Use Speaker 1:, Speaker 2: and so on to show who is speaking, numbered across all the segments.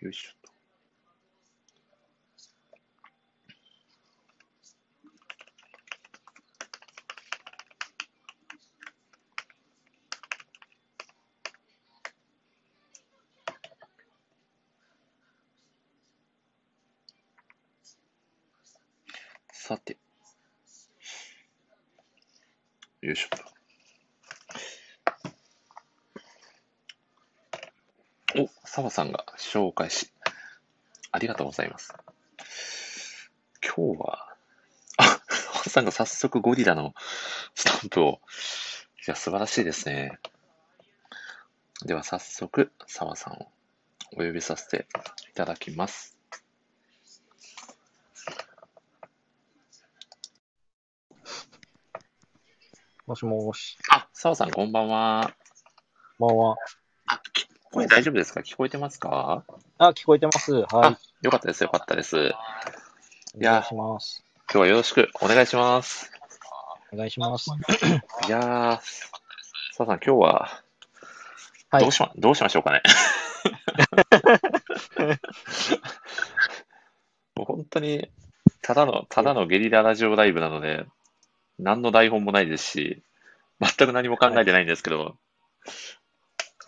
Speaker 1: よいしょと。さて。よいしょと。お、澤さんが紹介し、ありがとうございます。今日は、あ、澤さんが早速ゴリラのスタンプを。いや、素晴らしいですね。では早速、澤さんをお呼びさせていただきます。
Speaker 2: もしもーし。
Speaker 1: あ、澤さんこんばんは。
Speaker 2: こんばんは。
Speaker 1: あ、き声大丈夫ですか聞こえてますか
Speaker 2: あ、聞こえてます。はい。
Speaker 1: よかったです、よかったです。
Speaker 2: お
Speaker 1: いや
Speaker 2: 願いします。
Speaker 1: 今日はよろしくお願いします。
Speaker 2: お願いします。
Speaker 1: いやー、さあさん、今日は、
Speaker 2: はい
Speaker 1: どうしま、どうしましょう かね。もう本当に、ただの、ただのゲリララジオライブなので、何の台本もないですし、全く何も考えてないんですけど、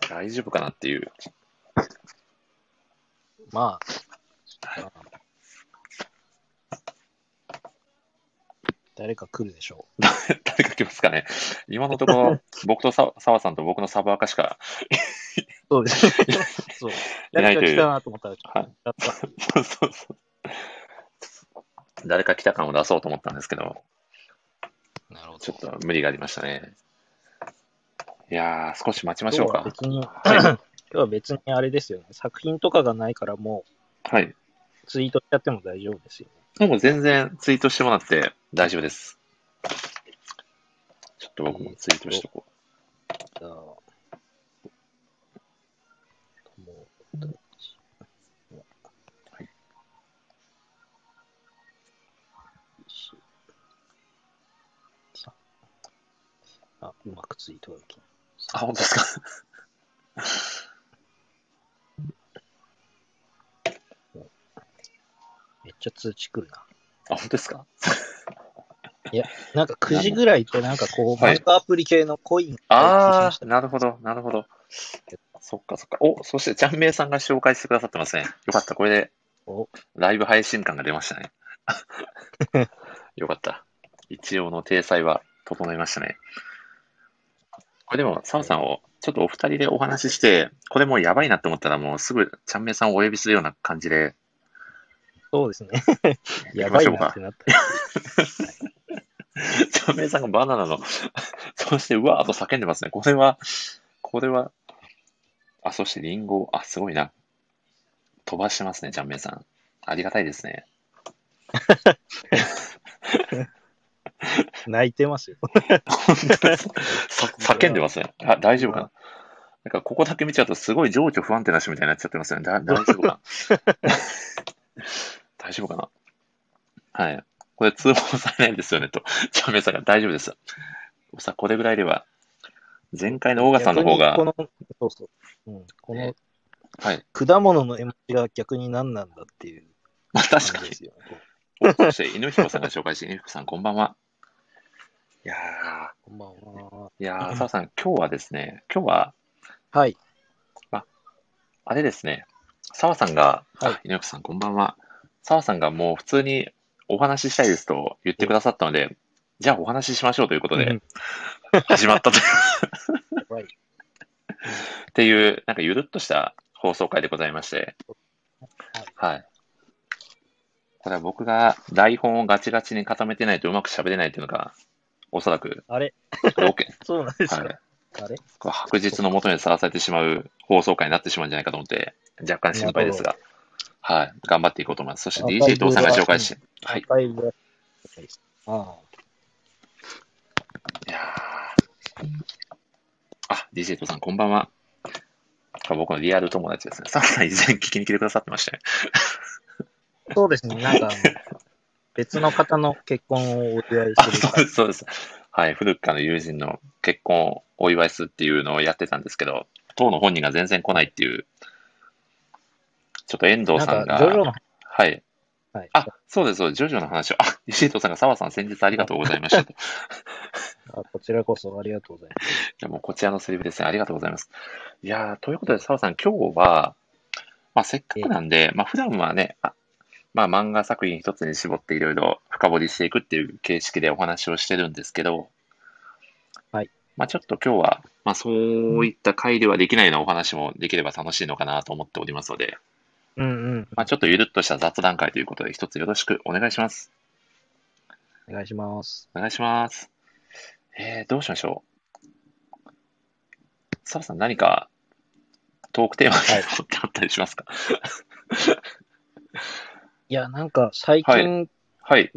Speaker 1: 大丈夫かなっていう。は
Speaker 2: ま
Speaker 1: い
Speaker 2: あ。誰か来るでしょ
Speaker 1: 誰か来ますかね。今のところ、僕とさ澤さんと僕のサブアカしか、
Speaker 2: う。そうです。そう。誰か
Speaker 1: という
Speaker 2: 来たなと思ったら、
Speaker 1: はい
Speaker 2: だった
Speaker 1: そうそうそう。誰か来た感を出そうと思ったんですけど、
Speaker 2: なるほど。
Speaker 1: ちょっと無理がありましたね。いやー、少し待ちましょう
Speaker 2: 今日は
Speaker 1: か。
Speaker 2: 別に、
Speaker 1: い
Speaker 2: 今日は別にあれですよね。作品とかがないから、も
Speaker 1: はい。
Speaker 2: うツイートしちゃっても大丈夫ですよね。
Speaker 1: でも全然ツイートしてもらって大丈夫です。ちょっと僕もツイートしとこ
Speaker 2: じゃあもうどっち
Speaker 1: はい
Speaker 2: 一さあ、うまくツイートができない。
Speaker 1: う。あ、本当ですか。
Speaker 2: めっちゃ通知来るな。
Speaker 1: あ、本当ですか。
Speaker 2: なんか9時ぐらいってなんかこう、
Speaker 1: は
Speaker 2: マ
Speaker 1: い
Speaker 2: スクアプリ系のコイン
Speaker 1: あ
Speaker 2: が
Speaker 1: ー、なるほど、なるほど。そっかそっか。お、そしてちゃんめいさんが紹介してくださってますね。よかった、これで
Speaker 2: お
Speaker 1: ライブ配信感が出ましたね。よかった。一応の体裁は整いましたね。これでも、澤さんを、ちょっとお二人でお話しして、これもうやばいなって思ったら、もうすぐ、ちゃんめいさんをお呼びするような感じで、
Speaker 2: そうですね。
Speaker 1: 行きま
Speaker 2: やばい
Speaker 1: しょう
Speaker 2: なっ
Speaker 1: か
Speaker 2: て。なった。
Speaker 1: ちゃんめいさんがバナナの、そして、うわーと叫んでますね。これは、これは、あ、そしてリンゴ、あ、すごいな。飛ばしてますね、ちゃんめいさん。ありがたいです ね。
Speaker 2: 泣いてますよ。
Speaker 1: 本当ですさ叫んでますね。あ、大丈夫かな。なんか、ここだけ見ちゃうと、すごい情緒不安定な人みたいになっちゃってますよね。だ大丈夫かな。 大丈夫かな。はい。これ通報されないですよね、と。ちゃんめいさんが大丈夫です。さ、これぐらいでは、前回のオーガさんの方が、
Speaker 2: 逆にこの、そうそう。うん、この
Speaker 1: ねはい。
Speaker 2: 果物の絵文字が逆に何なんだっていう
Speaker 1: まあ、
Speaker 2: 感
Speaker 1: 確か
Speaker 2: じ
Speaker 1: に
Speaker 2: で。すよ、ね。
Speaker 1: おそして、犬彦さんが紹介して、犬彦さん、こんばんは。いや
Speaker 2: こんばんは。
Speaker 1: ー、いやー、澤さん、今日はですね、今日は、
Speaker 2: はい。
Speaker 1: あれですね、澤さんが、
Speaker 2: はい
Speaker 1: あ、犬彦さん、こんばんは。澤さんがもう普通にお話ししたいですと言ってくださったので、じゃあお話ししましょうということ
Speaker 2: う
Speaker 1: で
Speaker 2: ん、
Speaker 1: 始まったという、
Speaker 2: はい
Speaker 1: っていう、なんかゆるっとした放送回でございまして、はい。これは僕が台本をガチガチに固めてないとうまく喋れないというのが、おそらく、
Speaker 2: あれ
Speaker 1: これ OK
Speaker 2: そうなんです
Speaker 1: は
Speaker 2: か、
Speaker 1: い。
Speaker 2: あれ
Speaker 1: これ白日のもとにさらされてしまう放送回になってしまうんじゃないかと思って、若干心配ですが、はい。頑張っていこうと思います。そして DJ 伊藤さんが紹介し、は
Speaker 2: はいい。。だいぶあ
Speaker 1: いやーあ、DJ 伊藤さん、こんばんは。これ僕のリアル友達ですね。サラさん以前聞きに来てくださってましたね。
Speaker 2: あそうですね。なんか、あの 別の方の結婚をお祝い
Speaker 1: あ、
Speaker 2: す
Speaker 1: そうで
Speaker 2: る
Speaker 1: す、そうです。はい。古くからの友人の結婚をお祝いするっていうのをやってたんですけど、当の本人が全然来ないっていう、ちょっと遠藤
Speaker 2: なん
Speaker 1: さん
Speaker 2: か、
Speaker 1: が、
Speaker 2: ジョジョの、
Speaker 1: はい。
Speaker 2: はい。
Speaker 1: あ、そうです、そうです、ジョジョの話を。あ、石井戸さんが、澤さん、先日ありがとうございました。い
Speaker 2: あこちらこそありがとうございます。
Speaker 1: や、もうこちらのセリフですね。ありがとうございます。いやー、ということで、澤さん、今日は、まあ、せっかくなんで、まあ、普段はね、あまあ、漫画作品一つに絞っていろいろ深掘りしていくっていう形式でお話をしてるんですけど、
Speaker 2: はい。
Speaker 1: まあ、ちょっと今日は、まあ、そういった回ではできないようなお話もできれば楽しいのかなと思っておりますので、
Speaker 2: うんうん。
Speaker 1: まあ、ちょっとゆるっとした雑談会ということで、一つよろしくお願いします。
Speaker 2: お願いします。
Speaker 1: お願いします。えー、どうしましょう。澤さん、何かトークテーマ
Speaker 2: はい
Speaker 1: ってあったりしますか
Speaker 2: いや、なんか、最近、
Speaker 1: ははい。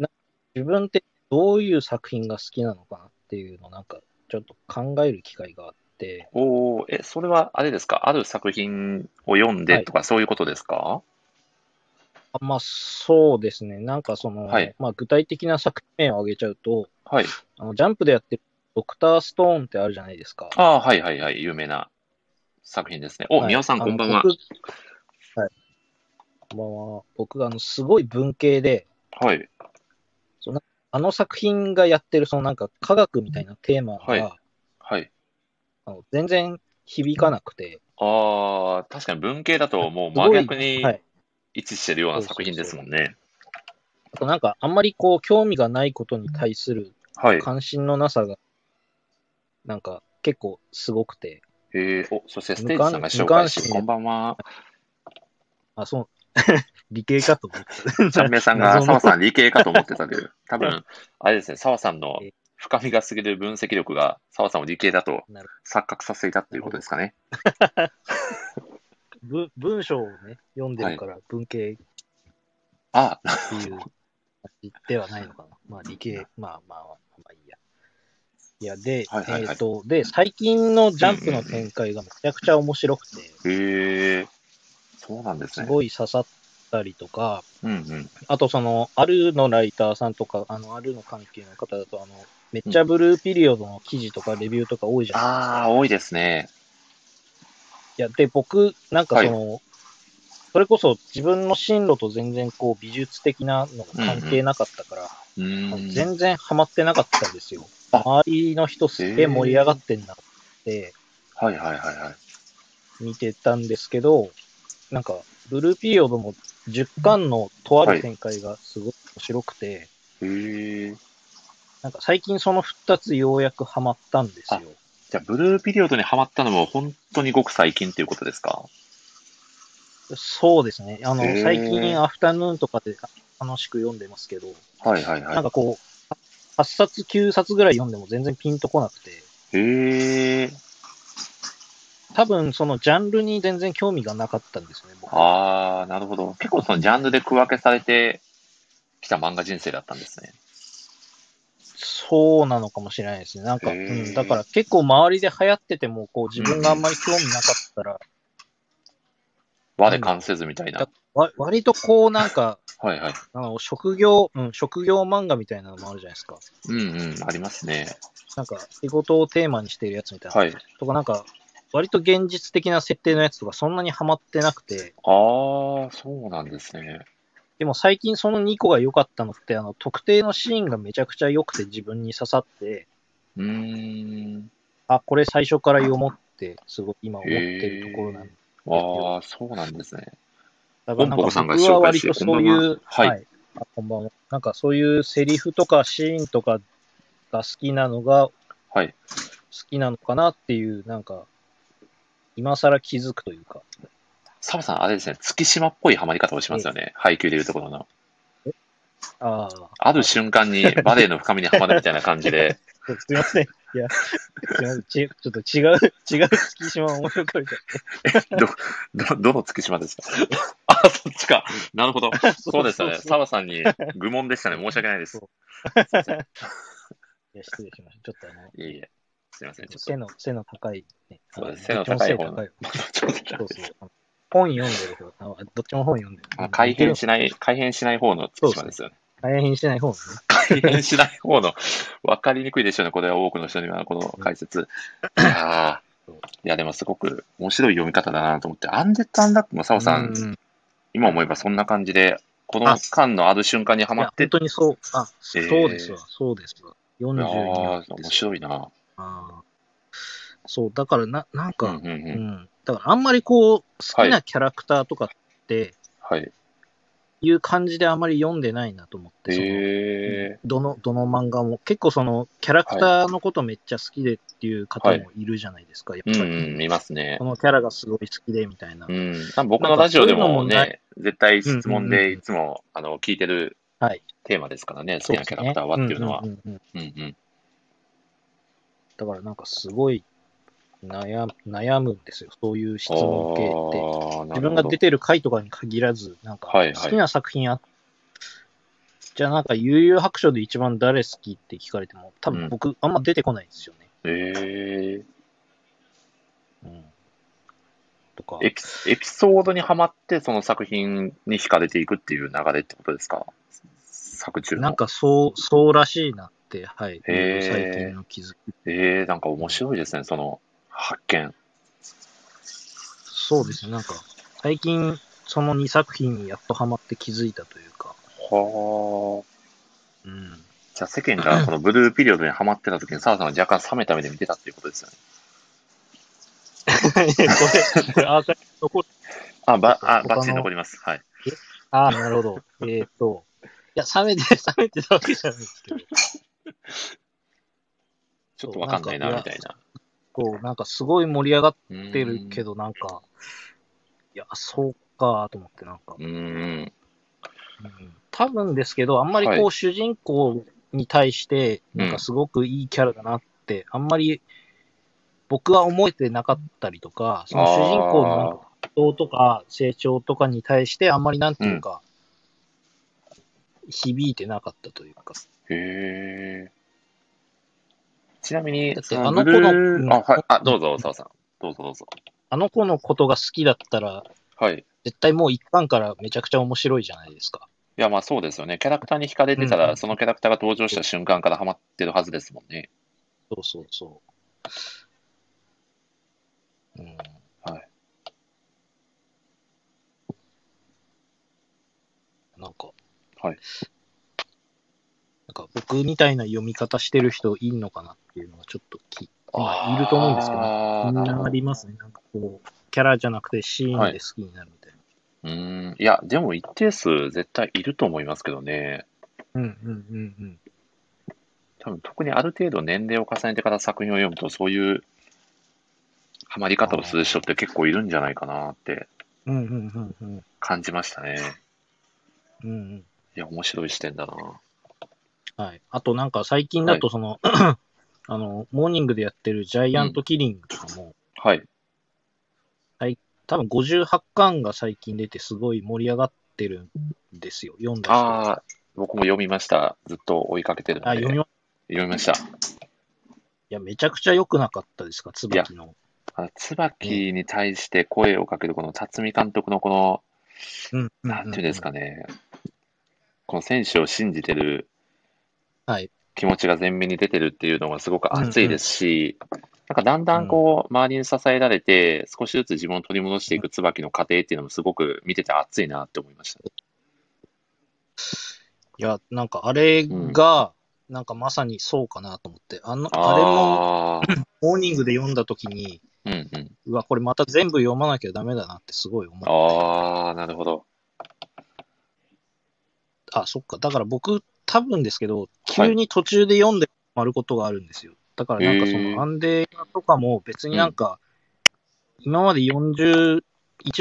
Speaker 2: 自分ってどういう作品が好きなのかなっていうのを、なんか、ちょっと考える機会があって、
Speaker 1: おおえ、それはあれですかある作品を読んで
Speaker 2: はい
Speaker 1: とかそういうことですか
Speaker 2: あまあ、そうですね。なんか、その、
Speaker 1: はい
Speaker 2: まあ、具体的な作品名を挙げちゃうと、
Speaker 1: はい。
Speaker 2: あの、ジャンプでやってる、ドクターストーンってあるじゃないですか。
Speaker 1: ああ、はいはいはい。有名な作品ですね。お、
Speaker 2: はい
Speaker 1: 宮尾さん、こんばんは
Speaker 2: あ。の僕はい。こんばんは。僕、あの、すごい文系で、
Speaker 1: はい。
Speaker 2: あの作品がやってる、そのなんか科学みたいなテーマが、
Speaker 1: はいはい。
Speaker 2: あの全然響かなくて、
Speaker 1: ああ、確かに文系だともう
Speaker 2: すごい
Speaker 1: 真逆に
Speaker 2: はい。
Speaker 1: 位置してるような作品ですもんね。
Speaker 2: あとなんか、あんまりこう、興味がないことに対する
Speaker 1: はい。
Speaker 2: 関心のなさが、なんか、結構すごくて、
Speaker 1: えー、お、そしてステージさんが紹介
Speaker 2: 無関無関
Speaker 1: し
Speaker 2: 心
Speaker 1: て、こんばんは。
Speaker 2: あ、そう、 理系かと思って
Speaker 1: 三名さんが
Speaker 2: 謎
Speaker 1: 澤
Speaker 2: の
Speaker 1: さん理系かと思ってた けど、多分、あれですね、澤さんの深みが過ぎる分析力が澤さんを理系だと
Speaker 2: なる
Speaker 1: 錯覚させていたっていうことですかね。
Speaker 2: 文文章をね、読んでるから、文系
Speaker 1: あ、
Speaker 2: っていう感じではないのかな。まあ理系、まあまあまあ、まあいいや。いや、で、
Speaker 1: はいはいはい
Speaker 2: えっ、と、で、最近のジャンプの展開がめちゃくちゃ面白くて、
Speaker 1: へえ、そうなんです
Speaker 2: す
Speaker 1: ね。
Speaker 2: ごい刺さったりとか、
Speaker 1: うんうん。
Speaker 2: あとその、アルのライターさんとか、あの、アルの関係の方だと、あの、めっちゃブルーピリオドの記事とかレビューとか多いじゃないです
Speaker 1: あ
Speaker 2: か。
Speaker 1: あ、多いですね。
Speaker 2: いや、で、僕、なんかその、それこそ自分の進路と全然こう美術的なのが関係なかったから、
Speaker 1: うーん。
Speaker 2: 全然ハマってなかったんですよ。
Speaker 1: あ
Speaker 2: 周りの人すげえ盛り上がってんなって
Speaker 1: はいはいはいはい。
Speaker 2: 見てたんですけど、なんか、ブルーピリオドも10巻のとある展開がすごい面白くて、
Speaker 1: へえ。
Speaker 2: なんか最近その2つようやくハマったんですよ。
Speaker 1: じゃあ、ブルーピリオドにハマったのも本当にごく最近ということですか
Speaker 2: そうですね。あの、
Speaker 1: へー
Speaker 2: 最近アフタヌーンとかで楽しく読んでますけど、
Speaker 1: はいはい
Speaker 2: なん
Speaker 1: は
Speaker 2: かこう、8冊、9冊ぐらい読んでも全然ピンとこなくて、
Speaker 1: い。へえ。
Speaker 2: 多分そのジャンルに全然興味がなかったんですね、僕。
Speaker 1: ああ、なるほど。結構そのジャンルで区分けされてきた漫画人生だったんですね。
Speaker 2: そうなのかもしれないですね。なんか、
Speaker 1: へ
Speaker 2: う
Speaker 1: ー
Speaker 2: ん、だから結構周りで流行ってても、こう自分があんまり興味なかったら、
Speaker 1: 和で関せずみたいな。
Speaker 2: だわ割とこうなんか、
Speaker 1: はいはい。
Speaker 2: あの職業、うん、職業漫画みたいなのもあるじゃないですか。
Speaker 1: うんうん、ありますね。
Speaker 2: なんか、仕事をテーマにしてるやつみたいな。
Speaker 1: はい。
Speaker 2: とか、なんか、割と現実的な設定のやつとか、そんなにハマってなくて、
Speaker 1: ああ、そうなんですね。
Speaker 2: でも最近その2個が良かったのって、あの、特定のシーンがめちゃくちゃ良くて自分に刺さって、
Speaker 1: うーん。
Speaker 2: あ、これ最初から読もうって、すごい今思ってるところなんで
Speaker 1: ああ、そうなんですね。
Speaker 2: だからなん
Speaker 1: ポンポ
Speaker 2: か
Speaker 1: コさんが
Speaker 2: 僕は割と
Speaker 1: 紹介して
Speaker 2: そういう、
Speaker 1: こんばんははい
Speaker 2: あこんばんは。なんかそういうセリフとかシーンとかが好きなのが、好
Speaker 1: はい。
Speaker 2: きなのかなっていう、なんか、今更気づくというか。
Speaker 1: 澤さん、あれですね、月島っぽいハマり方をしますよね。配給でいうところの。
Speaker 2: ああ、
Speaker 1: ある瞬間にバレエの深みにはまるみたいな感じで。
Speaker 2: すみません。いや、すみません。ちちょっと違う、違う月島面白くみたい
Speaker 1: ど、どの月島ですかあ、そっちか。なるほど。
Speaker 2: な。
Speaker 1: そうですよね。
Speaker 2: そう
Speaker 1: 澤さんに愚問でしたね。申し訳ないです
Speaker 2: そ。いや、失礼しました。ちょっとあの、
Speaker 1: いえいえ。すいません。ち
Speaker 2: 背
Speaker 1: ょっ
Speaker 2: の、背の高い、ね。
Speaker 1: そうです背の高い方の
Speaker 2: どっちも背
Speaker 1: と。
Speaker 2: 高いそうそう。あの本読んでる方、あのどっちも本読んでる。
Speaker 1: あの改変しない、改変しない方の月島ですよね。
Speaker 2: 大変しない方ですね。
Speaker 1: 改変しない方の、わかりにくいでしょうね、これは多くの人には、この解説。いやーいや、でもすごく面白い読み方だなと思って、アンデッド・アンラックも、サオさん、
Speaker 2: うん
Speaker 1: 今思えばそんな感じで、この
Speaker 2: あ
Speaker 1: 間のある瞬間にはま
Speaker 2: や
Speaker 1: って
Speaker 2: 本
Speaker 1: って
Speaker 2: 当にそう。あ、
Speaker 1: えー
Speaker 2: そうですわ、そうですわ。
Speaker 1: あ
Speaker 2: 42
Speaker 1: あー、
Speaker 2: 年で
Speaker 1: 面
Speaker 2: す
Speaker 1: 白いな。
Speaker 2: あーそう、だからな、
Speaker 1: う
Speaker 2: なん
Speaker 1: んう
Speaker 2: か、
Speaker 1: んう
Speaker 2: うん、
Speaker 1: ん。
Speaker 2: だからあんまりこう、好
Speaker 1: は。
Speaker 2: きないキャラクターとかって
Speaker 1: はい。
Speaker 2: いう感じであんまり読んでないなと思って、その、
Speaker 1: え
Speaker 2: どの、どの漫画も、結構その、キャラクターのことめっちゃ好きでっていう方もいるじゃないですか、や
Speaker 1: え
Speaker 2: っ
Speaker 1: ー。
Speaker 2: ぱ
Speaker 1: う
Speaker 2: り。
Speaker 1: んうん、見ますね
Speaker 2: こ。のキャラがすごい好きでみたいな。
Speaker 1: うん。多分僕のラジオでも
Speaker 2: なんか
Speaker 1: ね、絶対質問
Speaker 2: うんうんう
Speaker 1: で
Speaker 2: ん
Speaker 1: いつも、あの、聞いてる
Speaker 2: はい。
Speaker 1: テーマですからね、好
Speaker 2: そう
Speaker 1: き
Speaker 2: で
Speaker 1: な
Speaker 2: す
Speaker 1: キ
Speaker 2: ね。
Speaker 1: ャラクターはっていうのは
Speaker 2: ん。んうんうん
Speaker 1: うんうん。
Speaker 2: だからなんかすごい悩む悩むんですよ。そういう質
Speaker 1: あ
Speaker 2: 問系って。
Speaker 1: あ、な
Speaker 2: 自
Speaker 1: る
Speaker 2: 分
Speaker 1: ほ
Speaker 2: が
Speaker 1: ど
Speaker 2: 出。てる回とかに限らず、なんか
Speaker 1: はいはい
Speaker 2: 好きな作品あじゃあなんか悠々白書で一番誰好きって聞かれても、多
Speaker 1: う
Speaker 2: 分
Speaker 1: ん
Speaker 2: 僕あんま出てこないんですよね。
Speaker 1: ええ。
Speaker 2: うん。とか。
Speaker 1: エピエピソードにはまって、その作品に惹かれていくっていう流れってことですか作中の。
Speaker 2: なんかそう、そうらしいなって、はい。
Speaker 1: へー
Speaker 2: 最近の気づき。
Speaker 1: ええなんか面白いですね、その発見。
Speaker 2: そうですね。なんか最近その2作品にやっとハマって気づいたというか。
Speaker 1: はあ。
Speaker 2: うん。
Speaker 1: じゃあ世間がこのブルーピリオドにハマってた時に、澤さんは若干冷めた目で見てたっていうことです よね。
Speaker 2: これ、これアーカイブ残る。
Speaker 1: あ、ば、あ、
Speaker 2: 他の
Speaker 1: バッチリ残ります。はい。
Speaker 2: ああ、なるほど。えーっと、いや、冷めて、冷めてたわけじゃないんですけど、
Speaker 1: ちょっとわかんないな、
Speaker 2: そうな
Speaker 1: み
Speaker 2: んか
Speaker 1: たいな。
Speaker 2: こう、なんかすごい盛り上がっ
Speaker 1: うーん
Speaker 2: てるけ。ど、なんか、いや、そうか、と思って、なんか、
Speaker 1: うーん。
Speaker 2: うん多分ですけど、あんまりこ
Speaker 1: は
Speaker 2: う、主人公に対して、
Speaker 1: うん
Speaker 2: なんかすごくいいキャラだなって、あんまり、僕は思えてなかったりとか、その主人公のなんか
Speaker 1: あ
Speaker 2: 葛藤とか成長とかに対して、あんまりなんていうか、響いてなかったというか。
Speaker 1: ーへえ。ちなみに
Speaker 2: だ、って
Speaker 1: その
Speaker 2: あの
Speaker 1: ブル
Speaker 2: 子
Speaker 1: ー
Speaker 2: の
Speaker 1: あ、はい。あ、どうぞ、澤さん。どうぞ、どうぞ。
Speaker 2: あの子のことが好きだったら、
Speaker 1: はい。い
Speaker 2: 絶対もう一巻からめちゃくちゃ面白いじゃないですか。
Speaker 1: や、まあそうですよね。キャラクターに惹かれてた
Speaker 2: うんう
Speaker 1: ら、
Speaker 2: ん
Speaker 1: そのキャラクターが登場した瞬間からハマってるはずですもんね。
Speaker 2: そうそうそう。うん、
Speaker 1: はい。
Speaker 2: なんか、
Speaker 1: はい。
Speaker 2: なんか僕みたいな読み方してる人いんのかなっていうのはちょっとき
Speaker 1: あ
Speaker 2: 今いると思うんですけど、
Speaker 1: あー
Speaker 2: みん
Speaker 1: なるほ
Speaker 2: なあ
Speaker 1: ど
Speaker 2: りますね。なんかこう、キャラじゃなくてシーンで好きになるみたいな。
Speaker 1: うーん、いや、でも一定数絶対いると思いますけどね。
Speaker 2: うんうんうんうん。
Speaker 1: 多分特にある程度年齢を重ねてから作品を読むと、そういうハマり方をする人って結構いるんじゃないかなって
Speaker 2: うんうんうんうん。
Speaker 1: 感じましたね。
Speaker 2: うんうん。
Speaker 1: いや、面白い視点だな。
Speaker 2: はい。あとなんか最近だとその、 あの、モーニングでやってるジャイアントキリングとかも、
Speaker 1: はい。
Speaker 2: 多分58巻が最近出てすごい盛り上がってるんですよ。読んだ人。あ
Speaker 1: ああ、僕も読みました。ずっと追いかけてるので。
Speaker 2: 読み
Speaker 1: 読
Speaker 2: ま
Speaker 1: みました。
Speaker 2: いや、めちゃくちゃ良くなかったですか、椿の。
Speaker 1: あの、椿に対して声をかけるこの辰巳監督のこの、
Speaker 2: うん。
Speaker 1: なんていうんですかね、この選手を信じてる
Speaker 2: はい
Speaker 1: 気持ちが前面に出てるっていうのがすごく熱いですし、なんかだんだんこう、周りに支えられて、少しずつ自分を取り戻していく椿の過程っていうのもすごく見てて熱いなって思いました。
Speaker 2: いや、なんかあれが、なんかまさにそうかなと思って。あの、あれ
Speaker 1: あ
Speaker 2: も、
Speaker 1: ー
Speaker 2: モーニングで読んだ時に、
Speaker 1: うんうん。
Speaker 2: うわ、これまた全部読まなきゃダメだなってすごい思って。
Speaker 1: ああ、なるほど。
Speaker 2: あ、そっか。だから僕、多分ですけど、
Speaker 1: はい
Speaker 2: 急に途中で読んで止まることがあるんですよ。だからなんかそ
Speaker 1: へー
Speaker 2: の、アンデーとかも別になんか、今まで41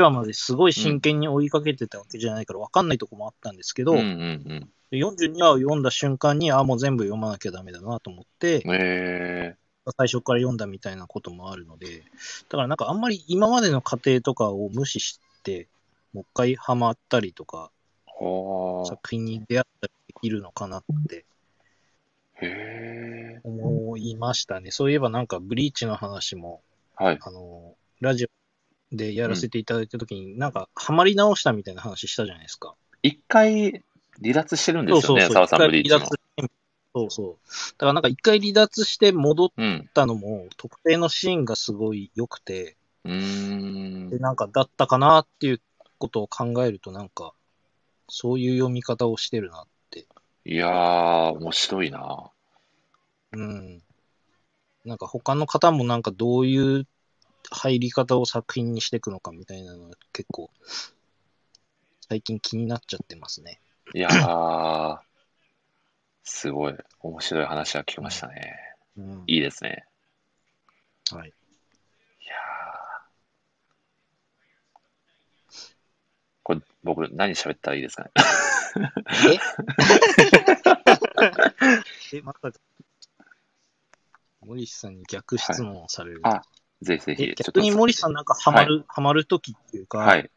Speaker 2: 話まですごい真剣に追いかけてたわけじゃないから分かんないとこもあったんですけど、
Speaker 1: うんうん
Speaker 2: 42話を読んだ瞬間に、あ、もう全部読まなきゃダメだなと思って、
Speaker 1: うん。え
Speaker 2: 最初から読んだみたいなこともあるので、だからなんかあんまり今までの過程とかを無視して、もう一回ハマったりとか、
Speaker 1: ー、はあ、
Speaker 2: 作品に出会ったりできるのかなって
Speaker 1: へえ、
Speaker 2: 思いましたね。そういえばなんかブリーチの話も、
Speaker 1: はい。
Speaker 2: あの、ラジオでやらせていただいたときに、なんかハマり直したみたいな話したじゃないですか。
Speaker 1: 一回離脱してるんですよね、澤さんブリーチ
Speaker 2: 一回
Speaker 1: の
Speaker 2: 離脱。してそうそう。だからなんか一回離脱して戻っ
Speaker 1: うん。
Speaker 2: たのも、特定のシーンがすごい良くて、
Speaker 1: うーん
Speaker 2: で、。なんかだったかなっていうことを考えると、なんか、そういう読み方をしてるなって。
Speaker 1: いやー、面白いな。
Speaker 2: うん。なんか他の方もなんかどういう入り方を作品にしていくのかみたいなのが結構、最近気になっちゃってますね。
Speaker 1: いやー、 すごい、面白い話は聞きましたね。
Speaker 2: うん。
Speaker 1: いいですね。
Speaker 2: はい。
Speaker 1: いやーこれ、僕、何喋ったらいいですかね。
Speaker 2: え、まさか。森さんに逆質問をされる。
Speaker 1: はいあぜひぜ
Speaker 2: え
Speaker 1: ひ、ちょっ
Speaker 2: 逆
Speaker 1: と。
Speaker 2: に森さんなんかハマる、ハマる時っていうか、
Speaker 1: はい。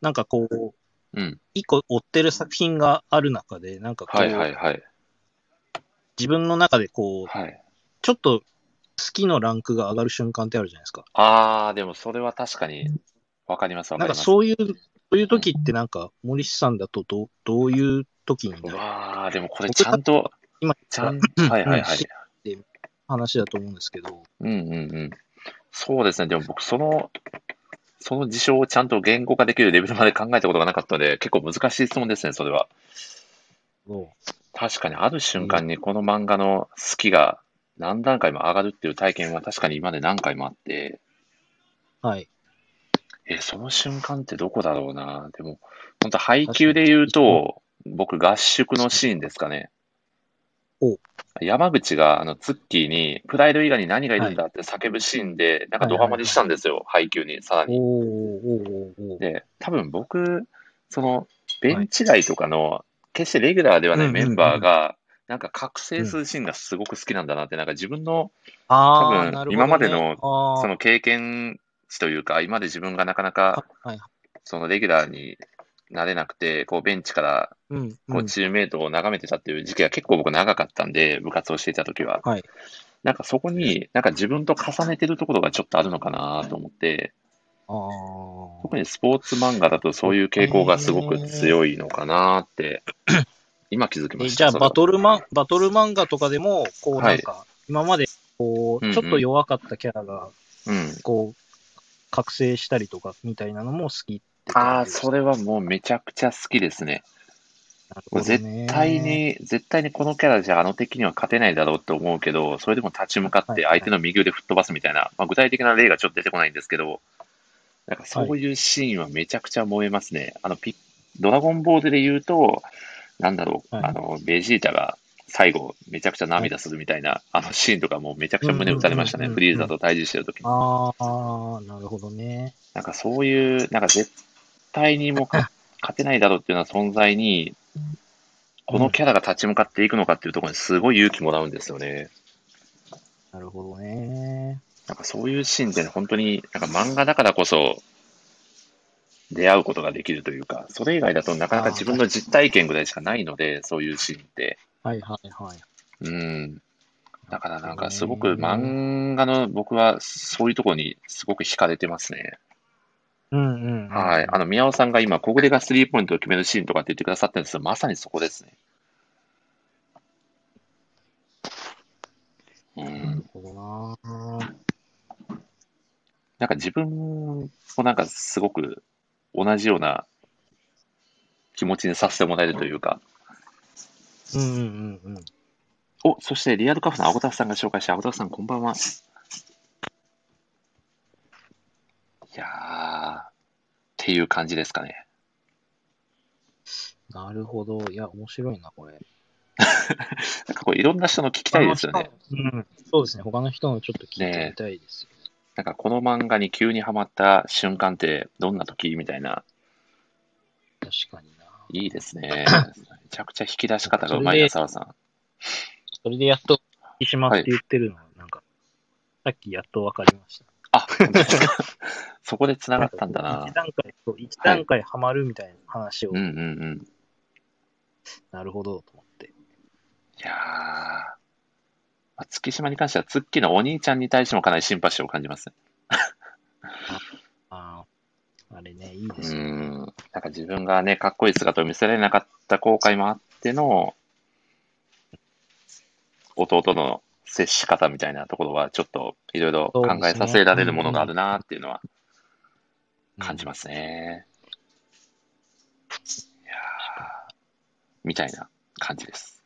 Speaker 2: なんかこう、
Speaker 1: うん。
Speaker 2: 一個追ってる作品がある中で、なんかこう、
Speaker 1: はいはいはい。
Speaker 2: 自分の中でこう、
Speaker 1: はい。
Speaker 2: ちょっと好きのランクが上がる瞬間ってあるじゃないですか。
Speaker 1: あー、でもそれは確かに、わかりますわ
Speaker 2: な
Speaker 1: かり
Speaker 2: んか
Speaker 1: ます。
Speaker 2: そういう、そういう時ってなんか、森さんだとどうどういう時に
Speaker 1: う
Speaker 2: なる
Speaker 1: わー、でもこれ
Speaker 2: 僕
Speaker 1: ちゃんと、
Speaker 2: 今
Speaker 1: ちゃん、はいはいはい。
Speaker 2: 話だと思うんですけど、
Speaker 1: うんうんうん。そうですね。でも僕、その、その事象をちゃんと言語化できるレベルまで考えたことがなかったので、結構難しい質問ですね、それは。
Speaker 2: そ
Speaker 1: 確かに、ある瞬間にこの漫画の好きが何段階も上がるっていう体験は確かに今まで何回もあって、
Speaker 2: うはい。
Speaker 1: え、その瞬間ってどこだろうな。でも、本当配給で言うと、僕、合宿のシーンですかね。
Speaker 2: お
Speaker 1: 山口が、あの、ツッキーに、プライド以外に何がいるんだって叫ぶシーンで、なんかドハマりしたんですよ、配給に、さら
Speaker 2: お
Speaker 1: に
Speaker 2: ー。おーおーおー
Speaker 1: で、多分僕、その、ベンチ外とかの、決してレギュラーではない
Speaker 2: うんうんう
Speaker 1: メ
Speaker 2: ん
Speaker 1: ンバーが、なんか覚醒するシーンがすごく好きなんだなって、なんか自分の、
Speaker 2: あ
Speaker 1: 多
Speaker 2: ー
Speaker 1: 分
Speaker 2: なるほどね
Speaker 1: 今までの
Speaker 2: あー
Speaker 1: その経験値というか、今まで自分がなかなか、
Speaker 2: はいはい
Speaker 1: そのレギュラーになれなくて、こう、ベンチから、
Speaker 2: うん
Speaker 1: こ
Speaker 2: う
Speaker 1: う、
Speaker 2: ん
Speaker 1: チームメイトを眺めてたっていう時期が結構僕長かったんで、部活をしていた時は。
Speaker 2: はい
Speaker 1: なんかそこに、なんか自分と重ねてるところがちょっとあるのかなと思って、
Speaker 2: あー
Speaker 1: 特にスポーツ漫画だとそういう傾向がすごく強いのかな って、今気づきま
Speaker 2: え
Speaker 1: した。
Speaker 2: じゃあ、
Speaker 1: それは
Speaker 2: バトルマン、バトル漫画とかでも、こうなんか、今まで、こ
Speaker 1: うんう
Speaker 2: う、
Speaker 1: ん
Speaker 2: ちょっと弱かったキャラが、
Speaker 1: うん。
Speaker 2: こう、覚醒したりとか、みたいなのも好きってこと
Speaker 1: ああ、
Speaker 2: です
Speaker 1: それはもうめちゃくちゃ好きですね。
Speaker 2: なる
Speaker 1: もう
Speaker 2: ほどね
Speaker 1: 絶対に、絶対にこのキャラじゃあの敵には勝てないだろうと思うけど、それでも立ち向かって相手の右腕吹っ飛ばすみたいな、まあ、具体的な例がちょっと出てこないんですけど、なんかそういうシーンはめちゃくちゃ燃えますね。あのピ、ドラゴンボールで言うと、なんだろう、
Speaker 2: はい
Speaker 1: あの、ベジータが最後めちゃくちゃ涙するみたいな、あのシーンとかもうめちゃくちゃ胸打たれましたね。
Speaker 2: うんうん
Speaker 1: フ
Speaker 2: うんうん
Speaker 1: リーザと対峙してる時に。
Speaker 2: ああ、なるほどね。
Speaker 1: なんかそういう、なんか絶対にもうか勝てないだろうっていうような存在に、このキャラが立ち向かっていくのかっていうところにすごい勇気もらうんですよね。
Speaker 2: なるほどね。
Speaker 1: なんかそういうシーンって本当に、なんか漫画だからこそ出会うことができるというか、それ以外だとなかなか自分の実体験ぐらいしかないので、そういうシーンって。
Speaker 2: はいはいはい。
Speaker 1: うん。だからなんかすごく漫画の僕はそういうところにすごく惹かれてますね。
Speaker 2: うんうんうん。
Speaker 1: はい。あの、宮尾さんが今、小暮がスリーポイントを決めるシーンとかって言ってくださってるんですけど、まさにそこですね。う
Speaker 2: なる
Speaker 1: ん。
Speaker 2: ほどな。
Speaker 1: なんか自分もなんかすごく同じような気持ちにさせてもらえるというか。
Speaker 2: うんうんうんうん。
Speaker 1: お、そしてリアルカフェのアゴタフさんが紹介したアゴタフさん、こんばんは。いやー、っていう感じですかね。
Speaker 2: なるほど。いや、面白いな、これ。
Speaker 1: なんかこういろんな人の聞きたいですよね。
Speaker 2: うん。そうですね。他の人のちょっと聞いてみたいです。
Speaker 1: なんかこの漫画に急にハマった瞬間ってどんな時みたいな、
Speaker 2: 確かにな。
Speaker 1: いいですね。めちゃくちゃ引き出し方がうまいな、澤さん。
Speaker 2: それでやっと、石島って言ってるのは、なんか、さっきやっとわかりました。
Speaker 1: あ、本当ですか。そこで繋がったんだ
Speaker 2: 一
Speaker 1: な。
Speaker 2: 段階、そう一段階ハマるみたいな話を、
Speaker 1: うんうんうん。
Speaker 2: なるほど、と思って。
Speaker 1: いやーまあ月島に関しては、ツッキーのお兄ちゃんに対してもかなりシンパシーを感じますね。
Speaker 2: ああ、あれね、いいうですよね。
Speaker 1: ん。なんか自分がね、かっこいい姿を見せられなかった後悔もあっての、弟の接し方みたいなところは、ちょっといろいろ考えさせられるものがあるなっていうのは感じますね。みたいな感じです。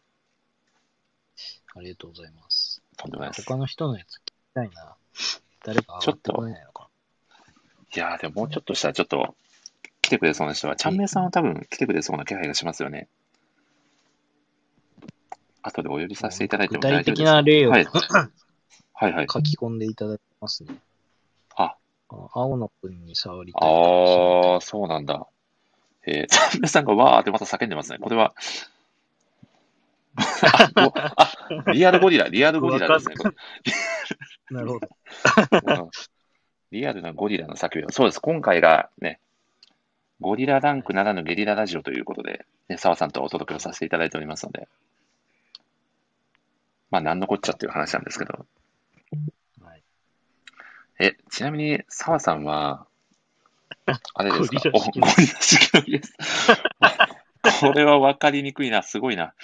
Speaker 2: ありがとうございます。
Speaker 1: とんでもないです。
Speaker 2: 他の人のやつ聞きたいな。誰か上がってこれないのか
Speaker 1: いやー、でももうちょっとしたら、ちょっと来てくれそうな人は、ちゃんめいさんは多分来てくれそうな気配がしますよね。後でお呼びさせていただいて
Speaker 2: 具
Speaker 1: も大丈
Speaker 2: 体
Speaker 1: 夫で
Speaker 2: 的
Speaker 1: すか
Speaker 2: な例を、
Speaker 1: はいはいはい。
Speaker 2: 書き込んでいただきますね。
Speaker 1: あ、
Speaker 2: あ青野くんに触りたいかもしれない。
Speaker 1: あー、そうなんだ。えー、 ちゃんめいさんがわーってまた叫んでますね。これ は。あおあ、リアルゴリラ、リアルゴリラですね。これ
Speaker 2: なるほど。
Speaker 1: うんリアルなゴリラの叫びを。そうです。今回がね、ゴリラランクならぬゲリララジオということで、ね、澤さんとお届けをさせていただいておりますので、まあ、なんのこっちゃっていう話なんですけど、
Speaker 2: はい、
Speaker 1: え、ちなみに澤さんは、あれですか、お
Speaker 2: ゴ
Speaker 1: ゴ
Speaker 2: リ
Speaker 1: リ
Speaker 2: ラ
Speaker 1: ラ式のです。 これは分かりにくいな、すごいな。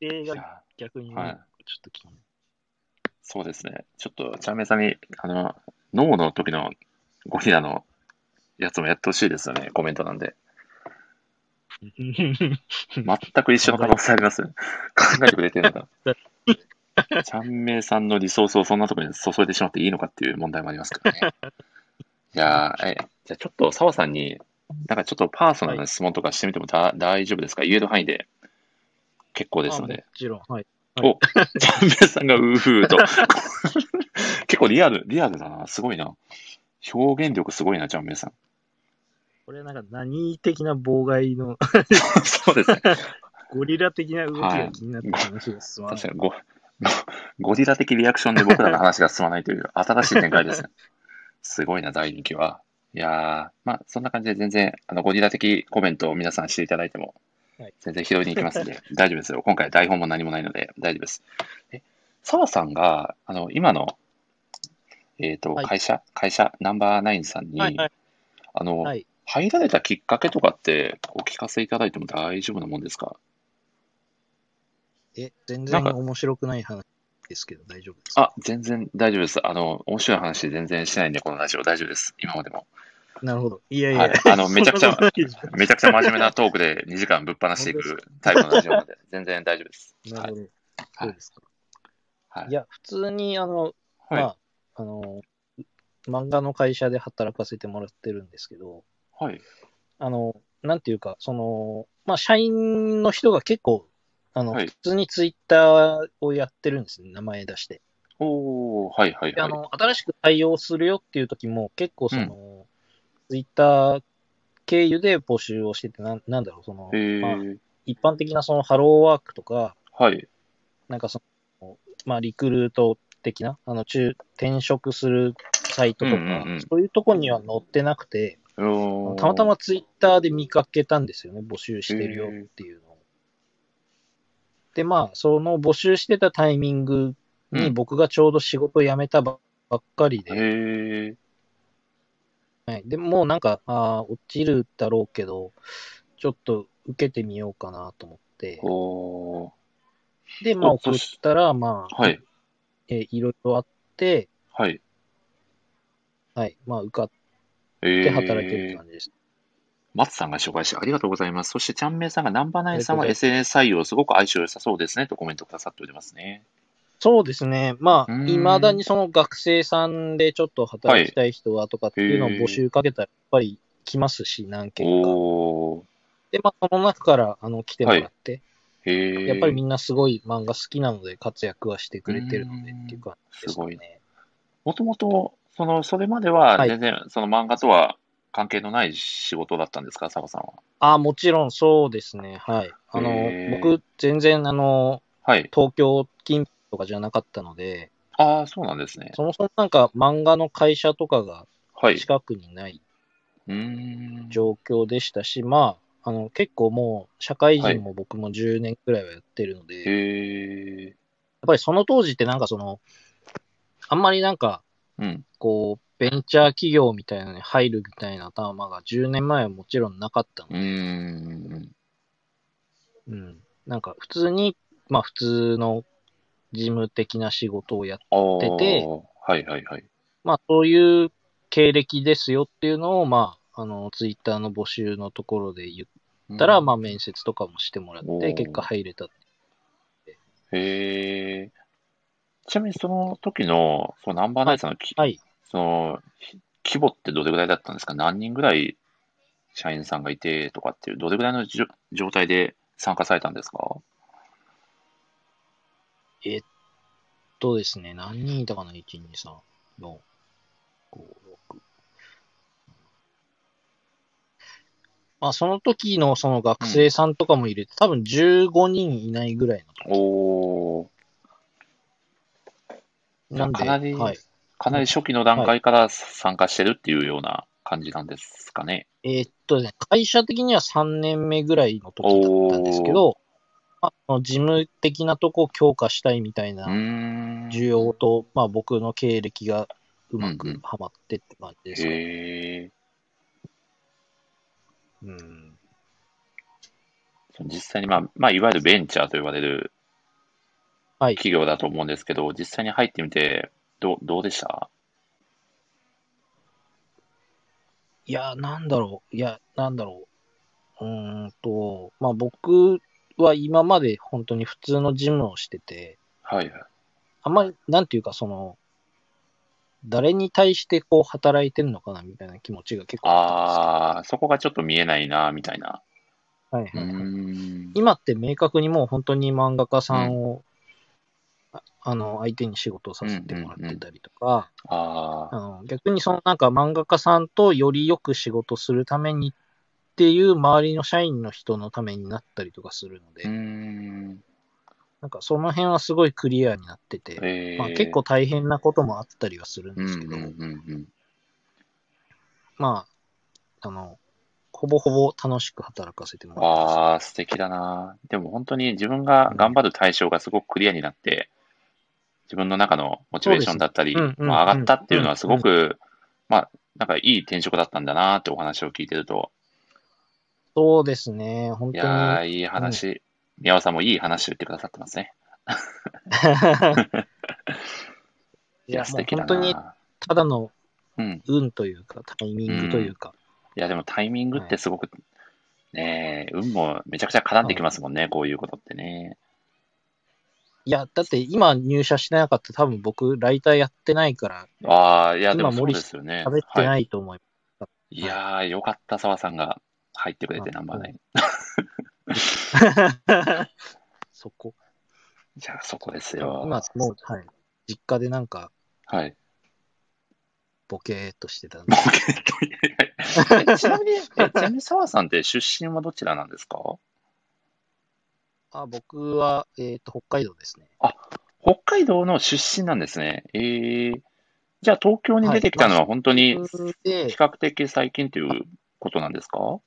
Speaker 2: 例
Speaker 1: いや
Speaker 2: が逆にね、
Speaker 1: はい
Speaker 2: ちょっと 気になる。
Speaker 1: そうですね。ちょっと、チャンメイさんに、あの、脳の時のゴリラのやつもやってほしいですよね、コメントなんで。全く一緒の可能性あります。考えてくれてる んだ。ちゃんめいさんのリソースをそんなところに注いでしまっていいのかっていう問題もありますからね。いやーえ、じゃあちょっと澤さんに、なんかちょっとパーソナルな質問とかしてみてもだ、大丈夫ですか言える範囲で結構ですの
Speaker 2: あも
Speaker 1: で。
Speaker 2: ちろん、はい。はい
Speaker 1: お、ちゃんめいさんがうーふーと。 結構リアル、リアルだな。すごいな。表現力すごいな、ちゃんめいさん。
Speaker 2: これなんか何的な妨害の、
Speaker 1: そうですね。
Speaker 2: ゴリラ的な動きが気になって話が進まない。
Speaker 1: 確かにゴゴゴリラ的リアクションで僕らの話が進まないと いう新しい展開ですね。すごいな、大人気は。いやー、まあ、そんな感じで全然、あの、ゴリラ的コメントを皆さんしていただいても
Speaker 2: はい、
Speaker 1: 全然拾いに行きますん で、大丈夫ですよ。今回台本も何もないので、大丈夫です。え、澤さんが、あの、今の、えっ、と、
Speaker 2: はい
Speaker 1: 会社、会社、ナンバーナインさんに、
Speaker 2: はいはい
Speaker 1: あの、
Speaker 2: はい
Speaker 1: 入られたきっかけとかって、お聞かせいただいても大丈夫なもんですか
Speaker 2: え、全
Speaker 1: な
Speaker 2: 然
Speaker 1: んか
Speaker 2: 面白くない話ですけど、大丈夫ですか
Speaker 1: あ、全然大丈夫です。あの、面白い話全然しないんで、このラジオ大丈夫です。今までも。
Speaker 2: なるほど。いやいや、
Speaker 1: はい。あの、めちゃくち
Speaker 2: そ
Speaker 1: ゃ
Speaker 2: ん、なことないです
Speaker 1: めちゃくちゃ真面目なトーク で2時間ぶっ放してい
Speaker 2: 本
Speaker 1: くタイプのラジオなんで、全然大丈夫です。
Speaker 2: な
Speaker 1: は
Speaker 2: る
Speaker 1: い。
Speaker 2: ほど。そうですか。
Speaker 1: はい
Speaker 2: い、や、普通に、あの、
Speaker 1: はい。
Speaker 2: まあ、あの、漫画の会社で働かせてもらってるんですけど、
Speaker 1: はい。
Speaker 2: あの、なんていうか、その、まあ、社員の人が結構、あの、
Speaker 1: はい
Speaker 2: 普通にツイッターをやってるんですね、名前出して。
Speaker 1: おー、はいはい
Speaker 2: で、あ
Speaker 1: はい。
Speaker 2: の、新しく対応するよっていう時も、結構その、ツイッター経由で募集をしてて、なんなんだろう、その、
Speaker 1: え
Speaker 2: まあ、
Speaker 1: ー、
Speaker 2: 一般的なそのハローワークとか、
Speaker 1: はい。
Speaker 2: なんかその、まあ、リクルート的な、あの、中、転職するサイトとか、
Speaker 1: うんうんうん
Speaker 2: そういうとこには載ってなくて、
Speaker 1: うーん
Speaker 2: たまたまツイッターで見かけたんですよね、募集してるよっていうのを。で、まあ、その募集してたタイミング
Speaker 1: う
Speaker 2: に
Speaker 1: ん
Speaker 2: 僕がちょうど仕事を辞めたばっかりで、
Speaker 1: へえ。
Speaker 2: はい、でもうなんか、あー落ちるだろうけど、ちょっと受けてみようかなと思って、
Speaker 1: おー。
Speaker 2: で、まあ、
Speaker 1: お
Speaker 2: 送
Speaker 1: そ
Speaker 2: っ
Speaker 1: した
Speaker 2: ら、まあ、
Speaker 1: はい。
Speaker 2: えーいろいろあって、
Speaker 1: はい。
Speaker 2: はい、まあ、受かっ
Speaker 1: え
Speaker 2: て
Speaker 1: え。
Speaker 2: 働いてるって感じです。
Speaker 1: 松さんが紹介してありがとうございます。そして、ちゃんめいさんが、ナンバーナインさんは
Speaker 2: ありが
Speaker 1: SNS 採用、すごく相性良さそうですね、とコメントくださっておりますね。
Speaker 2: そうですね。ま
Speaker 1: う
Speaker 2: あ、
Speaker 1: ーん
Speaker 2: いまだにその学生さんでちょっと働きたい人はとかっていうのを
Speaker 1: はいへー
Speaker 2: 募集かけたら、やっぱり来ますし、何件か。
Speaker 1: おー。
Speaker 2: で、まあ、その中からあの来てもらって、
Speaker 1: へえ。
Speaker 2: やっぱりみんなすごい漫画好きなので活躍はしてくれてるので
Speaker 1: うーん
Speaker 2: っていう感じです
Speaker 1: すごい
Speaker 2: ね。
Speaker 1: もともと、その、それまでは
Speaker 2: はい
Speaker 1: 全然、その漫画とは関係のない仕事だったんですか、佐賀さんは。
Speaker 2: ああ、もちろんそうですね。はい。あの
Speaker 1: へ、ー
Speaker 2: 僕、全然あの、
Speaker 1: はい。
Speaker 2: 東京近辺とかじゃなかったので、
Speaker 1: ああ、そうなんですね。
Speaker 2: そもそもなんか漫画の会社とかが
Speaker 1: はい。
Speaker 2: 近くにないう
Speaker 1: ーん。
Speaker 2: 状況でしたし、まあ、あの結構もう社会人も僕も10年くらいはやってるので、やっ
Speaker 1: へえ。
Speaker 2: ぱりその当時ってなんかその、あんまりなんか
Speaker 1: うん。
Speaker 2: こう、ベンチャー企業みたいなのに入るみたいな頭が10年前はもちろんなかったの
Speaker 1: うーん。
Speaker 2: うん。なんか普通に、まあ普通の事務的な仕事をやっ、
Speaker 1: ああ。
Speaker 2: 出て
Speaker 1: はいはいはい。
Speaker 2: まあそういう経歴ですよっていうのを、まあ、あの、ツイッターの募集のところで言ったら、
Speaker 1: うん
Speaker 2: まあ面接とかもしてもら
Speaker 1: お
Speaker 2: って、
Speaker 1: ー
Speaker 2: 結果入れた。
Speaker 1: へえ。ちなみにその時の、そのナンバーナイツのき、
Speaker 2: はい。
Speaker 1: その、ひ規模ってどれぐらいだったんですか何人ぐらい社員さんがいてとかっていう、どれぐらいのじょ状態で参加されたんですか
Speaker 2: とですね、何人いたかな ?1、2、3、4、5、6。まあ、その時のその学生さんとかも入れて、多分15人いないぐらい
Speaker 1: おー、
Speaker 2: の。なんで、
Speaker 1: かなり
Speaker 2: はい。
Speaker 1: かなり初期の段階から参加してるっていうような感じなんですかね。
Speaker 2: えーっとね、会社的には3年目ぐらいの時だったんですけど、まあ、その事務的なとこを強化したいみたいうな
Speaker 1: ーん。
Speaker 2: 需要と、まあ、僕の経歴がうま
Speaker 1: うんう
Speaker 2: く
Speaker 1: ん
Speaker 2: はまってって感じですね、
Speaker 1: へえ。
Speaker 2: うん
Speaker 1: 実際に、まあ、まあ、いわゆるベンチャーと呼ばれる
Speaker 2: はい
Speaker 1: 企業だと思うんですけど、実際に入ってみて、どう、どうでした
Speaker 2: いや、なんだろう。いや、なんだろう。うーんと、まあ僕は今まで本当に普通の事務をしてて、
Speaker 1: はいはい。
Speaker 2: あんまり、なんていうかその、誰に対してこう働いてるのかなみたいな気持ちが結構あっ
Speaker 1: ああ、そこがちょっと見えないな、みたいな。
Speaker 2: たんです
Speaker 1: う
Speaker 2: けど、はいはいはい
Speaker 1: ん。
Speaker 2: 今って明確にもう本当に漫画家さんを、ああの、相手に仕事をさせてもらってたりとか、
Speaker 1: ああ、
Speaker 2: あの逆にそのなんか漫画家さんとよりよく仕事するためにっていう周りの社員の人のためになったりとかするので、
Speaker 1: うーん。
Speaker 2: なんかその辺はすごいクリアになってて、
Speaker 1: ええ
Speaker 2: まあ、結構大変なこともあったりはするん
Speaker 1: うん
Speaker 2: で
Speaker 1: う
Speaker 2: す
Speaker 1: ん
Speaker 2: け
Speaker 1: う
Speaker 2: ど、
Speaker 1: ん
Speaker 2: まあ、あの、ほぼほぼ楽しく働かせても
Speaker 1: うん。
Speaker 2: らってます。
Speaker 1: ああ、素敵だな。でも本当に自分が頑張る対象がすごくクリアになって、自分の中のモチベーションだったり、
Speaker 2: そうですねうんうん
Speaker 1: まあ、上がったっていうの
Speaker 2: うん
Speaker 1: はすごく、まあ、なんかいい転職だったんだなってお話を聞いてると、
Speaker 2: そうですね、本
Speaker 1: い
Speaker 2: 当
Speaker 1: やー、
Speaker 2: に。
Speaker 1: いい話。宮尾さんもいい話を言ってくださってますね。い
Speaker 2: いや
Speaker 1: や、、素
Speaker 2: もう
Speaker 1: 敵だ
Speaker 2: 本当に
Speaker 1: な。
Speaker 2: ただの
Speaker 1: うん。
Speaker 2: 運というか、タイミングというか、
Speaker 1: いや、でもタイミングっ
Speaker 2: は
Speaker 1: てすごく、ねえ、運もめちゃくちゃ絡んできますもんね、こういうことってね。
Speaker 2: いや、だって今入社してなかったら多分僕、ライターやってないから、
Speaker 1: ああ、いや、で
Speaker 2: 今
Speaker 1: もそうですよね。
Speaker 2: 喋って
Speaker 1: は。
Speaker 2: ないいと思います
Speaker 1: いやー、よかった、澤さんが入ってくれて、
Speaker 2: うん
Speaker 1: ナンバーナイン。
Speaker 2: そこ。
Speaker 1: じゃあ、そこですよ。
Speaker 2: 今、もう、はい。実家でなんか、
Speaker 1: はい。
Speaker 2: ボケーっとしてた んで
Speaker 1: ボケっといやいやえちなみに、えちなみに澤さんって出身はどちらなんですか
Speaker 2: あ、僕は、えっ、と、北海道ですね。
Speaker 1: 北海道の出身なんですね。えー、じゃあ、東京に出てきたのは本当に比
Speaker 2: で、
Speaker 1: 較的最近ということなんですか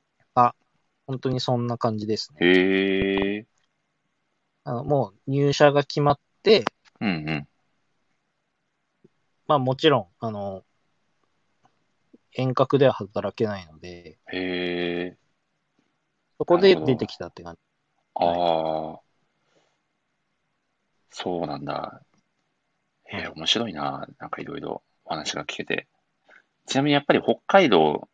Speaker 2: 本当にそんな感じですね。
Speaker 1: へえ、
Speaker 2: あのもう入社が決まって、
Speaker 1: うんうん。
Speaker 2: まあもちろん、あの、遠隔では働けないので、
Speaker 1: へえ、
Speaker 2: そこで
Speaker 1: なるほど
Speaker 2: 出てきたって感じ。
Speaker 1: ああ、そうなんだ。へえ、
Speaker 2: はい
Speaker 1: 面白いな。なんかいろいろお話が聞けて。ちなみにやっぱり北海道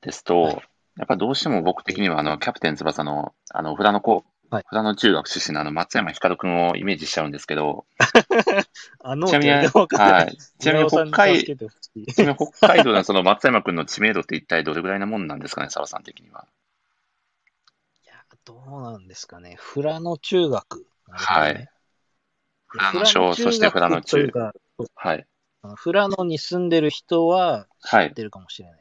Speaker 1: ですと、
Speaker 2: はい
Speaker 1: やっぱどうしても僕的にはあの、キャプテン翼の、あの、富良野高、
Speaker 2: はい
Speaker 1: 富良野中学出身のあの、松山ひかるくんをイメージしちゃうんですけ ど、
Speaker 2: あの、
Speaker 1: ちなみに、
Speaker 2: 全然わかんない
Speaker 1: はい。ちなみに北
Speaker 2: 宮尾さん
Speaker 1: 海、
Speaker 2: 助けてほしい
Speaker 1: ちなみに北海道のその松山くんの知名度って一体どれぐらいなもんなんですかね、澤さん的には。
Speaker 2: いや、どうなんですかね。富良野中学、
Speaker 1: はい。富良野小そして富良野中
Speaker 2: というか
Speaker 1: はい。
Speaker 2: 富良野に住んでる人は知
Speaker 1: はい
Speaker 2: ってるかもしれない。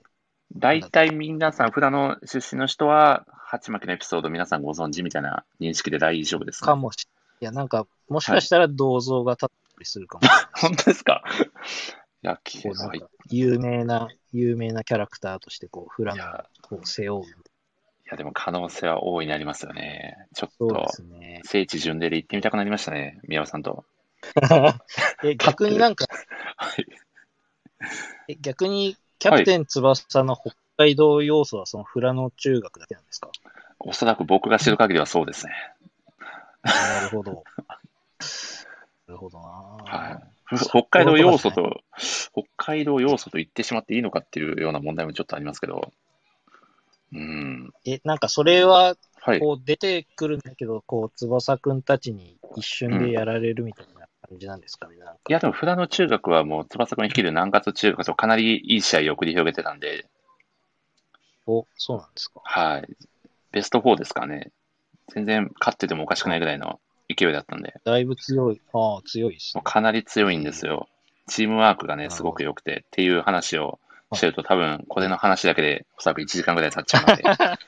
Speaker 1: 大体皆さん、富良野出身の人は、鉢巻きのエピソード皆さんご存知みたいな認識で大丈夫です
Speaker 2: か
Speaker 1: か、
Speaker 2: もしいや、なんか、もしかしたら銅像が立ったりするかも。
Speaker 1: 本当です かいや、聞け
Speaker 2: こうなん
Speaker 1: ない。い
Speaker 2: か有名な、有名なキャラクターとして、こう、富良野
Speaker 1: や、
Speaker 2: を背負う。
Speaker 1: いやでも可能性は大いにありますよね。ちょっ
Speaker 2: そうで
Speaker 1: と、
Speaker 2: すね。
Speaker 1: 聖地巡礼で行ってみたくなりましたね、宮尾さんと。
Speaker 2: え逆になんか、
Speaker 1: はい。
Speaker 2: え逆に、キャプテン翼の北海道要素は、その富良野中学だけなんで すか、
Speaker 1: おそらく僕が知る限りはそうですね。
Speaker 2: なるほど。なるほどな。
Speaker 1: はい
Speaker 2: い。
Speaker 1: 北海道要素と、北海道要素と言ってしまっていいのかっていうような問題もちょっとありますけど、うん。
Speaker 2: え、なんかそれは、
Speaker 1: はい。
Speaker 2: こう出てくるんだけど、こう、翼くんたちに一瞬でやられるみたいな感じなんですかね、なんか。
Speaker 1: いや、でも、富良野中学はもう、翼くん率いる南葛中学とかなりいい試合を繰り広げてたんで、
Speaker 2: お、そうなんですか。
Speaker 1: はい。ベスト4ですかね。全然勝っててもおかしくないぐらいの勢いだったんで、
Speaker 2: だいぶ強い。ああ、強いです
Speaker 1: も
Speaker 2: ね
Speaker 1: う。かなり強いんですよ。チームワークがね、
Speaker 2: なるほど
Speaker 1: すごく良くてっていう話をしてると、多分これの話だけで、おそらく1時間ぐらい経っちゃう ので、はい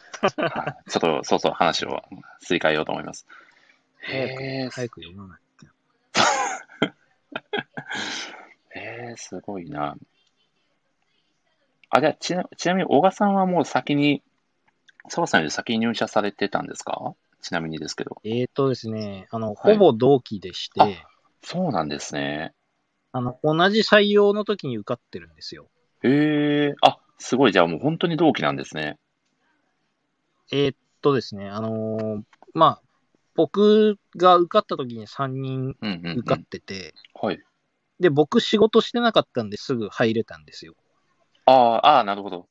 Speaker 1: ちょっとそうそう話をすり替えようと思います。へえ、
Speaker 2: 早く読まないと。
Speaker 1: へーすごいな。あ、じゃあちな、ちなみに、小賀さんはもう先に、澤さんより先に入社されてたんですかちなみにですけど。
Speaker 2: えーとですね、あの、
Speaker 1: はい
Speaker 2: ほぼ同期でして、
Speaker 1: あそうなんですね。
Speaker 2: あの、同じ採用の時に受かってるんですよ。
Speaker 1: へえ、あ、すごい。じゃあもう本当に同期なんですね。
Speaker 2: えーっとですね、あのーまあ、僕が受かった時に3人
Speaker 1: うんうん、うん。
Speaker 2: 受かってて、
Speaker 1: はい。
Speaker 2: で、僕仕事してなかったんですぐ入れたんですよ。
Speaker 1: ああ、ああ、なるほど。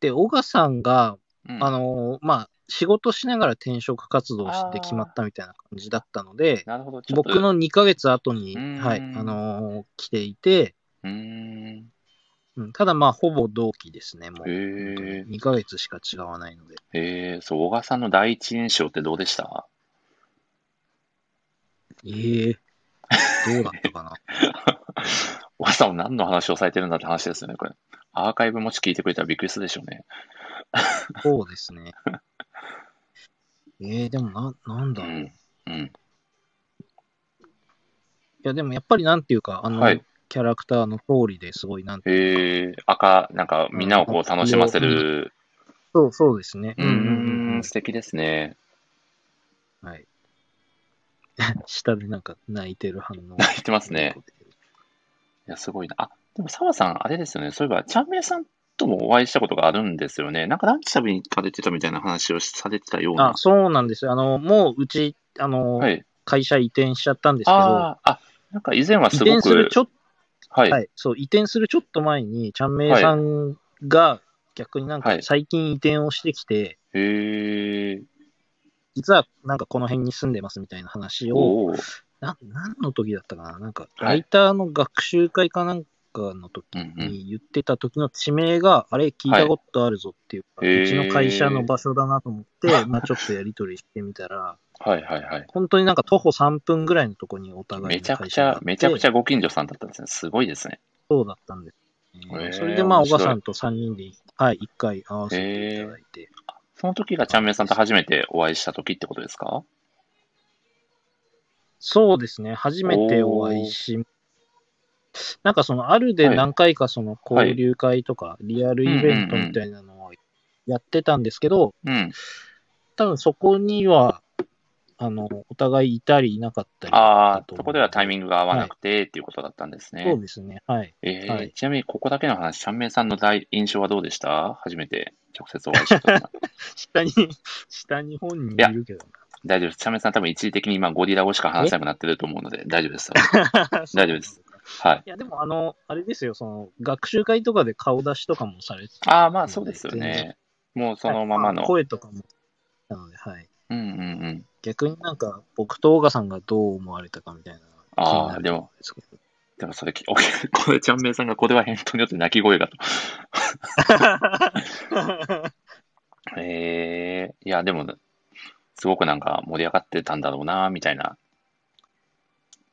Speaker 2: で、小賀さんが、
Speaker 1: うん、
Speaker 2: あのーまあ、仕事しながら転職活動して決まったみたいな感じだったので、
Speaker 1: なるほど。ちょっと
Speaker 2: 僕、の2ヶ月後に、
Speaker 1: うーん
Speaker 2: はい、あのー来ていて、
Speaker 1: うーん。
Speaker 2: うんただまあ、ほぼ同期ですね、もう。
Speaker 1: へえ、
Speaker 2: 2ヶ月しか違わないので。
Speaker 1: へえ、そう、小川さんの第一印象ってどうでした
Speaker 2: ええどうだった かな。
Speaker 1: 小川さんも何の話をされてるんだって話ですよね、これ。アーカイブもし聞いてくれたらびっくりするでしょうね。
Speaker 2: そうですね。ええでもな、なん
Speaker 1: う
Speaker 2: だろう。い
Speaker 1: ん。うん。
Speaker 2: や、でもやっぱりなんていうか、あの、
Speaker 1: はい
Speaker 2: キャラクターの通りですごいなんて、
Speaker 1: へえ、赤、なんか、みんなをこう楽しませる。
Speaker 2: そうそうですね。
Speaker 1: うーん、素敵ですね。
Speaker 2: うん。はい。 下でなんか泣いてる反応。
Speaker 1: 泣いてますね。いや、すごいな。あ、でも澤さん、あれですよね。そういえば、チャンメイさんともお会いしたことがあるんですよね。なんかランチ食べに行かれてたみたいな話をされてたよう
Speaker 2: あ
Speaker 1: な。、
Speaker 2: そうなんですよ。あの、もううち、あの、
Speaker 1: はい。
Speaker 2: 会社移転しちゃったんですけど、
Speaker 1: ああ、あ、なんか以前は
Speaker 2: 移
Speaker 1: すご
Speaker 2: 転する
Speaker 1: く
Speaker 2: ち、ょっと
Speaker 1: はい。
Speaker 2: はい、そう、移転するちょっと前に、ちゃんめいさんが逆になん
Speaker 1: は
Speaker 2: か
Speaker 1: い
Speaker 2: 最近移転をしてきて、
Speaker 1: へえ。
Speaker 2: 実はなんかこの辺に住んでますみたいな話を、
Speaker 1: おお。
Speaker 2: な何の時だったかななんか、
Speaker 1: はい
Speaker 2: ライターの学習会かなんかの時
Speaker 1: うんうん。
Speaker 2: に言ってた時の地名が、あれ聞いたことあるぞっていうか、
Speaker 1: はいへー
Speaker 2: うちの会社の場所だなと思って、まあちょっとやりとりしてみたら、
Speaker 1: はいはいはい。
Speaker 2: 本当になんか徒歩3分ぐらいのとこにお互い
Speaker 1: め
Speaker 2: の
Speaker 1: ちゃく
Speaker 2: 会
Speaker 1: ち
Speaker 2: 社があ
Speaker 1: ゃ
Speaker 2: っ、て
Speaker 1: めちゃくちゃご近所さんだったんですね。すごいですね。
Speaker 2: そうだったんです、ね
Speaker 1: へー
Speaker 2: それでまあ、
Speaker 1: 面白い
Speaker 2: 小賀さんと3人で、はい、1回会わせていただいて、
Speaker 1: その時がちゃんめいさんと初めてお会いした時ってことですか
Speaker 2: そうですね、初めてお会いし、なんかその、あるで何回かその交流会とか、リアルイベントみたいなのをやってたんですけど、
Speaker 1: うん。
Speaker 2: 多分そこには、あの、お互いいたりいなかったり
Speaker 1: ああ、そこではタイ
Speaker 2: ミ
Speaker 1: ミングが合わなくてっていうことだったんです
Speaker 2: そう
Speaker 1: ね。
Speaker 2: ですね、はい。
Speaker 1: え
Speaker 2: は
Speaker 1: え
Speaker 2: い
Speaker 1: ちなみにここだけの話、ちゃんめいさんの大印象はどうでした初めて直接お会いした 時の
Speaker 2: 下 に、下に本人いるけど
Speaker 1: 大丈夫です。ちゃんめいさん多分一時的に今ゴリラ語しか話せなくなってると思うので、大丈夫 です。
Speaker 2: な。
Speaker 1: 大丈夫です。はい。
Speaker 2: いや、でも、あの、あれですよ、その、学習会とかで顔出しとかもされて
Speaker 1: ああ、まあそうですよね。もうそのままの。
Speaker 2: はい声とかも、なので、はい。
Speaker 1: うんうんうん。
Speaker 2: 逆になんか、僕とオガさんがどう思われたかみたいな気に
Speaker 1: あ
Speaker 2: な
Speaker 1: あ、
Speaker 2: るん
Speaker 1: でも、
Speaker 2: ですけど。
Speaker 1: でもそれき、お これ、ちゃんめいさんがこれは返答によって泣き 声が と。ええいや、でも、すごくなんか盛り上がってたんだろうな、みたいな。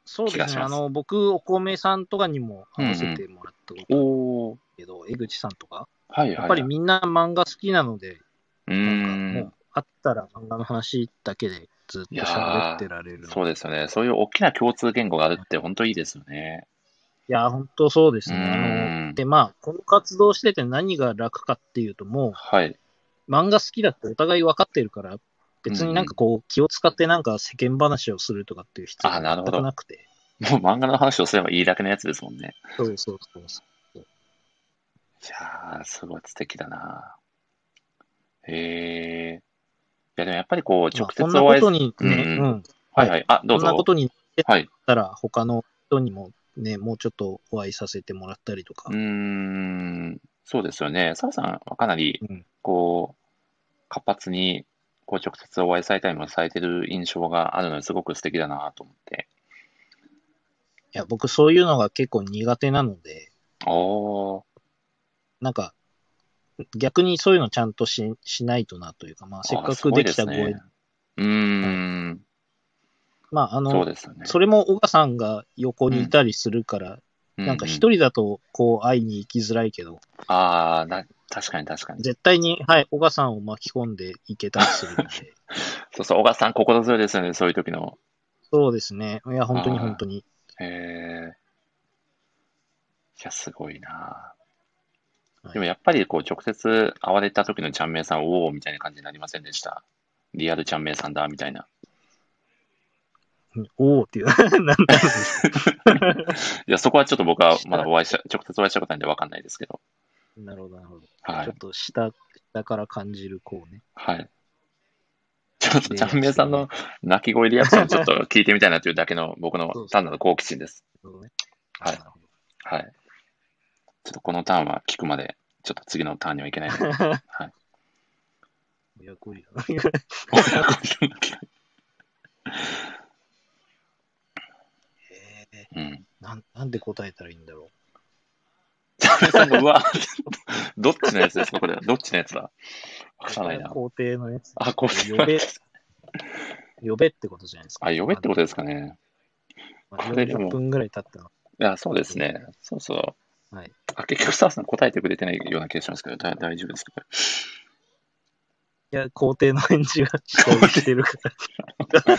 Speaker 2: そう
Speaker 1: 気
Speaker 2: で
Speaker 1: が
Speaker 2: す
Speaker 1: し
Speaker 2: ね、
Speaker 1: ま
Speaker 2: あ
Speaker 1: す
Speaker 2: の、僕、お米さんとかにも会わせてもらったことある
Speaker 1: おー、
Speaker 2: けど、江口さんとか、
Speaker 1: はいはい、はい。
Speaker 2: やっぱりみんな漫画好きなので、
Speaker 1: う
Speaker 2: なん
Speaker 1: ー、
Speaker 2: かもうん会ったら漫画の話だけでずっと喋ってられるので。
Speaker 1: そうですよね。そういう大きな共通言語があるって本当いいですよね。
Speaker 2: いや、本当そうです
Speaker 1: う
Speaker 2: ね。あ
Speaker 1: ー
Speaker 2: の
Speaker 1: ん。
Speaker 2: で、まあ、この活動してて何が楽かっていうと、もう、
Speaker 1: はい。
Speaker 2: 漫画好きだってお互い分かってるから、別になんかこう、気を使ってなんか世間話をするとかっていう必要
Speaker 1: あな
Speaker 2: が
Speaker 1: るほ
Speaker 2: 全
Speaker 1: ど
Speaker 2: くなくて。
Speaker 1: もう漫画の話をすればいいだけのやつですもんね。
Speaker 2: そうそうそうそ
Speaker 1: いやー、すごい素敵だな。ええいや、でもやっぱりこう、
Speaker 2: う。ま
Speaker 1: 直
Speaker 2: あ、
Speaker 1: 接
Speaker 2: こんな
Speaker 1: お
Speaker 2: こ
Speaker 1: 会いす
Speaker 2: と
Speaker 1: る。
Speaker 2: にね、
Speaker 1: うん
Speaker 2: う、
Speaker 1: うんはいはい。あ、ど
Speaker 2: こ
Speaker 1: うんぞ。
Speaker 2: なことになっ
Speaker 1: はい。
Speaker 2: たら他の人にもね、もうちょっとお会いさせてもらったりとか
Speaker 1: うー、ん、そうですよね。澤さんはかなり
Speaker 2: うん、
Speaker 1: こう、活発に、こう、直接お会いされたりもされてる印象があるのですごく素敵だなと思って。
Speaker 2: いや、僕そういうのが結構苦手なので、
Speaker 1: おー、
Speaker 2: なんか、逆にそういうのちゃんとししないとなというか、まあ、せっ
Speaker 1: あ
Speaker 2: か
Speaker 1: す
Speaker 2: く
Speaker 1: ごい
Speaker 2: で
Speaker 1: で
Speaker 2: きた
Speaker 1: す
Speaker 2: ご
Speaker 1: ねう
Speaker 2: 縁、
Speaker 1: ーん、
Speaker 2: まあ、あ
Speaker 1: そう
Speaker 2: の、
Speaker 1: ですよね。
Speaker 2: それも小川さんが横にいたりするから、
Speaker 1: うん
Speaker 2: なんか
Speaker 1: うん
Speaker 2: 一人だとこう会いに行きづらいけど、
Speaker 1: ああ、な、確かに確かに。
Speaker 2: 絶対に、はい、小川さんを巻き込んでいけたりするので、
Speaker 1: そうそう、小川さん心強いですよね、そういう時の。
Speaker 2: そうですね。いや、本当に
Speaker 1: あー
Speaker 2: 本当に。
Speaker 1: へえ。いや、すごいな。
Speaker 2: はい
Speaker 1: でもやっぱりこう直接会われた時のちゃんめいさん、おおみたいな感じになりませんでした。リアルちゃんめいさんだみたいな。
Speaker 2: うんおーっていう、 なんだろ
Speaker 1: いや、そこはちょっと僕はまだお会いした、直接お会いしたことないんでわかんないですけど。
Speaker 2: う。なるほど、なるほど。
Speaker 1: は
Speaker 2: ちょ
Speaker 1: い
Speaker 2: っ。と下、下から感じるこうね。
Speaker 1: はい。ちょっとちゃんめいさんの泣き声リアクションちょっと聞いてみたいなというだけの 僕の単なる好奇心です。
Speaker 2: なるほどね
Speaker 1: はい
Speaker 2: なるほど
Speaker 1: はい。ちょっとこのターンは聞くまで、ちょっと次のターンにはいけないの で。はい。
Speaker 2: 親子リラ
Speaker 1: 親子になって
Speaker 2: え
Speaker 1: うん。
Speaker 2: ーなんなんで答えたらいいんだろ
Speaker 1: ちゃんめいさんが、うわどっちのやつですかこれは。どっちのやつだわ
Speaker 2: う。
Speaker 1: からないな。
Speaker 2: 皇帝のやつ。
Speaker 1: あ、これ。
Speaker 2: 呼べ、呼べってことじゃないですか。
Speaker 1: あ、呼べってことですかね。
Speaker 2: まあ
Speaker 1: これでも
Speaker 2: 40分ぐらい経ったの。
Speaker 1: いや、そうですね。そうそう。
Speaker 2: はい
Speaker 1: あ結局、スターさん答えてくれてないような気がしますけど、だ大丈夫ですかこれ
Speaker 2: いや、皇帝の返事が衝撃してるから。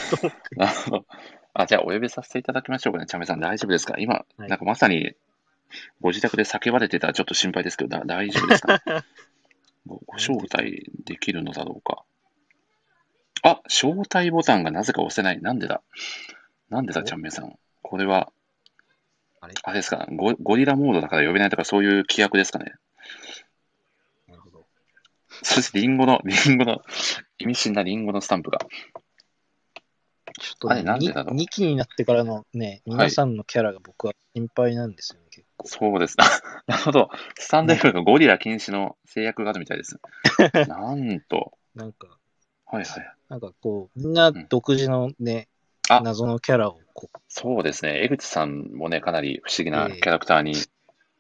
Speaker 1: なるほど。あ、じゃあ、お呼びさせていただきましょうかね。チャメさん、大丈夫ですか今、
Speaker 2: はい
Speaker 1: なんかまさに、ご自宅で叫ばれてたらちょっと心配ですけど、だ大丈夫です かごご招待できるのだろうか。あ、招待ボタンがなぜか押せない。なんでだなんでだ、
Speaker 2: お
Speaker 1: チャンメイさん。これは、
Speaker 2: あれ
Speaker 1: あれですかゴ、ゴリラモードだから呼べないとか、そういう規約ですかね。
Speaker 2: なるほど。
Speaker 1: そして、リンゴの、リンゴの、意味深なリンゴのスタンプが。
Speaker 2: ちょっと
Speaker 1: あれ
Speaker 2: ね、
Speaker 1: なんでだろう
Speaker 2: 2, 期になってからのね、皆さんのキャラが僕は心配なんですよね、結構。
Speaker 1: そうです。 なるほど。スタンド F のゴリラ禁止の制約があるみたい です。なんと。
Speaker 2: なんか、
Speaker 1: はいはい。
Speaker 2: なんかこう、みんな独自のね、
Speaker 1: うんあ
Speaker 2: 謎のキャラをこう、
Speaker 1: そうですね。江口さんもね、かなり不思議な
Speaker 2: ええ
Speaker 1: キャラクターに仕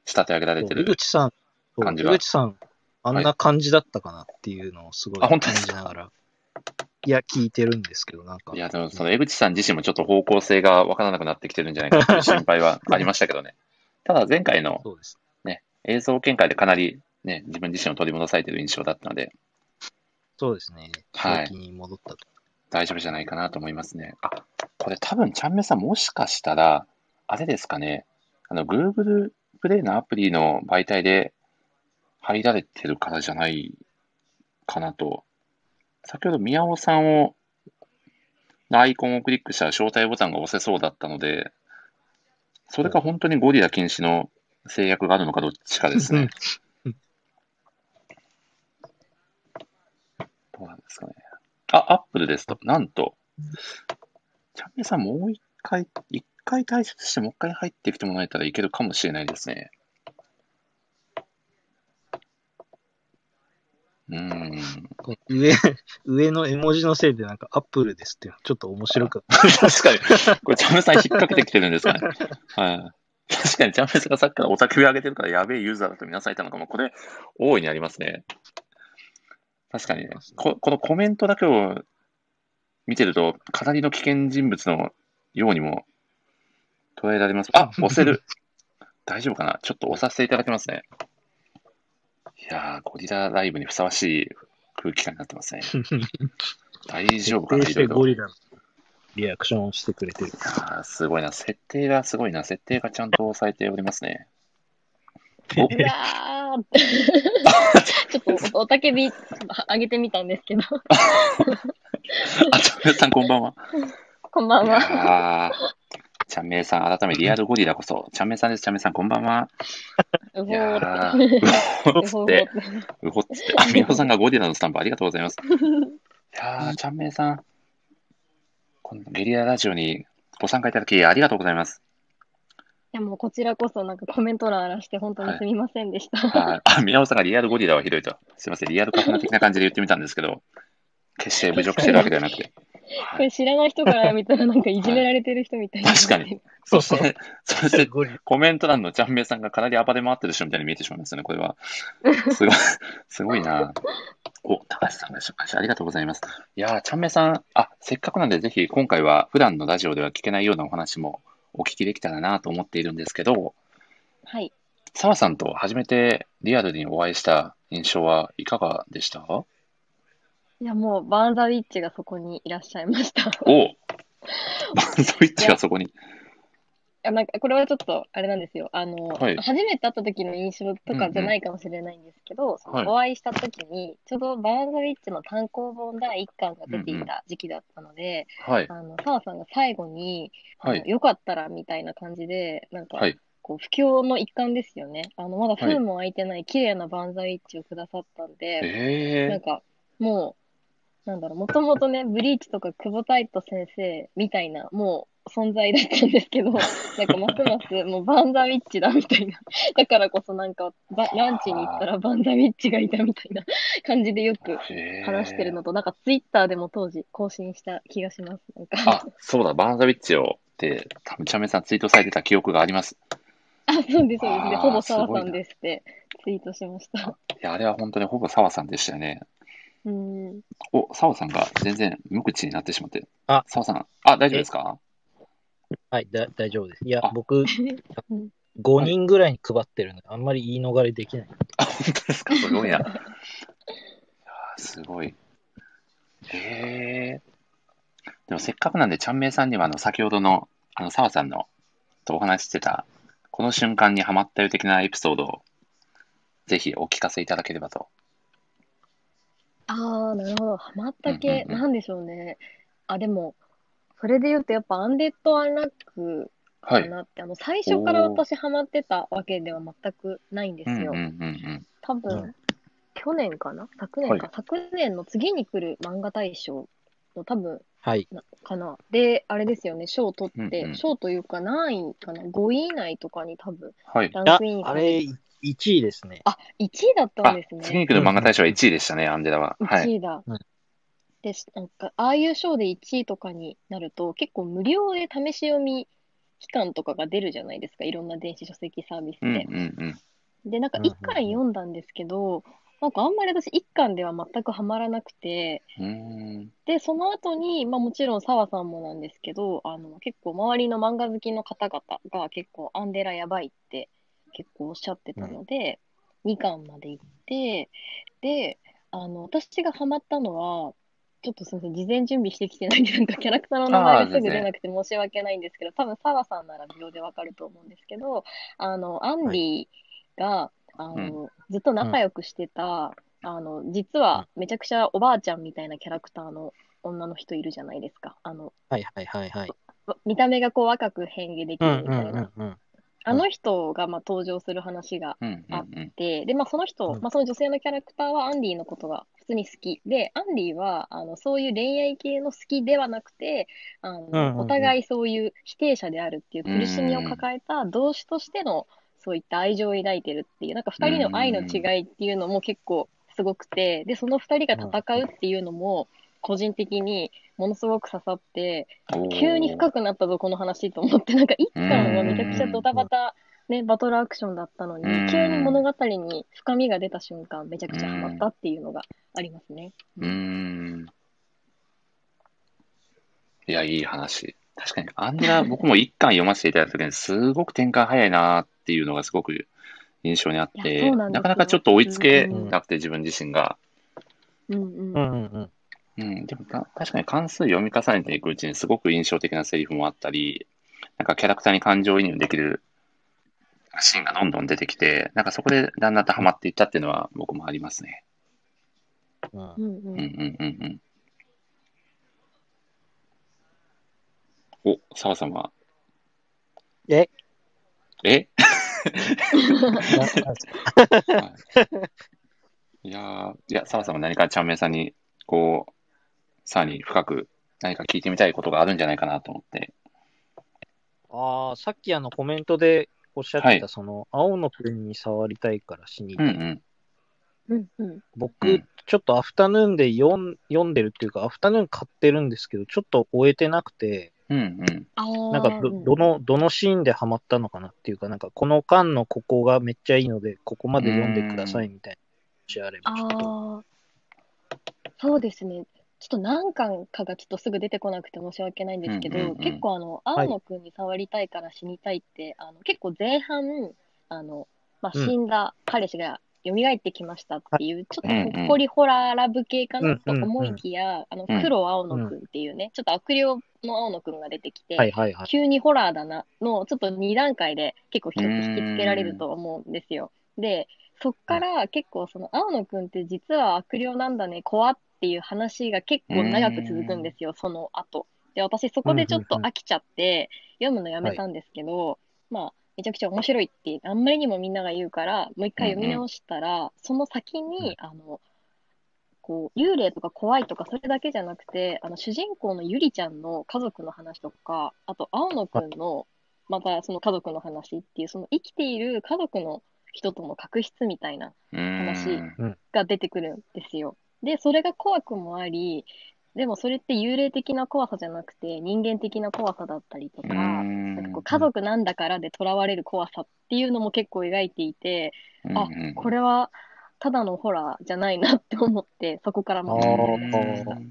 Speaker 1: 立て上げられて
Speaker 2: 井
Speaker 1: る。
Speaker 2: 口さん、そう
Speaker 1: 感
Speaker 2: 井
Speaker 1: じが
Speaker 2: 口さん、あんな感じだったかなっていうのをすごい
Speaker 1: あ本
Speaker 2: 感
Speaker 1: 当です
Speaker 2: じ
Speaker 1: か
Speaker 2: ながら、いや、聞いてるんですけど、なんか
Speaker 1: い、や、でもその江口さん自身もちょっと方向性がわからなくなってきてるんじゃないか という心配はありましたけどね。ただ前回の
Speaker 2: そうです。
Speaker 1: 映像見解でかなりね、自分自身を取り戻されてる印象だったので、
Speaker 2: そうですね。
Speaker 1: はい
Speaker 2: 正気に戻ったと。
Speaker 1: 大丈夫じゃないかなと思いますね。あ、これ多分、ちゃんめさんもしかしたら、あれですかね、あの、Google プレイのアプリの媒体で入られてるからじゃないかなと。先ほど宮尾さんを、のアイコンをクリックしたら招待ボタンが押せそうだったので、それか本当にゴリラ禁止の制約があるのかどっちかですね。どうなんですかね。あ、アップルですと、なんと、チャンネルさんもう一回、一回退出してもう一回入ってきてもらえたらいけるかもしれないですね。うーん。
Speaker 2: こう上、 上の絵文字のせいで、なんか、アップルですっていうの、ちょっと面白かった。
Speaker 1: 確かに。これ、チャンネルさん引っ掛けてきてるんですかね。はい。確かに、チャンネルさんがさっきからおたくび上げてるから、やべえユーザーだと皆さんいたのかも、これ、大いにありますね。確かに、ここのコメントだけを見てると、かなりの危険人物のようにも捉えられます。あ、押せる。 大丈夫かなちょっと押させていただきますね。いやー、ゴリラライブにふさわしい空気感になってますね。 大丈夫かな
Speaker 2: 徹底し
Speaker 1: いろ
Speaker 2: て
Speaker 1: いろ
Speaker 2: ゴリラのリアクションをしてくれてる。
Speaker 1: あーすごいな。設定がすごいな。設定がちゃんと押されております ね。お
Speaker 3: うわー ちょっとおたけびあげてみたんですけど、
Speaker 1: あ、ちゃんめいさんこんばんは。
Speaker 3: こんばん
Speaker 1: い
Speaker 3: は。
Speaker 1: やーちゃんめいさん、改めリアルゴリラこそ。ちゃんめいさんです。ちゃんめいさんこんばんは。
Speaker 3: う
Speaker 1: い
Speaker 3: ほ
Speaker 1: や
Speaker 3: ー
Speaker 1: ーうほ
Speaker 3: う
Speaker 1: っつ
Speaker 3: ほ
Speaker 1: っ
Speaker 3: ー
Speaker 1: て、うほっつって。あ、みほさんがゴリラのスタンプありがとうございます。いやー、ちゃんめいさん。このゲリララジオにご参加いただきありがとうございます。
Speaker 3: や、もうこちらこそなんかコメント欄荒らして本当にすみませんでした。
Speaker 1: はい。あ、宮尾さんがリアルゴリラはひどいと。すいません、リアルカフナ的な感じで言ってみたんですけど、決して侮辱してるわけではなくて。
Speaker 3: こ
Speaker 1: はい、
Speaker 3: れ知らない人から見たらなんかいじめられてる人みたいな。
Speaker 1: はい確かに。そして、そして
Speaker 2: ごい。
Speaker 1: コメント欄のちゃんめいさんがかなり暴れ回ってる人みたいに見えてしまいますよね、これ は。すごい、すごいな。お、高橋さんが紹介してありがとうございます。いやー、ちゃんめいさん、あ、せっかくなんで、ぜひ今回は普段のラジオでは聞けないようなお話もお聞きできたらなと思っているんですけど、
Speaker 3: はい。
Speaker 1: 澤さんと初めてリアルにお会いした印象はいかがでした お
Speaker 3: いや、もうバーンザウィッチがそこにいらっしゃいました。い
Speaker 1: バンドイッチがそこに。
Speaker 3: や、なんかこれはちょっとあれなんですよ。あの、
Speaker 1: はい
Speaker 3: 初めて会った時の印象とかじゃないかもしれないんですけど、そ
Speaker 1: はい
Speaker 3: のお会いした時に、ちょうどバーンザウィッチの単行本第1巻が出ていた時期だったので、
Speaker 1: はい、
Speaker 3: あの、澤さんが最後に、
Speaker 1: は
Speaker 3: あ
Speaker 1: い、
Speaker 3: のよかったらみたいな感じで、なんか、
Speaker 1: はい
Speaker 3: こう不況の一環ですよね。あのまだ
Speaker 1: はい
Speaker 3: 封も開いてない綺麗なバンザイッチをくださったんで、なん
Speaker 1: え
Speaker 3: かもう、なんだろう、もともとね、 ブリーチとか久保太斗先生みたいな、もう存在だったんで すけど、なんかますますもうバンザイッチだみたいな。だからこそなんか、ばランチに行ったらバンザイッチがいたみたいな 感じでよく
Speaker 1: ー、えー
Speaker 3: 話してるのと、なんかツイッターでも当時更新した気がします。なんか
Speaker 1: あ、そうだ、バンザビッチをって、多分チャメさんツイートされてた記憶があります。
Speaker 3: あ、そうです、そうです。で、
Speaker 1: あー
Speaker 3: ほぼ
Speaker 1: す
Speaker 3: 澤
Speaker 1: ごい
Speaker 3: さ
Speaker 1: なん
Speaker 3: ですってツイートしました。
Speaker 1: いや、あれは本当にほぼ澤さんでしたよね。
Speaker 3: うん。
Speaker 1: お、澤さんが全然無口になってしまって。
Speaker 2: あ
Speaker 1: 澤さん、あ、大丈夫ですか
Speaker 2: はい、だ大丈夫です。いや
Speaker 1: あ、
Speaker 2: 僕、
Speaker 3: うん
Speaker 2: 5人ぐらいに配ってるので、あんまり言い逃れできない。
Speaker 1: あ、 本当ですかすごいな。いやすごい。へえ。でもせっかくなんで、ちゃんめいさんには、あの、先ほどの、あの、澤さんの、とお話ししてた、この瞬間にハマったよ的なエピソードを、ぜひお聞かせいただければと。
Speaker 3: ああ、なるほど。ハマった
Speaker 1: うんう
Speaker 3: 系、
Speaker 1: んうん
Speaker 3: なんでしょうね。あ、でも、それで言うと、やっぱアンデッド・アンラック
Speaker 1: は
Speaker 3: か
Speaker 1: い。
Speaker 3: なって、あの、最初から
Speaker 1: おー
Speaker 3: 私ハマってたわけでは全くないんで
Speaker 1: うんう
Speaker 3: す
Speaker 1: んう
Speaker 3: よ。
Speaker 1: ん
Speaker 3: 多分、
Speaker 2: うん
Speaker 3: 去年かな昨年か、
Speaker 1: は
Speaker 3: 昨年の次に来る漫画大賞の多分、
Speaker 2: はい。
Speaker 3: なかな。で、あれですよね、賞を取っ
Speaker 1: うんうん
Speaker 3: て、賞というか何位かな ?5 位以内とかに多分、
Speaker 1: はい。
Speaker 3: ラン
Speaker 2: あ
Speaker 3: クイン、さ
Speaker 2: あ
Speaker 3: れ
Speaker 2: れ、1位ですね。
Speaker 3: あ、1位だったんです
Speaker 1: あ、次に
Speaker 3: ね。
Speaker 1: 来る漫画大賞は1位でしたね、アンデラは。はい。
Speaker 3: 1位だ
Speaker 2: うん。
Speaker 3: で、しなんか、ああいう賞で1位とかになると、結構無料で試し読み期間とかが出るじゃないですか、いろんな電子書籍サービス
Speaker 1: うんう
Speaker 3: で。
Speaker 1: んうん。
Speaker 3: で、なんか
Speaker 2: うんうん
Speaker 3: 1巻読んだんですけど、なんかあんまり私1巻では全くハマらなくて、
Speaker 1: うーん。
Speaker 3: で、その後に、まあもちろん澤さんもなんですけど、あの、結構周りの漫画好きの方々が結構アンデラやばいって結構おっしゃってたので、2巻まで行って、で、あの、私がハマったのは、ちょっとすみません、事前準備してきてないんで、なんかキャラクターの名前がすぐ出なくて申し訳ないんですけど、多分澤さんなら秒でわかると思うんですけど、あの、アンディが、あの、ずっと仲良くしてた、あの、実はめちゃくちゃおばあちゃんみたいなキャラクターの女の人いるじゃないですか。あの、
Speaker 2: はいはいはいはい。
Speaker 3: わ見た目がこう若く変化でき
Speaker 2: うん
Speaker 3: るみ
Speaker 2: うん
Speaker 3: たいな。
Speaker 2: うんうん。
Speaker 3: あの人がまあ登場する話が
Speaker 1: うんうんうん。
Speaker 3: で、で、まあ、その人、
Speaker 2: うん
Speaker 3: まあ、その女性のキャラクターはアンディのことが普通に好き。で、アンディは、あの、そういう恋愛系の好きではなくて、あの、
Speaker 2: うんうんうん
Speaker 3: お互いそういう否定者であるっていう苦しみを抱えた同種としての、そういった愛情を抱いてるっていう、なんか二人の愛の違いっていうのも結構すごくて、で、その二人が戦うっていうのも、個人的にものすごく刺さって、
Speaker 1: おー
Speaker 3: 急に深くなったぞ、この話と思って、なんか一巻はめちゃくちゃドタバタ、ね、バトルアクションだったのに
Speaker 1: うん、
Speaker 3: 急に物語に深みが出た瞬間、めちゃくちゃハマったっていうのがありますね。
Speaker 1: うーん。いや、いい話。確かに、アンデラ、僕も1巻読ませていただいた時に、すごく展開早いなっていうのがすごく印象にあっ
Speaker 3: いや
Speaker 1: て、
Speaker 3: そうなんです
Speaker 1: な
Speaker 3: よ
Speaker 1: かなかちょっと追いつけ
Speaker 3: うん
Speaker 2: うん
Speaker 1: なくて、自分自身が。
Speaker 3: うん
Speaker 2: う
Speaker 3: う
Speaker 2: ん
Speaker 3: ん。
Speaker 2: うんうん。
Speaker 1: うん、でもた確かに関数読み重ねていくうちにすごく印象的なセリフもあったり、なんかキャラクターに感情移入できるシーンがどんどん出てきて、なんかそこでだんだんとハマっていったっていうのは僕もありますね。
Speaker 2: うん
Speaker 3: うんう
Speaker 1: うんんうんうんうん。お、澤さんは。
Speaker 2: え
Speaker 1: え
Speaker 2: ななんですか
Speaker 1: いやーいや、澤さんは何かちゃんめいさんに、こう、さらに深く何か聞いてみたいことがあるんじゃないかなと思って。
Speaker 2: ああ、さっきあのコメントでおっしゃってた、
Speaker 1: はい
Speaker 2: その、青のペンに触りたいからしに、
Speaker 1: うんうん。
Speaker 3: うんうん。
Speaker 2: 僕、
Speaker 1: うん
Speaker 2: ちょっとアフタヌーンで読ん読んでるっていうか、アフタヌーン買ってるんですけど、ちょっと終えてなくて、
Speaker 1: うんうん。
Speaker 3: ああ。
Speaker 2: なんかど、どの、どのシーンでハマったのかなっていうか、なんか、この間のここがめっちゃいいので、ここまで読んでくださいみたいな、もしあれば、ちょっと。
Speaker 3: ああ、そうですね。ちょっと何巻かがちょっとすぐ出てこなくて申し訳ないんですけ
Speaker 1: う
Speaker 3: ど、
Speaker 1: んうんうん
Speaker 3: 結構あの、
Speaker 2: い
Speaker 3: 青野くんに触りたいから死にたいって、あの結構前半、あの、まあ、
Speaker 2: うん
Speaker 3: 死んだ彼氏が蘇ってきましたっていう、ちょ
Speaker 1: うんう
Speaker 3: っ
Speaker 1: ん
Speaker 3: とほっこりホラーラブ系かなと
Speaker 2: うんうんうん
Speaker 3: 思いきや、あの、
Speaker 1: うん
Speaker 3: 黒青野くんっていうね、ちょっと悪霊の青野くんが出てきて、
Speaker 2: はいはいはい。
Speaker 3: 急にホラーだなのちょっと2段階で結構人って引きつけられると思うんですよ。でそっから結構その青野くんって実は悪霊なんだね怖っていう話が結構長く続くんですよその後で私そこでちょっと飽きちゃって読むのやめたんですけど、まあめちゃくちゃ面白いってあんまりにもみんなが言うからもう一回読み直したらその先にあのこう幽霊とか怖いとかそれだけじゃなくてあの主人公のゆりちゃんの家族の話とかあと青野くんのまたその家族の話っていうその生きている家族の人との確執みたいな
Speaker 1: うーん。
Speaker 3: が出てくるんですよ。でそれが怖くもありでもそれって幽霊的な怖さじゃなくて人間的な怖さだったりとか
Speaker 1: うーん
Speaker 3: なんかこう家族なんだからでとらわれる怖さっていうのも結構描いていて、あ
Speaker 1: うんうん
Speaker 3: これはただのホラーじゃないなって思ってそこからまた
Speaker 2: あ
Speaker 3: 見直しました
Speaker 1: ー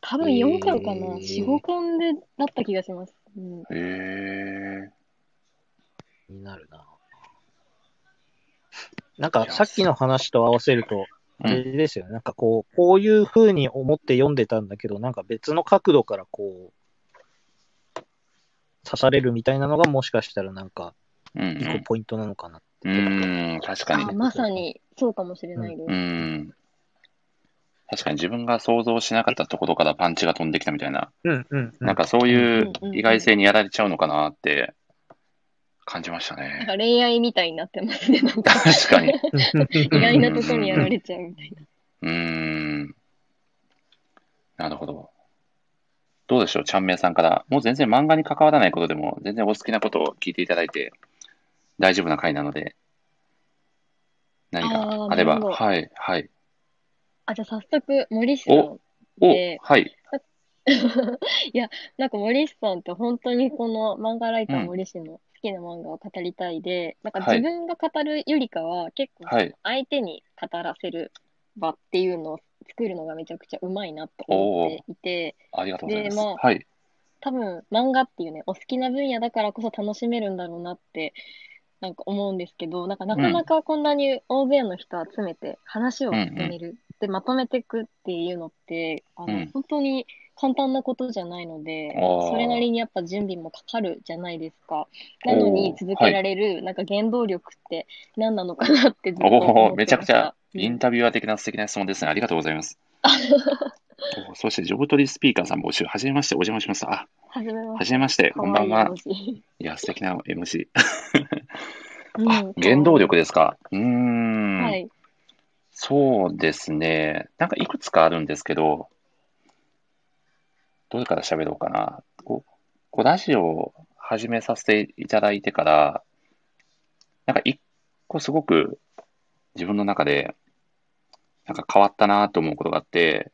Speaker 3: 多分4巻かな、
Speaker 2: へー
Speaker 3: 4、5巻でだった気がします。うん、
Speaker 1: へえ
Speaker 2: になるな。なんか、さっきの話と合わせると、
Speaker 1: う
Speaker 2: あ
Speaker 1: ん
Speaker 2: れですよね。なんかこう、こういう風に思って読んでたんだけど、なんか別の角度からこう、刺されるみたいなのがもしかしたらなんか、
Speaker 1: うんう
Speaker 2: 一個
Speaker 1: ん
Speaker 2: ポイントなのかな。
Speaker 1: うーん確か
Speaker 3: あ
Speaker 1: に。
Speaker 3: まさにそうかもしれないです。
Speaker 1: うん。確かに自分が想像しなかったところからパンチが飛んできたみたいな、
Speaker 2: うんうん、
Speaker 1: なんかそういう
Speaker 3: うんうん
Speaker 1: 意外性にやられちゃうのかなって感じました
Speaker 3: なん
Speaker 1: ね。
Speaker 3: か恋愛みたいになってますね。なんか
Speaker 1: 確かに。う
Speaker 3: 意外なとこにやられちゃうみたいな。
Speaker 1: ーん。なるほど。どうでしょう、ちゃんめいさんから。もう全然漫画に関わらないことでも、全然お好きなことを聞いていただいて大丈夫な回なので、何かあれ
Speaker 3: あーな
Speaker 1: ば、
Speaker 3: るほど
Speaker 1: はい、はい。
Speaker 3: あ、じゃあ早速、森氏さん
Speaker 1: お、
Speaker 3: で、
Speaker 1: はい。
Speaker 3: なんか森氏さんって本当にこの漫画ライター森氏の好きな漫画を語りたいで、なんか
Speaker 1: はい
Speaker 3: 自分が語るよりかは結構その
Speaker 1: はい
Speaker 3: 相手に語らせる場っていうのを作るのがめちゃくちゃうまいなと思っていて、
Speaker 1: ありがとうございます。
Speaker 3: でまあ
Speaker 1: はい。
Speaker 3: 多分漫画っていうね、お好きな分野だからこそ楽しめるんだろうなって、なんか思うんですけど、なんかなかなかこんなに大勢の人集めて話を進める、で、まとめていくっていうのって、あの、
Speaker 1: うん
Speaker 3: 本当に簡単なことじゃないので、
Speaker 1: あー
Speaker 3: それなりにやっぱ準備もかかるじゃないですか。なのに
Speaker 1: おー
Speaker 3: 続けられる、なんか原動力って何なのかなってずっと
Speaker 1: お
Speaker 3: 思
Speaker 1: お、
Speaker 3: って
Speaker 1: めちゃくちゃ
Speaker 3: ま
Speaker 1: イン
Speaker 3: した
Speaker 1: タビュアー的な素敵な質問ですね。ありがとうござい ます。おーそして、ジョブトリスピーカーさん募集、はじめまして、お邪魔します。あ、
Speaker 3: うん、はじめま
Speaker 1: は
Speaker 3: し
Speaker 1: じめまして、
Speaker 3: て。
Speaker 1: こんばんは。
Speaker 3: 可愛い文字
Speaker 1: いや、素敵な MC。
Speaker 3: うん
Speaker 1: あ、 原動力
Speaker 3: で
Speaker 1: ですか。うーん、
Speaker 3: はい。
Speaker 1: そうですね。なんかいくつかあるんですけど、どれから喋ろうかな。こう、こうラジオを始めさせていただいてから、なんか一個すごく自分の中で、なんか変わったなと思うことがあって、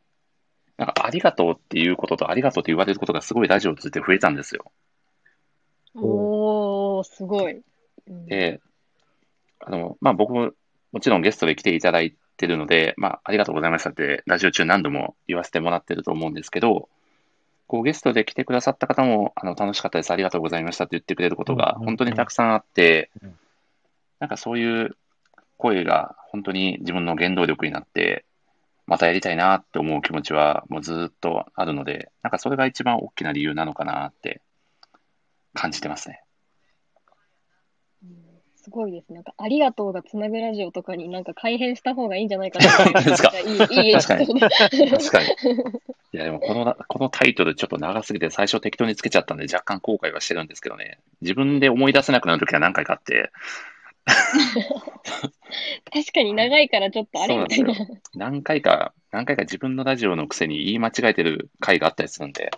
Speaker 1: なんかありがとうっていうこととありがとうって言われることがすごいラジオを通じて増えたんですよ。
Speaker 3: おー、すごい。うん
Speaker 1: で、あの、まあ、僕ももちろんゲストで来ていただいてるので、まあ、ありがとうございましたって、ラジオ中何度も言わせてもらってると思うんですけど、こうゲストで来てくださった方も、あの、楽しかったです、ありがとうございましたって言ってくれることが
Speaker 2: うん
Speaker 1: 本当にたくさんあって
Speaker 2: うん、
Speaker 1: なんかそういう声が本当に自分の原動力になって、またやりたいなって思う気持ちはもうずっとあるので、なんかそれが一番大きな理由なのかなって感じてますね。
Speaker 3: うんすごいですね。なんか、ありがとうがつなぐラジオとかになんか改変した方がいいんじゃないかな
Speaker 1: ですか
Speaker 3: いい、いいエピソードで。
Speaker 1: 確かに。いや、でもこのな、このタイトルちょっと長すぎて最初適当につけちゃったんで若干後悔はしてるんですけどね。自分で思い出せなくなる時は何回かあって、
Speaker 3: 確かに長いからちょっとあれ
Speaker 1: そうな
Speaker 3: み
Speaker 1: ん
Speaker 3: た
Speaker 1: ですよ
Speaker 3: いな。
Speaker 1: 何回か、何回か自分のラジオのくせに言い間違えてる回があったりするんで、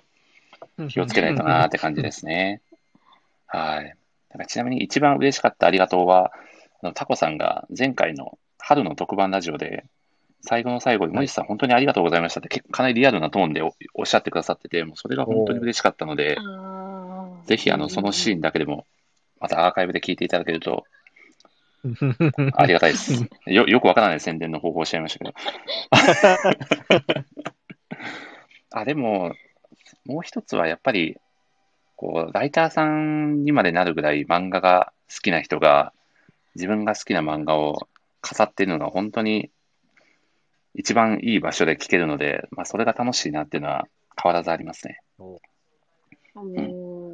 Speaker 1: 気をつけないとなーって感じですね。はい。なんかちなみに一番嬉しかったありがとうは、あの、タコさんが前回の春の特番ラジオで、最後の最後に、森田さん、本当にありがとうございましたって、結構かなりリアルなトーンでお、おっしゃってくださってて、もうそれが本当に嬉しかったので、
Speaker 3: あ あ。
Speaker 1: ぜひ、あの、そのシーンだけでも、またアーカイブで聞いていただけるとありがたい です。よ、よくわからない宣伝の方法をおっしゃいましたけど。 あ、でも、もう一つはやっぱり、こう、ライターさんにまでなるぐらい漫画が好きな人が、自分が好きな漫画を飾っているのが本当に一番いい場所で聞けるので、まあ、それが楽しいなっていうのは変わらずあります ね。
Speaker 3: あのー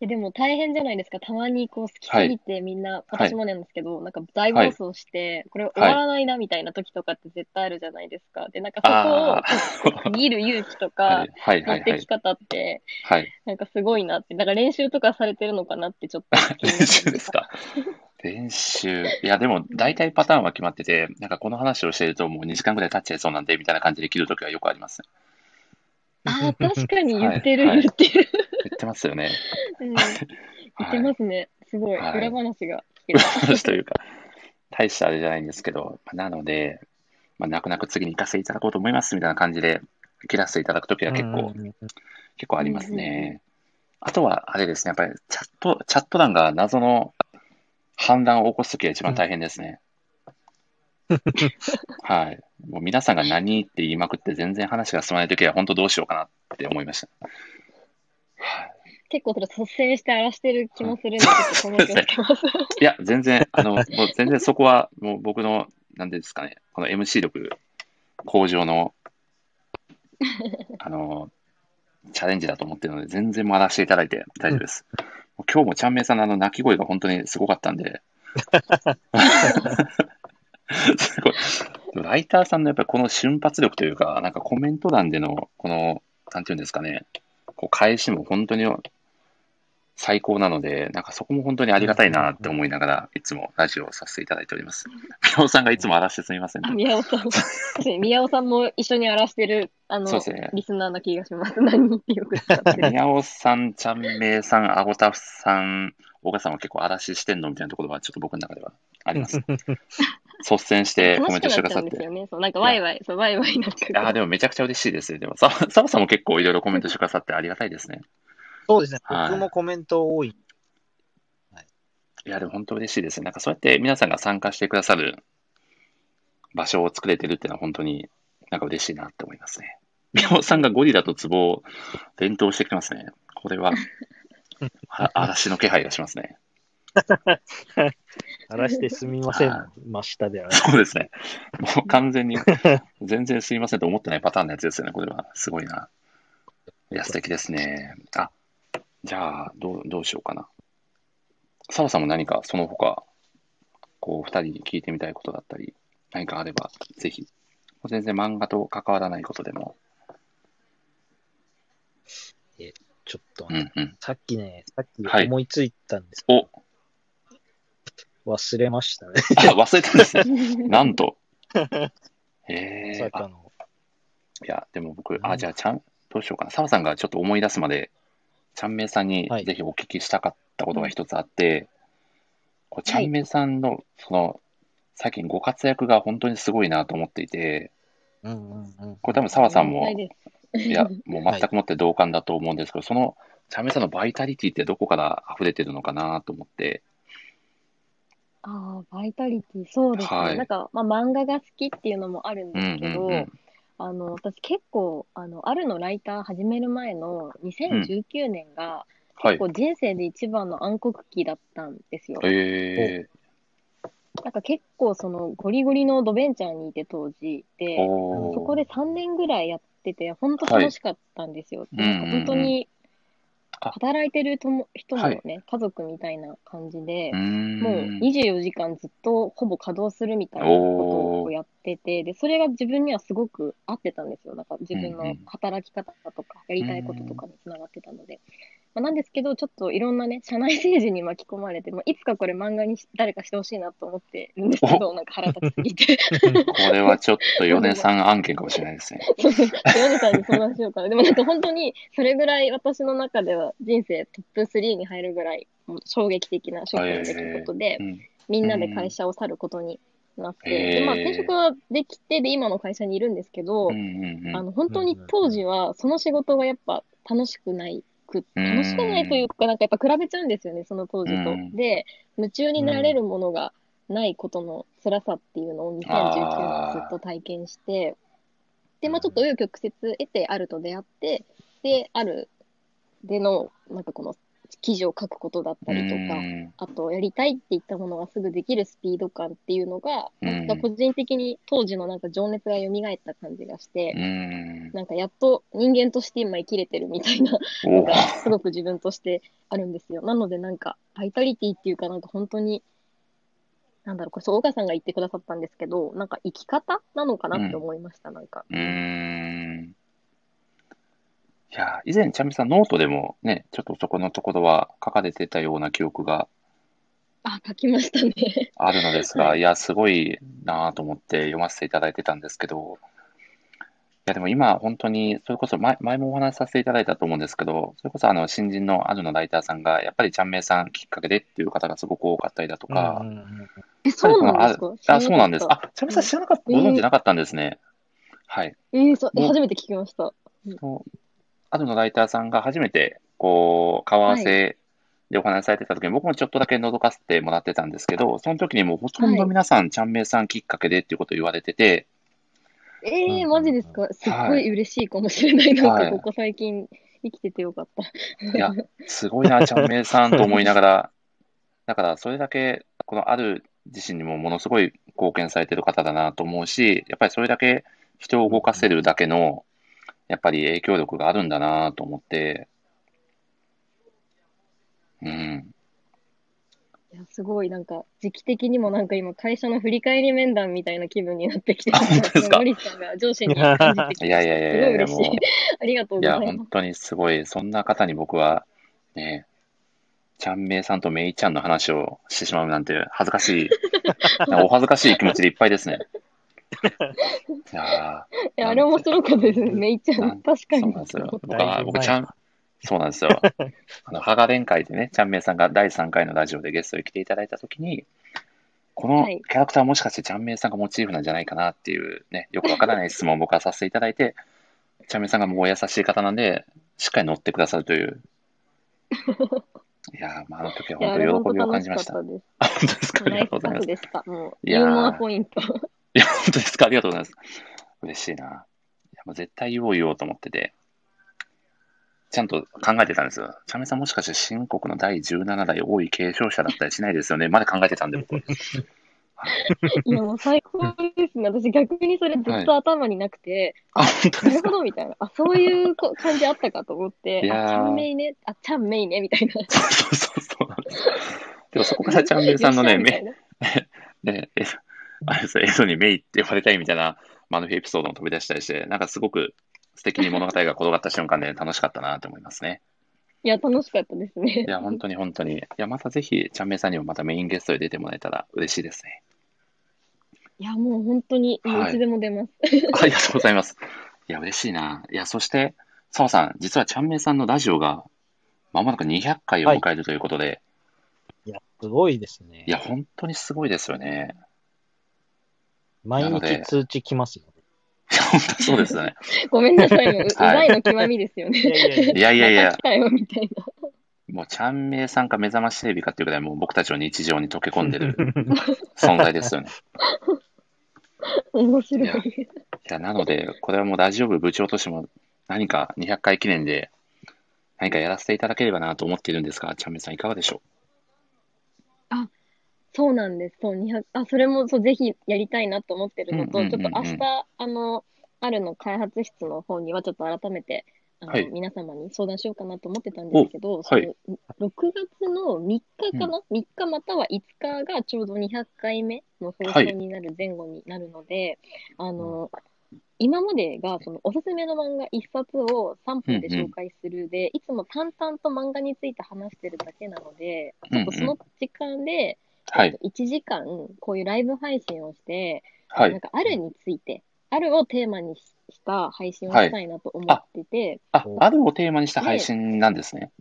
Speaker 3: いやでも大変じゃないですか。たまにこう好きすぎてみんな、私もなんですけど、なんか大暴走して、これ終わらないなみたいな時とかって絶対あるじゃないですか。で、なんか
Speaker 1: あ
Speaker 3: そこをこう見る勇気と
Speaker 1: は
Speaker 3: か
Speaker 1: い、はいは
Speaker 3: 持
Speaker 1: い
Speaker 3: っ
Speaker 1: は
Speaker 3: て
Speaker 1: い
Speaker 3: き。方って、
Speaker 1: はい。
Speaker 3: なんかすごいなって、だから練習とかされてるのかなってちょっと気になりま
Speaker 1: 練習
Speaker 3: した
Speaker 1: です か。練習。いや、でも、大体パターンは決まってて、なんかこの話をしてるともう2時間ぐらい経っちゃいそうなんで、みたいな感じで切るときはよくあります。
Speaker 3: ああ、確かに言ってる
Speaker 1: はいはい
Speaker 3: 言ってる。
Speaker 1: 言ってますよね。
Speaker 3: うん言ってますね。すごい。
Speaker 1: はい
Speaker 3: 裏話が聞け
Speaker 1: 裏
Speaker 3: る。
Speaker 1: 話というか、大したあれじゃないんですけど、なので、まあ、泣く泣く次に行かせていただこうと思います、みたいな感じで、切らせていただくときは結構、
Speaker 2: うんうんうん
Speaker 1: 結構あります
Speaker 3: うんうん
Speaker 1: ね。あとは、あれですね、やっぱりチャット、チャット欄が謎の反乱を起こすときが一番大変ですね。はい。もう皆さんが何って言いまくって全然話が進まないときは本当どうしようかなって思いました。はい
Speaker 3: 結構それ率先して荒らしてる気もするんで、ちょっとこの気をつけます。
Speaker 1: いや、全然、あの、もう全然そこはもう僕の、なんていうんですかね、この MC 力向上の、あの、チャレンジだと思ってるので、全然回らせていただいて大丈夫です。もう今日もちゃんめいさんのあの泣き声が本当にすごかったんで、 すごい。でもライターさんのやっぱりこの瞬発力というか、なんかコメント欄での、この、なんていうんですかね、こう返しも本当に最高なので、なんかそこも本当にありがたいなって思いながら、いつもラジオをさせていただいております。宮尾さんがいつも荒らしてすみませんね
Speaker 3: あ、。宮尾さん。確かに宮尾さんも一緒に荒らしてる、あの
Speaker 1: そう、ですね。
Speaker 3: リスナーな気がします。 何人ってよく使ってる。
Speaker 1: 宮尾さん、ちゃんめいさん、あごたふさん、岡さんは結構嵐してんのみたいなところはちょっと僕の中ではあります。率先してコ
Speaker 3: 楽
Speaker 1: メン
Speaker 3: し
Speaker 1: トしてく
Speaker 3: くな
Speaker 1: だ
Speaker 3: っちゃ
Speaker 1: さ
Speaker 3: う
Speaker 1: っ
Speaker 3: んです
Speaker 1: て。
Speaker 3: よね。そう、なんかワイワイ、そう、ワイワイなんか。
Speaker 1: ああ、でもめちゃくちゃ嬉しいです。でも、サワサワさんも結構いろいろコメントしてくださってありがたいですね。
Speaker 2: そうですね、
Speaker 1: はい
Speaker 2: 僕もコメント多い。
Speaker 1: いや、でも本当嬉しいですね。なんかそうやって皆さんが参加してくださる場所を作れてるっていうのは本当になんか嬉しいなって思いますね。宮尾さんがゴリラとツボを連投してきますね。こ れはあ嵐の気配がしますね。
Speaker 2: 荒らしてすみません
Speaker 1: は、
Speaker 2: ましたである。
Speaker 1: そうですね。もう完全に全然すいませんと思ってないパターンのやつですよね。これはすごいな。いや、素敵ですね。あ、じゃあ、どう、どうしようかな。澤さんも何かその他、こう、二人に聞いてみたいことだったり、何かあれば、ぜひ。もう全然漫画と関わらないことでも。
Speaker 2: ちょっと
Speaker 1: う、んうん。
Speaker 2: さっきね、さっき
Speaker 1: はい
Speaker 2: 思いついたんです、
Speaker 1: お、
Speaker 2: 忘れました ね。
Speaker 1: あ、忘れたんです ね。なんと。え
Speaker 2: ま
Speaker 1: え
Speaker 2: さかの。
Speaker 1: いや、でも僕、
Speaker 2: う
Speaker 1: あ、
Speaker 2: ん
Speaker 1: じゃあ、ちゃん、どうしようかな。澤さんがちょっと思い出すまで、ちゃんめいさんに
Speaker 2: はい
Speaker 1: ぜひお聞きしたかったことが一つあって、こうちゃんめいさんの、その、最近ご活躍が本当にすごいなと思っていて、
Speaker 2: うんうんうん。
Speaker 1: これ多分澤さん
Speaker 3: な
Speaker 1: も
Speaker 3: い、です
Speaker 1: いや、もう全くもって同感だと思うんですけど、その、ちゃんめいさんのバイタリティってどこから溢れてるのかなと思って、
Speaker 3: ああ、バイタリティ、そうですね。
Speaker 1: はい
Speaker 3: なんか、まあ、漫画が好きっていうのもあるん
Speaker 1: う
Speaker 3: です
Speaker 1: んう
Speaker 3: けど、
Speaker 1: んうん。
Speaker 3: あの、私結構、あの、あるのライター始める前の2019年が、
Speaker 1: はい
Speaker 3: 結。構人生で一番の暗黒期だったんですよ。
Speaker 1: え
Speaker 3: なんか結構そのゴリゴリのドベンチャーにいて当時
Speaker 1: ー、
Speaker 3: で、
Speaker 1: おー
Speaker 3: そこで3年ぐらいやってて、本当楽しかったんですよ。
Speaker 1: い
Speaker 3: なんか本当
Speaker 1: うんうんう
Speaker 3: に
Speaker 1: あ
Speaker 3: 働いてるとも人もね、
Speaker 1: は
Speaker 3: 家族みたいな感じで
Speaker 1: うー、ん。
Speaker 3: もう24時間ずっとほぼ稼働するみたいなことをやってて、で、それが自分にはすごく合ってたんですよ。なんか自
Speaker 1: う
Speaker 3: 分
Speaker 1: んう
Speaker 3: の
Speaker 1: ん
Speaker 3: 働き方とか、やりたいこととかにつながってたので。まあ、なんですけど、ちょっといろんなね、社内政治に巻き込まれて、まあ、いつかこれ漫画にし誰かしてほしいなと思ってるんですけど、なんか腹立ちすぎて、
Speaker 1: これはちょっと米さん案件かもしれないですね。
Speaker 3: そうそう米さんに相談しようかな。でもなんか本当に、それぐらい私の中では人生トップ3に入るぐらい、もう衝撃的なショックの出来事で、
Speaker 1: うん。
Speaker 3: みんなで会社を去ることになって、
Speaker 1: へー
Speaker 3: でまあ、転職はできて、で、今の会社にいるんですけど、
Speaker 1: うんうんうん
Speaker 3: あの本当に当時はその仕事がやっぱ楽しくないく
Speaker 1: うん
Speaker 3: 楽しくないというかなんかやっぱ比べちゃうんですよねその当時
Speaker 1: う
Speaker 3: と
Speaker 1: ん。
Speaker 3: で夢中になれるものがないことの辛さっていうのを2019年ずっと体験してでまあちょっと紆余曲折得てあると出会ってであるでのなんかこの記事を書くことだったりと
Speaker 1: う
Speaker 3: か。
Speaker 1: ん
Speaker 3: あと、やりたいって言ったものがすぐできるスピード感っていうのが、
Speaker 1: うん
Speaker 3: なんか個人的に当時のなんか情熱が蘇った感じがして、
Speaker 1: うん。
Speaker 3: なんかやっと人間として今生きれてるみたいなの
Speaker 1: お
Speaker 3: が、すごく自分としてあるんですよ。なのでなんか、バイタリティっていうかなんか本当に、なんだろう、これそう、岡さんが言ってくださったんですけど、なんか生き方なのかなって思いました、なんか。
Speaker 1: うーん。いや、以前、ちゃみさん、ノートでもね、ちょっとそこのところは書かれてたような記憶が
Speaker 3: あ、書きましたね。
Speaker 1: あるのですが、
Speaker 3: はい
Speaker 1: や、すごいなぁと思って読ませていただいてたんですけど、いや、でも今、本当に、それこそ前、前もお話しさせていただいたと思うんですけど、それこそ、あの、新人のあるのライターさんが、やっぱりちゃんめいさんきっかけでっていう方がすごく多かったりだと
Speaker 2: う
Speaker 1: か、
Speaker 2: んうんうん
Speaker 3: え、そうなんですか
Speaker 1: あ、そうなんです。。あ、ちゃんめいさん知らなかった、
Speaker 3: うん
Speaker 1: ご存知なかったんですね。はい。
Speaker 3: 知らなかったえーそう、え
Speaker 1: もう
Speaker 3: 初めて聞きました。
Speaker 1: そうあとのライターさんが初めて、こう、顔合わせでお話しされてた時に、僕もちょっとだけ覗かせてもらってたんですけど、その時にもうほとんど皆さん、ちゃんめいさんきっかけでっていうことを言われてて、
Speaker 3: ええ
Speaker 2: うん
Speaker 3: マジですかすっごい嬉しいかもしれない。なん
Speaker 1: は
Speaker 3: か
Speaker 1: い
Speaker 3: ここ最近生きててよかった。
Speaker 1: い や、すごいな、ちゃんめいさんと思いながら、 だからそれだけ、このある自身にもものすごい貢献されてる方だなと思うし、やっぱりそれだけ人を動かせるだけの、やっぱり影響力があるんだなと思って、うん。
Speaker 3: いや、すごい、なんか、時期的にもなんか今、会社の振り返り面談みたいな気分になってきて、
Speaker 1: あ本当ですか
Speaker 3: 森さんが上司に感じてきて、
Speaker 1: いやいやいやいやいや
Speaker 3: すごい嬉し
Speaker 1: も
Speaker 3: い。ありがとう
Speaker 1: い
Speaker 3: ござ
Speaker 1: や、
Speaker 3: いま
Speaker 1: 本当にすごい。そんな方に僕は、ね、ちゃんめいさんとめいちゃんの話をしてしまうなんて恥ずか しい、なんかお恥ずかしい気持ちでいっぱいですね。いや
Speaker 3: す。いや、あれ面白かったですね、めいちゃ
Speaker 1: なん
Speaker 3: ん。確か
Speaker 1: ー、そう
Speaker 3: に
Speaker 1: なん。ですよ。僕
Speaker 2: だいぶ前
Speaker 1: は、
Speaker 2: だ
Speaker 1: 僕ちゃん、そうなんで すよ。あの、ハガレン会でね、ちゃんめいさんが第3回のラジオでゲストに来ていただいたときに、この
Speaker 3: はい
Speaker 1: キャラクターもしかしてちゃんめいさんがモチーフなんじゃないかなっていうね、よくわからない質問を僕はさせていただいて、ちゃんめいさんがもうお優しい方なんで、しっかり乗ってくださると いう。いやー、まあ、あの時はい
Speaker 3: や、あ
Speaker 1: 本
Speaker 3: れ
Speaker 1: 当
Speaker 3: 本
Speaker 1: 喜びを
Speaker 3: 当
Speaker 1: 感じ
Speaker 3: 楽し
Speaker 1: ま
Speaker 3: かっ
Speaker 1: した。
Speaker 3: たです。
Speaker 1: あ、本当 ですか、あり
Speaker 3: ナ
Speaker 1: が
Speaker 3: イ
Speaker 1: とうございます。
Speaker 3: スタッフでした。もう、
Speaker 1: いやー
Speaker 3: ユーモアポイント。
Speaker 1: いや、本当ですか、ありがとうございます。嬉しいな。いやもう絶対言おう言おうと思ってて、ちゃんと考えてたんですよ。ちゃめさんもしかして新国の第17代王位継承者だったりしないですよね。まで考えてたんで僕。
Speaker 3: いや、もう最高ですね。私、逆にそれずっと頭になくて、
Speaker 1: あ、本当
Speaker 3: な
Speaker 1: で
Speaker 3: る
Speaker 1: す
Speaker 3: ほ
Speaker 1: か。
Speaker 3: ど、みたいな。あ、そういうこ感じあったかと思って
Speaker 1: い、やー
Speaker 3: あ、ちゃんめいね、あ、ちゃんめいね、みたいな。
Speaker 1: そうそうそうそうなんです。でもそこからちゃんめいさんのね、
Speaker 3: よっしゃみ
Speaker 1: め
Speaker 3: たいな。
Speaker 1: ねえ あれですよ、エドにメイって呼ばれたいみたいなマヌフィエピソードも飛び出したりして、なんかすごく素敵に物語が転がった瞬間で楽しかったなと思いますね。
Speaker 3: いや、楽しかったですね
Speaker 1: い。や、本当に本当に。いや、またぜひ、ちゃんめいさんにもまたメインゲストで出てもらえたら嬉しいですね。
Speaker 3: いや、もう本当に、
Speaker 1: はい
Speaker 3: い、つでも出ます。
Speaker 1: ありがとうございます。いや、嬉しいな。いや、そして、澤さん、実はちゃんめいさんのラジオが、まもなく200回を迎えるということで、い、
Speaker 2: いや、すごいですね。
Speaker 1: や、本当にすごいですよね。
Speaker 2: 毎
Speaker 1: なので
Speaker 2: 日通知来ますよ。
Speaker 1: いや、本当そうですよね。
Speaker 3: ごめんなさい、もう、うう
Speaker 1: はい
Speaker 3: ざいの極みですよね。
Speaker 2: いやいや いや
Speaker 1: いやいやいや
Speaker 3: また来、たよ、みたいな。
Speaker 1: もうちゃんめいさんか目覚ましテレビかっていうぐらい、もう僕たちの日常に溶け込んでる存在ですよね。
Speaker 3: 面白
Speaker 1: いや
Speaker 3: い。
Speaker 1: いや、なので、これはもうラジオ部部長としても、何か200回記念で、何かやらせていただければなと思っているんですが、ちゃんめいさんいかがでしょ
Speaker 3: そうなんです。そう、200、あ、それも、そう、ぜひやりたいなと思ってるのと、
Speaker 1: うんうんうんうん
Speaker 3: ちょっと明日、あの、あるの開発室の方には、ちょっと改めて、あの、
Speaker 1: はい
Speaker 3: 皆様に相談しようかなと思ってたんですけど、そ
Speaker 1: はい
Speaker 3: の、6月の3日かな、?3 日または5日がちょうど200回目の放送になる前後になるので、あの、今までがそのおすすめの漫画一冊を3分で紹介するで、いつも淡々と漫画について話してるだけなので、
Speaker 1: うんうん
Speaker 3: ちょっとその時間で、
Speaker 1: はい。
Speaker 3: 1時間こういうライブ配信をして、
Speaker 1: は
Speaker 3: なん
Speaker 1: い。
Speaker 3: かあるについて、あるをテーマにしした配信をしたいなと思ってて、
Speaker 1: あ、あるをテーマにした配信なんですね。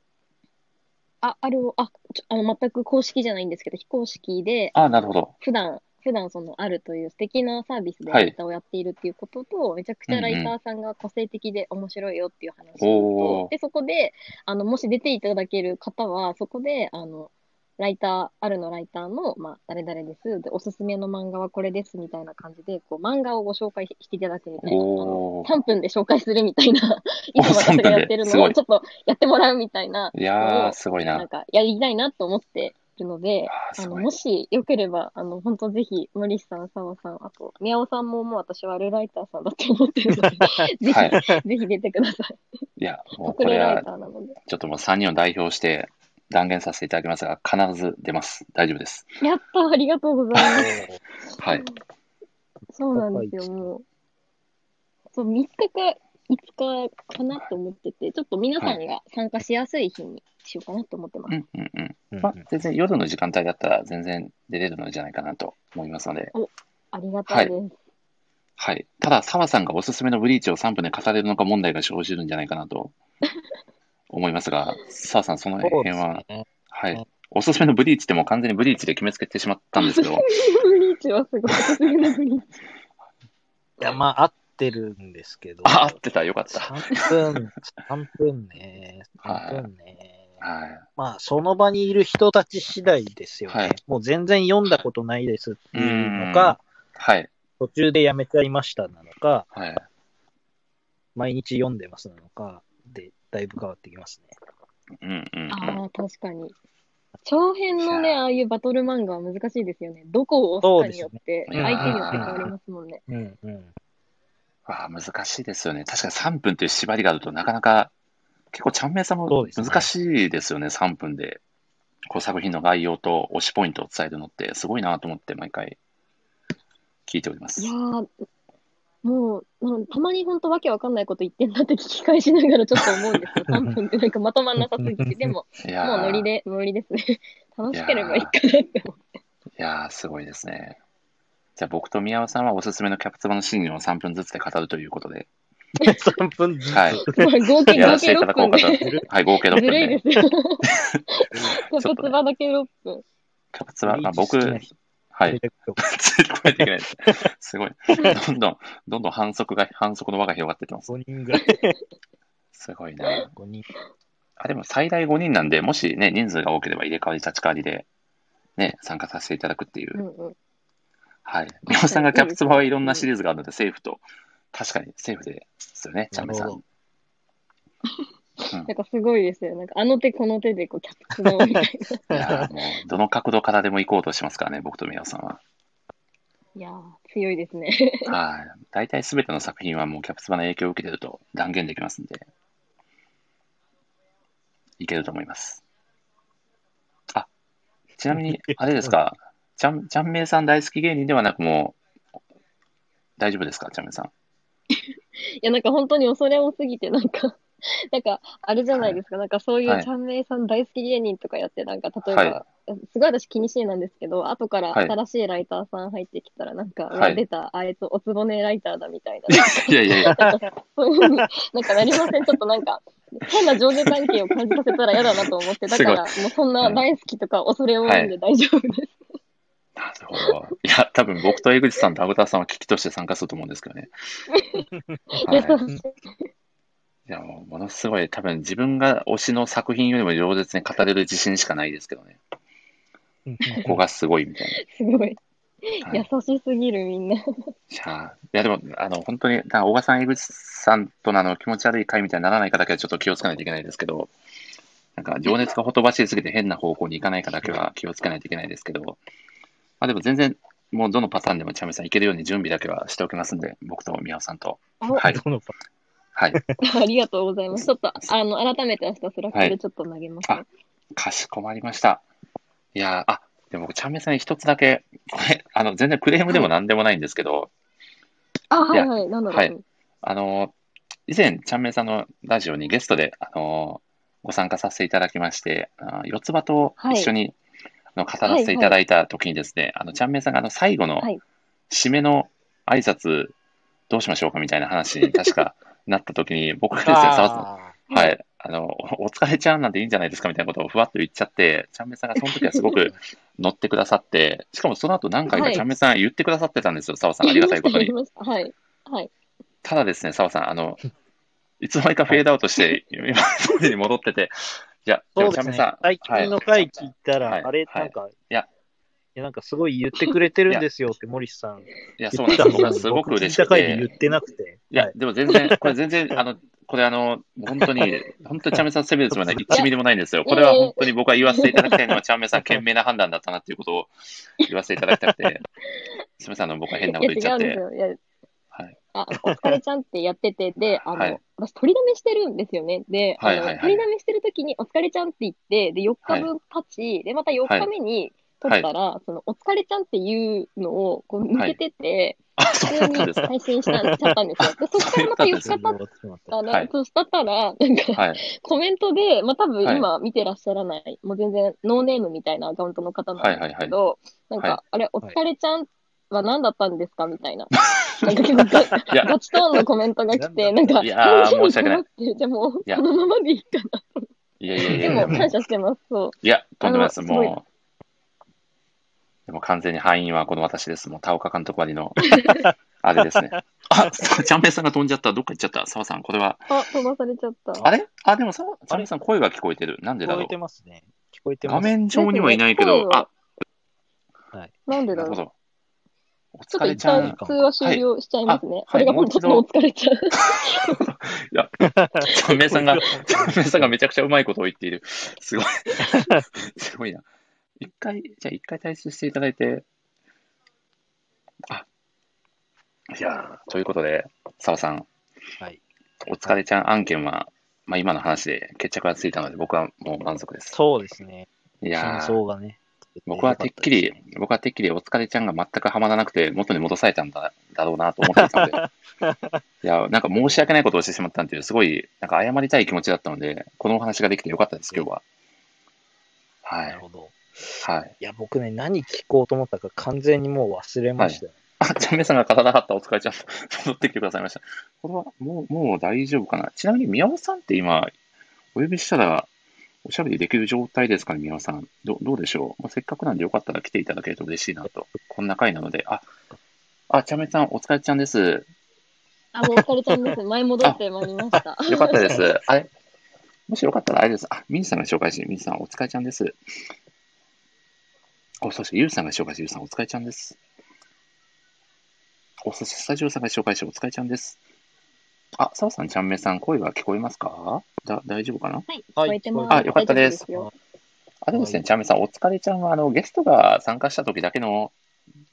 Speaker 3: あ、あるを、あ、ちょあの、全く公式じゃないんですけど、非公式で、
Speaker 1: あ、なるほど。
Speaker 3: 普段、普段そのあるという素敵なサービスで
Speaker 1: はい
Speaker 3: ネタをやっているっていうことと、めちゃくちゃライターさんが個性的で面白いよっていう話と、
Speaker 1: おー
Speaker 3: で、そこで、あの、もし出ていただける方は、そこで、あの、ライター、あるのライターの、まあ、誰々です。で、おすすめの漫画はこれです、みたいな感じで、こう、漫画をご紹介していただくみたいな、あの
Speaker 1: おー。
Speaker 3: 3分で紹介するみたいな、いつ
Speaker 1: 3
Speaker 3: もそ
Speaker 1: 分で
Speaker 3: れやってる
Speaker 1: す
Speaker 3: の
Speaker 1: ご
Speaker 3: を、
Speaker 1: い
Speaker 3: ちょっとやってもらうみたいな、
Speaker 1: いやー、すごい
Speaker 3: なん
Speaker 1: な。
Speaker 3: かやりたいなと思ってるので、
Speaker 1: あー
Speaker 3: あ
Speaker 1: す
Speaker 3: の
Speaker 1: ごい
Speaker 3: もしよければ、あの本当ぜひ、森さん、澤さん、あと、宮尾さんももう私はルライターさんだと思って るので、ぜひ、
Speaker 1: はい
Speaker 3: ぜひ出てください。
Speaker 1: いや、もうこ
Speaker 3: 隠れ
Speaker 1: れ
Speaker 3: ライ
Speaker 1: は、
Speaker 3: ターなので。
Speaker 1: ちょっともう3人を代表して断言させていただきますが、必ず出ます。大丈夫です。
Speaker 3: やったありがとうございます。
Speaker 1: はい。
Speaker 3: そうなんで
Speaker 2: 高
Speaker 3: すよ、
Speaker 2: い
Speaker 3: もう。そう、3日か5日かなと思ってて、ちょっと皆さんが参加しやすい日にしようかなと思ってます。
Speaker 1: うんうんうん。
Speaker 2: うんうん
Speaker 1: まあ、全然夜の時間帯だったら全然出れるのじゃないかなと思いますので、
Speaker 3: ありがたいです。
Speaker 1: はい。ただ、澤さんがおすすめのブリーチを3分で語れるのか問題が生じるんじゃないかな と思いますが、澤さん、その
Speaker 2: そう
Speaker 1: 辺
Speaker 2: です
Speaker 1: は、
Speaker 2: ね。
Speaker 1: はい。おすすめのブリーチってもう完全にブリーチで決めつけてしまったんですけ ど、
Speaker 3: ブリーチはすごい。さすがのブリーチ。
Speaker 2: いや、まあ、合ってるんですけど。
Speaker 1: あ、合ってた、よかった。
Speaker 2: 3分、3分ね。3分ね。
Speaker 1: はい。
Speaker 2: まあ、その場にいる人たち次第ですよね。
Speaker 1: はい
Speaker 2: もう全然読んだことないですっていうのか、
Speaker 1: はい。
Speaker 2: 途中でやめちゃいましたなのか、
Speaker 1: はい。
Speaker 2: 毎日読んでますなのか、で、だいぶ変わってきますね。
Speaker 1: うんうんうん。
Speaker 3: ああ、確かに。長編の
Speaker 1: い
Speaker 3: ね、
Speaker 1: や
Speaker 3: ああいうバトル漫画は難しいですよね。どこを押すかによって、
Speaker 1: そうですね
Speaker 3: 相手によって変わりますもんね。
Speaker 2: うんうん。
Speaker 1: あー難しいですよね。確かに3分という縛りがあると、なかなか、結構、ちゃんめいさん
Speaker 2: そ
Speaker 1: も
Speaker 2: うですね
Speaker 1: 難しいですよね、3分で。こう作品の概要と推しポイントを伝えるのって、すごいなと思って、毎回、聞いております
Speaker 3: いや。ー、もう、なんたまに本当わけわかんないこと言ってんなって聞き返しながらちょっと思うん ですよ。3分ってなんかまとまんなさすぎて。でも、
Speaker 1: いや
Speaker 3: もう
Speaker 1: ー
Speaker 3: ノリで、ノリですね。楽しければいいかなって思う。
Speaker 1: いやー、すごいですね。じゃあ、僕と宮尾さんはおすすめのキャプツバのシーンを3分ずつで語るということで、
Speaker 2: 3分ずつ。
Speaker 1: はい。
Speaker 3: まあ合計、
Speaker 1: やら
Speaker 3: 合
Speaker 1: せて
Speaker 3: 計
Speaker 1: いただ
Speaker 3: 6
Speaker 1: こう
Speaker 3: 分
Speaker 1: かと
Speaker 3: で。。
Speaker 1: はい、合計6
Speaker 3: ず
Speaker 1: 分
Speaker 3: るい
Speaker 1: で
Speaker 3: で。すよ。
Speaker 1: ょっとね
Speaker 3: やっぱつばだけ6分。
Speaker 1: キャプツバ、まあ、僕、
Speaker 2: ブリーチ
Speaker 1: は
Speaker 2: 好
Speaker 1: い
Speaker 2: き。な人
Speaker 1: ついてこないといけないです。すごい。どんどん、どんどん反則が、反則の輪が広がっていってます。
Speaker 2: 5人ぐらい。
Speaker 1: すごいな。
Speaker 2: 5人。
Speaker 1: あ、でも最大5人なんで、もしね、人数が多ければ入れ替わり立ち替わりで、ね、参加させていただくっていうう。
Speaker 3: んうん。
Speaker 1: はい。宮本さんがキャプツバはいろんなシリーズがあるので、セーフと、確かにセーフですよね、チャンメさ
Speaker 2: なる
Speaker 1: ん。
Speaker 3: なんかすごいですよ。なんかあの手この手でこうキャプツバをみたいな。
Speaker 1: いやーもう、どの角度からでも行こうとしますからね、僕と宮本さんは。
Speaker 3: いやー、強いですね。
Speaker 1: はい。大体全ての作品はもうキャプツバの影響を受けてると断言できますんで、いけると思います。あ、ちなみ に、あれですか、ちゃん、ちゃんめいさん大好き芸人ではなくもう、大丈夫ですか、ちゃんめいさん。
Speaker 3: いや、なんか本当に恐れ多すぎて、なんか、なんか、あれじゃないですか、なんかそうい
Speaker 1: は
Speaker 3: う
Speaker 1: い
Speaker 3: ちゃんめいさん大好き芸人とかやって、なんか例え
Speaker 1: は
Speaker 3: ば、すごい私気にしいなんですけど、後から
Speaker 1: はい
Speaker 3: 新しいライターさん入ってきたら、なんか、
Speaker 1: はいう
Speaker 3: わ出た、あいつおつぼねライターだみ たいな、
Speaker 1: いやいやいや、
Speaker 3: なんかそういうふうになんかなりません。ちょっとなんか、変な上下関係を感じさせたら嫌だなと思って、だから、もうそんな大好きとか恐れ多いんで大丈夫です。
Speaker 1: なるほど。いや、多分僕と江口さんとアブターさんは危機として参加すると思うんですけど ね。はい
Speaker 3: 優しい。
Speaker 1: いや、もうものすごい、多分自分が推しの作品よりも饒舌に語れる自信しかないですけどね。ここがすごいみたい
Speaker 3: すごい。
Speaker 1: な。はい
Speaker 3: 優しすぎる、みんな。
Speaker 1: いやー、いやでも、あの、本当に、だ小川さん、江口さんとのあの気持ち悪い回みたいにならないかだけはちょっと気をつけないといけないですけど、なんか、情熱がほとばしりすぎて変な方向に行かないかだけは気をつけないといけないですけど、まあでも全然、もうどのパターンでもチャミさんいけるように準備だけはしておきますんで、僕と宮尾さんと。
Speaker 3: お
Speaker 1: はい。
Speaker 2: どのパ
Speaker 1: はい。
Speaker 3: ありがとうございます。ちょっと、あの、改めて明日スラックでちょっと投げますね。
Speaker 1: はいかしこまりました。いやー、あ、でも僕、チャンメイさんに一つだけ、これ、あの、全然クレームでも何でもないんですけど、
Speaker 3: あ、はい
Speaker 1: や
Speaker 3: いはい、なんだろう。
Speaker 1: はい
Speaker 3: うん
Speaker 1: あの、以前、ちゃんめいさんのラジオにゲストで、あの、ご参加させていただきまして、あ四つ葉と一緒に、あの、語らせていただいた時にですね、あの、ちゃんめいさんが、あの、最後の
Speaker 3: はい、
Speaker 1: 締めの挨拶、どうしましょうかみたいな話に確かなった時 に、僕がですね、沢田さん
Speaker 2: あ
Speaker 3: ー
Speaker 1: はい、あの、おお疲れちゃんなんていいんじゃないですかみたいなことをふわっと言っちゃって、ちゃんめいさんがその時はすごく乗ってくださって、しかもその後何回
Speaker 3: は
Speaker 1: か
Speaker 3: い
Speaker 1: ちゃんめいさん言ってくださってたんですよ、澤さん、ありがたいことに
Speaker 3: 言。いました言いました はい。はい。
Speaker 1: ただですね、澤さん、あの、いつの間にかフェードアウトして、今通りに戻ってて、じゃあ、
Speaker 2: そう
Speaker 1: ち
Speaker 2: で
Speaker 1: ゃん
Speaker 2: す
Speaker 1: めい
Speaker 2: ね
Speaker 1: さ。ん、
Speaker 2: 最近の回聞いた
Speaker 1: はい
Speaker 2: ら、あれ、
Speaker 1: はい
Speaker 2: なんか、
Speaker 1: いや
Speaker 2: いや、なんかすごい言ってくれてるんですよって、森士さん
Speaker 1: いや、そ
Speaker 2: 言
Speaker 1: うな
Speaker 2: っ
Speaker 1: ん
Speaker 2: てた
Speaker 1: です、僕
Speaker 2: の
Speaker 1: はすごく
Speaker 2: に、僕聞
Speaker 1: 嬉
Speaker 2: い
Speaker 1: したく
Speaker 2: 回
Speaker 1: て
Speaker 2: で、言ってなくて。
Speaker 1: いや
Speaker 2: は、
Speaker 1: でも全然、これ全然、あの、これあの、本当に、本当にちゃんめいさんの責めるつ もりは1ミリもないんですよ。これは本当に僕は言わせていただきたいのは、ちゃんめいさん、賢明な判断だったなっていうことを言わせていただきたくて、すみません、あの、僕は変なこと言っ
Speaker 3: い
Speaker 1: ち
Speaker 3: や、違
Speaker 1: ゃ
Speaker 3: う
Speaker 1: っ
Speaker 3: んです
Speaker 1: て、
Speaker 3: よ。いや、
Speaker 1: はい、
Speaker 3: あ、お疲れちゃんってやっ てて、で、あの、
Speaker 1: はい
Speaker 3: 私、取りだめしてるんですよね。で、あの、
Speaker 1: はいはいはい
Speaker 3: 取りだめしてる時に、お疲れちゃんって言って、で、4日分経ち、で、また4日目に取ったら、その、お疲れちゃんっていうのを、こう、抜けてて、
Speaker 1: あ、そうだっ
Speaker 3: 普通
Speaker 1: たん
Speaker 3: に
Speaker 1: ですか。
Speaker 3: 配信したちゃったんですよ。で、そしたらまた4日経っ
Speaker 2: い。
Speaker 3: たね、
Speaker 1: はい
Speaker 3: そしたら、なんか、
Speaker 1: はい、
Speaker 3: コメントで、まあ、多分今見てらっしゃらない、もう全然ノーネームみたいなアカウントの方なんですけど、
Speaker 1: いはい
Speaker 3: なんか、
Speaker 1: は
Speaker 3: あれ、お
Speaker 2: い
Speaker 3: 疲れちゃんは何だったんですかみ たいな。なんか結構ガ、
Speaker 1: いや
Speaker 3: ガチトーンのコメントが来て、なんか、
Speaker 1: いやー
Speaker 3: 返
Speaker 1: 申
Speaker 3: 事
Speaker 1: し訳ない
Speaker 3: に困って、じゃあもう、
Speaker 1: いや
Speaker 3: そのままでいいか
Speaker 1: いやいやい
Speaker 3: な。
Speaker 1: や
Speaker 3: で
Speaker 1: いや、
Speaker 3: も、感謝してます。そう。
Speaker 1: いや、とんでもないです。
Speaker 3: あのすごい
Speaker 1: もう、でも完全に敗因はこの私です。もう、田岡監督割りの、あれですね。あ、そうちゃんめいさんが飛んじゃった。どっか行っちゃった。澤さん、これは。
Speaker 3: あ、飛ばされちゃった。
Speaker 1: あれあ、でもさ、ちゃんめいさん声が聞こえてる。なんで
Speaker 2: 聞
Speaker 1: だ
Speaker 2: こ
Speaker 1: ろ
Speaker 2: え
Speaker 1: う
Speaker 2: て。ますね。聞こえてま
Speaker 1: 画
Speaker 2: す。
Speaker 1: 面上にはいないけ
Speaker 3: そう
Speaker 1: ど、
Speaker 3: ですね
Speaker 1: あ、
Speaker 3: なんで
Speaker 1: な
Speaker 3: だ
Speaker 1: る
Speaker 3: ろ
Speaker 1: ほ
Speaker 3: う。
Speaker 1: ど。お
Speaker 3: ちょっと
Speaker 1: 疲れ
Speaker 3: 一
Speaker 1: ちゃん。
Speaker 3: 旦
Speaker 1: い
Speaker 2: か
Speaker 3: 通話終了しちゃいますね。
Speaker 1: はい
Speaker 3: これが本当の
Speaker 1: もう
Speaker 3: お疲れちゃん。
Speaker 1: や、ちゃんめいさんが、ちゃんめいさんがめちゃくちゃうまいことを言っている。す ごい。すごいな。一回、じゃあ一回退出していただいて。あ、いやーということで、澤さん、
Speaker 2: はい
Speaker 1: お疲れちゃん案件は、まあ今の話で決着がついたので、僕はもう満足です。
Speaker 2: そうですね。
Speaker 1: いや
Speaker 2: 真
Speaker 1: ー
Speaker 2: 相がね。
Speaker 1: 僕はてっきり、僕はてっきりお疲れちゃんが全くはまらなくて元に戻されたんだだろうなと思っていたので、 いや、なんか申し訳ないことをしてしまったんていう、すごい、なんか謝りたい気持ちだったので、このお話ができてよかったです、今日は。は
Speaker 2: ないる。ほど。
Speaker 1: はい。
Speaker 2: いや、僕ね、何聞こうと思ったか完全にもう忘れましたよ。
Speaker 1: あ、ちゃんめいさんが語らなかったお疲れちゃん、 戻ってきてくださいました。これは、もう、もう大丈夫かな。ちなみに、宮尾さんって今、お呼びしたら、おしゃべりできる状態ですかね、宮尾さん。どどうでしょう、まあ、せっかくなんでよかったら来ていただけると嬉しいなと。こんな回なので、あ、あ、ちゃんめいさん、お疲れちゃんです。
Speaker 3: あ、もうお疲れちゃん です。前戻ってまいりました。
Speaker 1: よかったです。あれもしよかったら、あれです。あ、ミンさんが紹介して、ミンさん、お疲れちゃんです。お、そして、ユウさんが紹介して、ユウさん、お疲れちゃんです。お、そして、スタジオさんが紹介して、お疲れちゃんです。あ、サオさん、ちゃんめいさん、声が聞こえますかだ、大丈夫かな
Speaker 3: はい、
Speaker 2: は
Speaker 3: 聞
Speaker 2: い
Speaker 3: こえてます。
Speaker 1: あよかったです
Speaker 3: 大丈夫よ
Speaker 1: あ、でもです
Speaker 2: は
Speaker 1: ね、
Speaker 2: い
Speaker 1: ちゃんめいさん、お疲れちゃんは、あの、ゲストが参加した時だけの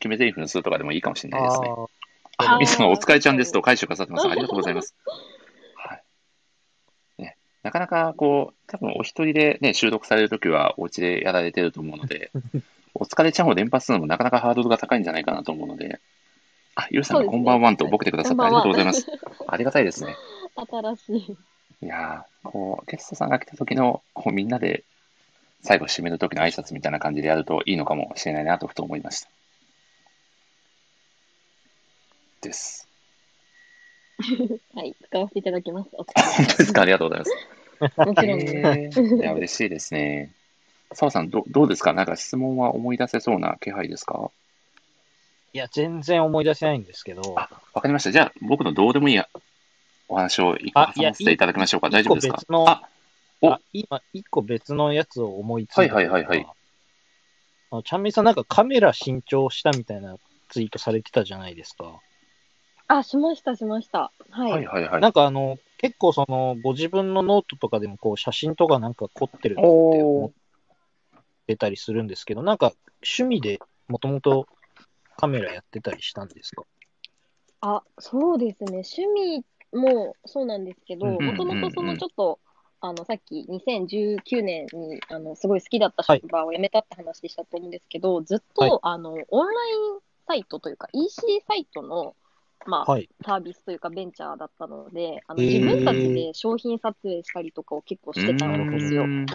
Speaker 1: 決め台詞にするとかでもいいかもしれないですね。
Speaker 2: あー
Speaker 1: あ、
Speaker 3: あー
Speaker 1: ミスさんがお疲れちゃんですと返してくださってます。ありがとうございます。はい。ね、なかなかこう、多分お一人でね、収録されるときはお家でやられてると思うの で、お疲れちゃんを連発するのもなかなかハードルが高いんじゃないかなと思うので、あ、ゆうさんが
Speaker 3: そうです
Speaker 1: こ
Speaker 3: ね
Speaker 1: んばんはんとボケてくださってありがとうございます。
Speaker 3: こんばん
Speaker 1: ありがたいですね。
Speaker 3: は新しい。
Speaker 1: いやーこう、ゲストさんが来た時の、こうみんなで最後締める時の挨拶みたいな感じでやるといいのかもしれないなとふと思いました。です。
Speaker 3: はい、使わせていただきます。お疲
Speaker 1: あ本当ですかありがとうございます。
Speaker 3: れもちろんです。
Speaker 1: えいや、嬉しいですね。澤さん、どどうですかなんか質問は思い出せそうな気配ですか
Speaker 2: いや、全然思い出せないんですけど、
Speaker 1: あ、わかりました。じゃあ、僕のどうでもいいやお話を一個
Speaker 2: あい
Speaker 1: 挟
Speaker 2: や
Speaker 1: ませていただきましょうか。
Speaker 2: い
Speaker 1: 大丈夫ですか
Speaker 2: 一個別の
Speaker 1: あ、お
Speaker 2: あ今、一個別のやつを思いついたのが。
Speaker 1: はいはいはいはい
Speaker 2: あの。ちゃんみさん、なんかカメラ新調したみたいなツイートされてたじゃないですか。
Speaker 3: あ、しました、しました。はい。
Speaker 1: はいはいはい。
Speaker 2: なんかあの、結構その、ご自分のノートとかでもこう、写真とかなんか凝ってるなって思ってたりするんですけど、なんか趣味でもともとカメラやってたりしたんですか
Speaker 3: あ、そうですね。趣味もそうなんですけど、
Speaker 2: うんうん
Speaker 1: うんう
Speaker 3: もと
Speaker 1: ん
Speaker 3: もとそのちょっと、あの、さっき2019年に、あの、すごい好きだった職場を辞めたって話したと思うんですけど、ずっと、
Speaker 2: はい
Speaker 3: あの、オンラインサイトというか、EC サイトの、まあ、
Speaker 2: はい。
Speaker 3: サービスというかベンチャーだったので、あの
Speaker 2: へー
Speaker 3: 自分たちで商品撮影したりとかを結構してたんですよ
Speaker 1: う。ん
Speaker 3: な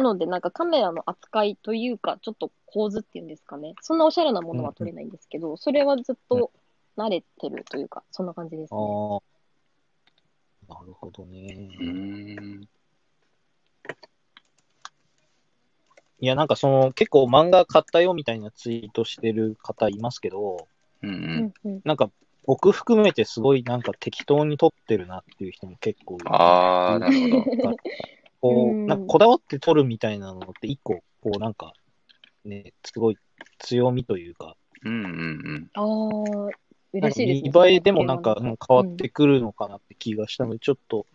Speaker 3: ので、なんかカメラの扱いというか、ちょっと構図っていうんですかね、そんなおしゃれなものは撮れないんですけど、それはずっと慣れてるというか、そんな感じです
Speaker 2: ああ
Speaker 3: ね。
Speaker 2: ー。なるほどね。
Speaker 1: うーん
Speaker 2: いや、なんかその、結構漫画買ったよみたいなツイートしてる方いますけど、
Speaker 1: うんう
Speaker 3: うんんうん、
Speaker 2: なんか僕含めてすごいなんか適当に撮ってるなっていう人も結構いて
Speaker 1: ああ、なる ほど。
Speaker 2: こ
Speaker 3: うん
Speaker 2: う、なんかこだわって撮るみたいなのって一個、こうなんか、ね、すごい強みというか、
Speaker 1: うんうん
Speaker 3: ああ、
Speaker 2: なん
Speaker 3: 嬉
Speaker 2: か
Speaker 3: しいですね。
Speaker 2: 見栄えでもなんか
Speaker 3: そ
Speaker 2: うん変わってくるのかなって気がしたので、ちょっと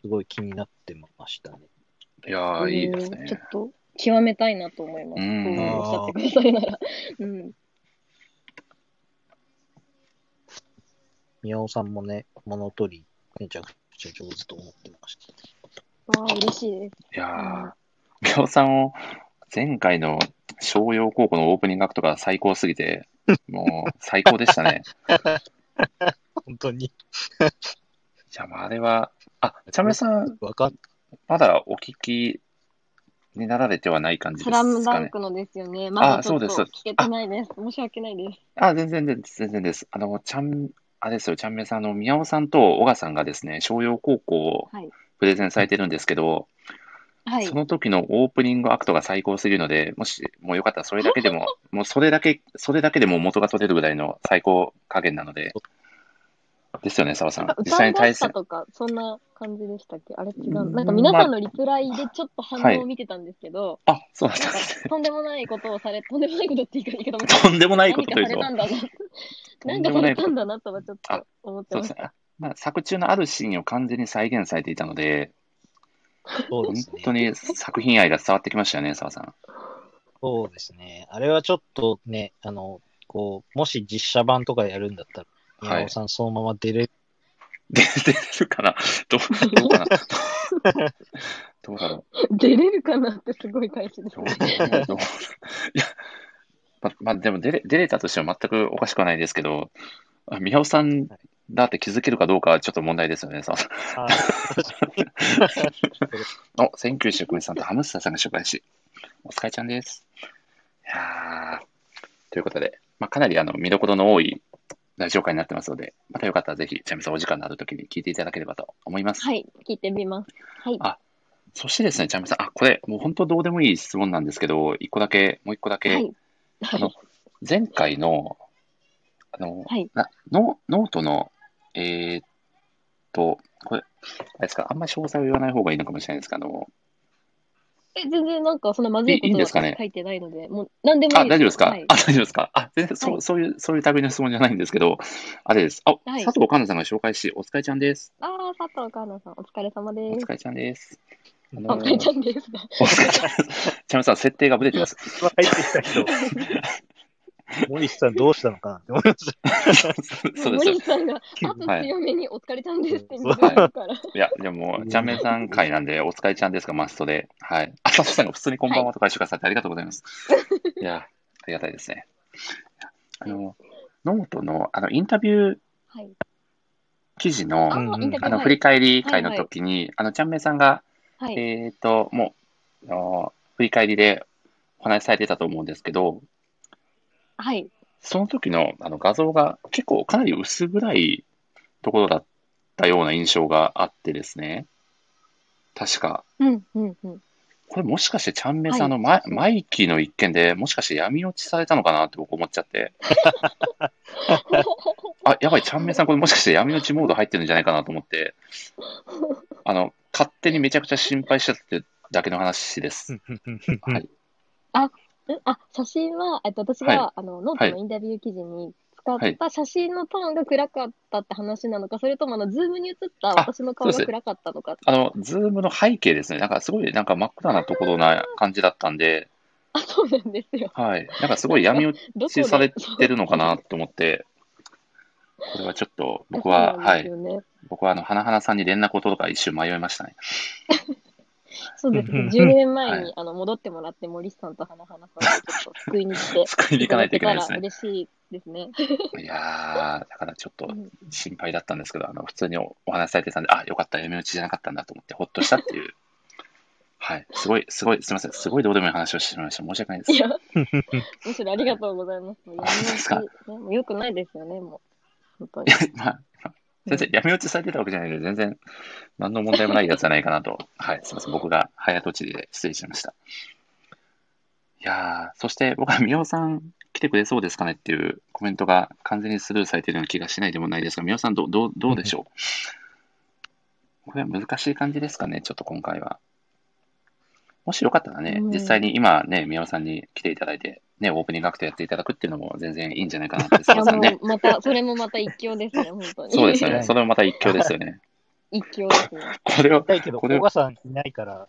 Speaker 2: すごい気になってましたね。
Speaker 1: うん。いやー、
Speaker 3: の経験はい
Speaker 1: いです
Speaker 3: うんちょっ
Speaker 1: ね。
Speaker 3: と極めたいなと思います。
Speaker 1: う
Speaker 3: こ
Speaker 1: ん
Speaker 3: うおっしゃってくださるなら。うん、
Speaker 2: 宮尾さんもね、物撮り、めちゃくちゃ上手と思ってました。
Speaker 3: わあ、嬉しいです。
Speaker 1: いやー、りょうさんを前回の商用高校のオープニングアクトが最高すぎて、もう最高でしたね。
Speaker 2: 本当に
Speaker 1: いや、まああれは、あ、チャムラさん、
Speaker 2: わかん
Speaker 1: まだお聞きになられてはない感じ
Speaker 3: ス
Speaker 1: で
Speaker 3: ラム
Speaker 1: す
Speaker 3: ダ
Speaker 1: か
Speaker 3: ン
Speaker 1: ね。
Speaker 3: クのですよね。まだちょっと
Speaker 1: あそうです
Speaker 3: 聞けてないです。申し訳ないです。
Speaker 1: あ、全然です、全然です。あの、ちゃん、あれですよ、ちゃんめいさん、あの、宮尾さんと小川さんがですね、商用高校を
Speaker 3: はい。
Speaker 1: プレゼンされてるんですけど、
Speaker 3: はい
Speaker 1: そ。の時のオープニングアクトが最高すぎるので、もし、もうよかったらそれだけで も、もうそれだけ、それだけでも元が取れるぐらいの最高加減なので、ですよね、澤さん。実
Speaker 3: 歌
Speaker 1: 際
Speaker 3: い
Speaker 1: に対
Speaker 3: 出し
Speaker 1: 戦
Speaker 3: た、とか、そんな感じでしたっけあれ違う。
Speaker 1: うん
Speaker 3: なんか皆さんのリプライでちょっと
Speaker 1: は
Speaker 3: 反
Speaker 1: い
Speaker 3: 応を見てたんですけど、
Speaker 1: あ、そうだった
Speaker 3: な
Speaker 1: ん
Speaker 3: んか
Speaker 1: ですね。
Speaker 3: とんでもないことをされ、 とんでもないことって言い方言い方も
Speaker 1: とんでもないことという
Speaker 3: 何かされ
Speaker 1: と、と
Speaker 3: たんだな。なんん
Speaker 1: で
Speaker 3: か
Speaker 1: も
Speaker 3: さ
Speaker 1: ない
Speaker 3: れ
Speaker 1: こと
Speaker 3: たんだなとはちょっと思って
Speaker 1: そう
Speaker 3: ま。
Speaker 1: ですすね。まあ、作中のあるシーンを完全に再現されていたので、
Speaker 2: そうで
Speaker 1: 本
Speaker 2: すね
Speaker 1: 当。に作品愛が伝わってきましたよね、澤さん。
Speaker 2: そうですね。あれはちょっとね、あの、こう、もし実写版とかやるんだったら、
Speaker 1: はい
Speaker 2: 宮尾さんそのまま出れ、
Speaker 1: 出出るかなどう、どうかなどうだろ
Speaker 3: 出れるかなってすごい返しです
Speaker 1: う
Speaker 3: ね。
Speaker 1: どうどういや、ま、まあ、でも出れ、出れたとしても全くおかしくはないですけど、あ宮尾さんだって気づけるかどうかはちょっと問題ですよね。そう
Speaker 2: あ
Speaker 1: お、センキュー職人さんとハムスターさんが紹介し、お疲れちゃんです。いやーということで、まあ、かなりあの見どころの多いラジオ会になってますので、またよかったらぜひ、ちゃみさんお時間のあるときに聞いていただければと思います。
Speaker 3: はい、聞いてみます。はい。
Speaker 1: あそしてですね、ちゃみさん、あ、これ、もう本当どうでもいい質問なんですけど、一個だけ、もう一個だけ、
Speaker 3: はい。
Speaker 1: あの前回の、あの、
Speaker 3: はい
Speaker 1: なノノートの、えーっと、これ、あれですか、あんまり詳細を言わない方がいいのかもしれないですけど、あの
Speaker 3: え、全然なんかそんなまず
Speaker 1: い
Speaker 3: い
Speaker 1: いいん
Speaker 3: こ
Speaker 1: で
Speaker 3: と
Speaker 1: すか
Speaker 3: は
Speaker 1: ね
Speaker 3: 書いてないので、もう何でも
Speaker 1: あ、
Speaker 3: いい
Speaker 1: 大丈夫ですか、
Speaker 3: はい
Speaker 1: あ、大丈夫ですかあ、全然そう、
Speaker 3: はい
Speaker 1: そういう、そういう類の質問じゃないんですけど、あれです。あ、
Speaker 3: はい
Speaker 1: 佐藤環奈さんが紹介し、お疲れちゃんです。
Speaker 3: ああ、佐藤香菜さん、お疲れ様
Speaker 1: お
Speaker 3: です
Speaker 1: 疲。れちゃんです。あ
Speaker 3: お
Speaker 1: の
Speaker 3: 疲れちゃんです。
Speaker 1: お疲れちゃんです。ちなみにさん、設定がブレて ます。
Speaker 2: 入ってきたけど、森下さんどうしたのかなって思いました。
Speaker 1: そうです。
Speaker 3: 森さんが、あと強めにお疲れちゃんですって言って
Speaker 1: はい
Speaker 3: くれるから。
Speaker 1: いや、でも、ちゃんめんさん会なんで、お疲れちゃんですが、マストで。はい。あ、佐藤さんが普通にこんばんはとかしてくださってありがとうございます。いや、ありがたいですね。あの、ノートの、あの、インタビュー
Speaker 3: はい。
Speaker 1: 記事の、
Speaker 3: あ
Speaker 1: あ
Speaker 2: うんう
Speaker 3: ー、
Speaker 2: ん
Speaker 3: インタビュー
Speaker 1: の、
Speaker 3: は
Speaker 1: 振り
Speaker 3: い。
Speaker 1: 返り会の時に、あの、ちゃんめんさんが、
Speaker 3: はい。
Speaker 1: えっと、もう、あの振り返りでお話しされてたと思うんですけど、
Speaker 3: はい。
Speaker 1: その時のあの画像が結構かなり薄暗いところだったような印象があってですね、確か、
Speaker 3: うん、うん、うん。
Speaker 1: これもしかしてちゃんめいさんの
Speaker 3: はい
Speaker 1: マ,、
Speaker 3: そうそう
Speaker 1: マイキーの一件でもしかして闇落ちされたのかなって僕思っちゃって、 あ、やばい、ちゃんめいさんこれもしかして闇落ちモード入ってるんじゃないかなと思って、あの、勝手にめちゃくちゃ心配しちゃってるだけの話です。は
Speaker 2: はいい。
Speaker 3: んあ、写真は、えっと、私
Speaker 1: は
Speaker 3: が、あの、ノ
Speaker 1: は
Speaker 3: ート
Speaker 1: い
Speaker 3: のインタビュー記事に使っ
Speaker 1: はい
Speaker 3: た写真のトーンが暗かったって話なのか、それとも、あの、ズームに映った私の顔
Speaker 1: そう
Speaker 3: が
Speaker 1: です
Speaker 3: 暗かったのか。
Speaker 1: あの、ズームの背景ですね。なんかすごいなんか真っ暗なところな感じだったんで、
Speaker 3: あ、そうなんですよ。
Speaker 1: はい。なんかすごい闇落
Speaker 3: どこ
Speaker 1: ち
Speaker 3: で
Speaker 1: されてるのかなと思って、これはちょっと僕は、
Speaker 3: そうな
Speaker 1: は
Speaker 3: んです
Speaker 1: い。
Speaker 3: よね。
Speaker 1: 僕はあの、花々さんに連絡を取るか一瞬迷いましたね。
Speaker 3: そうです。
Speaker 2: うん
Speaker 3: 12年前に、
Speaker 1: はい、
Speaker 3: あの戻ってもらって、森さんと花花さんをちょっと救いに来て
Speaker 1: 救い に行かないといけないです
Speaker 3: ただ
Speaker 1: ね。
Speaker 3: けたら嬉しいですね。
Speaker 1: いやー、だからちょっと
Speaker 3: うん
Speaker 1: 心配だったんですけど、あの、普通におお話しされてたんで、あ、よかった、夢打ちじゃなかったんだと思って、ほっとしたっていう。はい。すごい、すごい、すみません。すごいどうでもいい話をしてしまいました。申し訳ないで
Speaker 3: い
Speaker 1: す。
Speaker 3: や、むしろありがとうございます。もうやめ
Speaker 1: そう
Speaker 3: ま
Speaker 1: です
Speaker 3: し
Speaker 1: か
Speaker 3: ね、もう良くないですよね、もう。
Speaker 1: い
Speaker 3: 本当に
Speaker 1: や。、 まあ、全然、闇落ちされてたわけじゃないので、全然、何の問題もないやつじゃないかなと。 はい、すみません。僕が早とちりで失礼しました。いやー、そして僕は、みおさん来てくれそうですかねっていうコメントが完全にスルーされてるような気がしないでもないですが、みおさんどう、どう、どうでし ょうこれは難しい感じですかね、ちょっと今回は。もしよかったらね、
Speaker 3: うん
Speaker 1: 実際に今ね、みおさんに来ていただいて、ね、オープニングアクトやっていただくっていうのも全然いいんじゃないかなって、す
Speaker 3: い
Speaker 1: み
Speaker 3: や
Speaker 1: ませんね
Speaker 3: も。うまた、それもまた一 強ですね、本当に。
Speaker 1: そうですよ
Speaker 2: は
Speaker 1: ね。
Speaker 2: い
Speaker 1: それもまた一強ですよね。
Speaker 3: 一強ですね。
Speaker 1: これを、
Speaker 2: だけど、
Speaker 1: これ
Speaker 2: 小川さんいないから、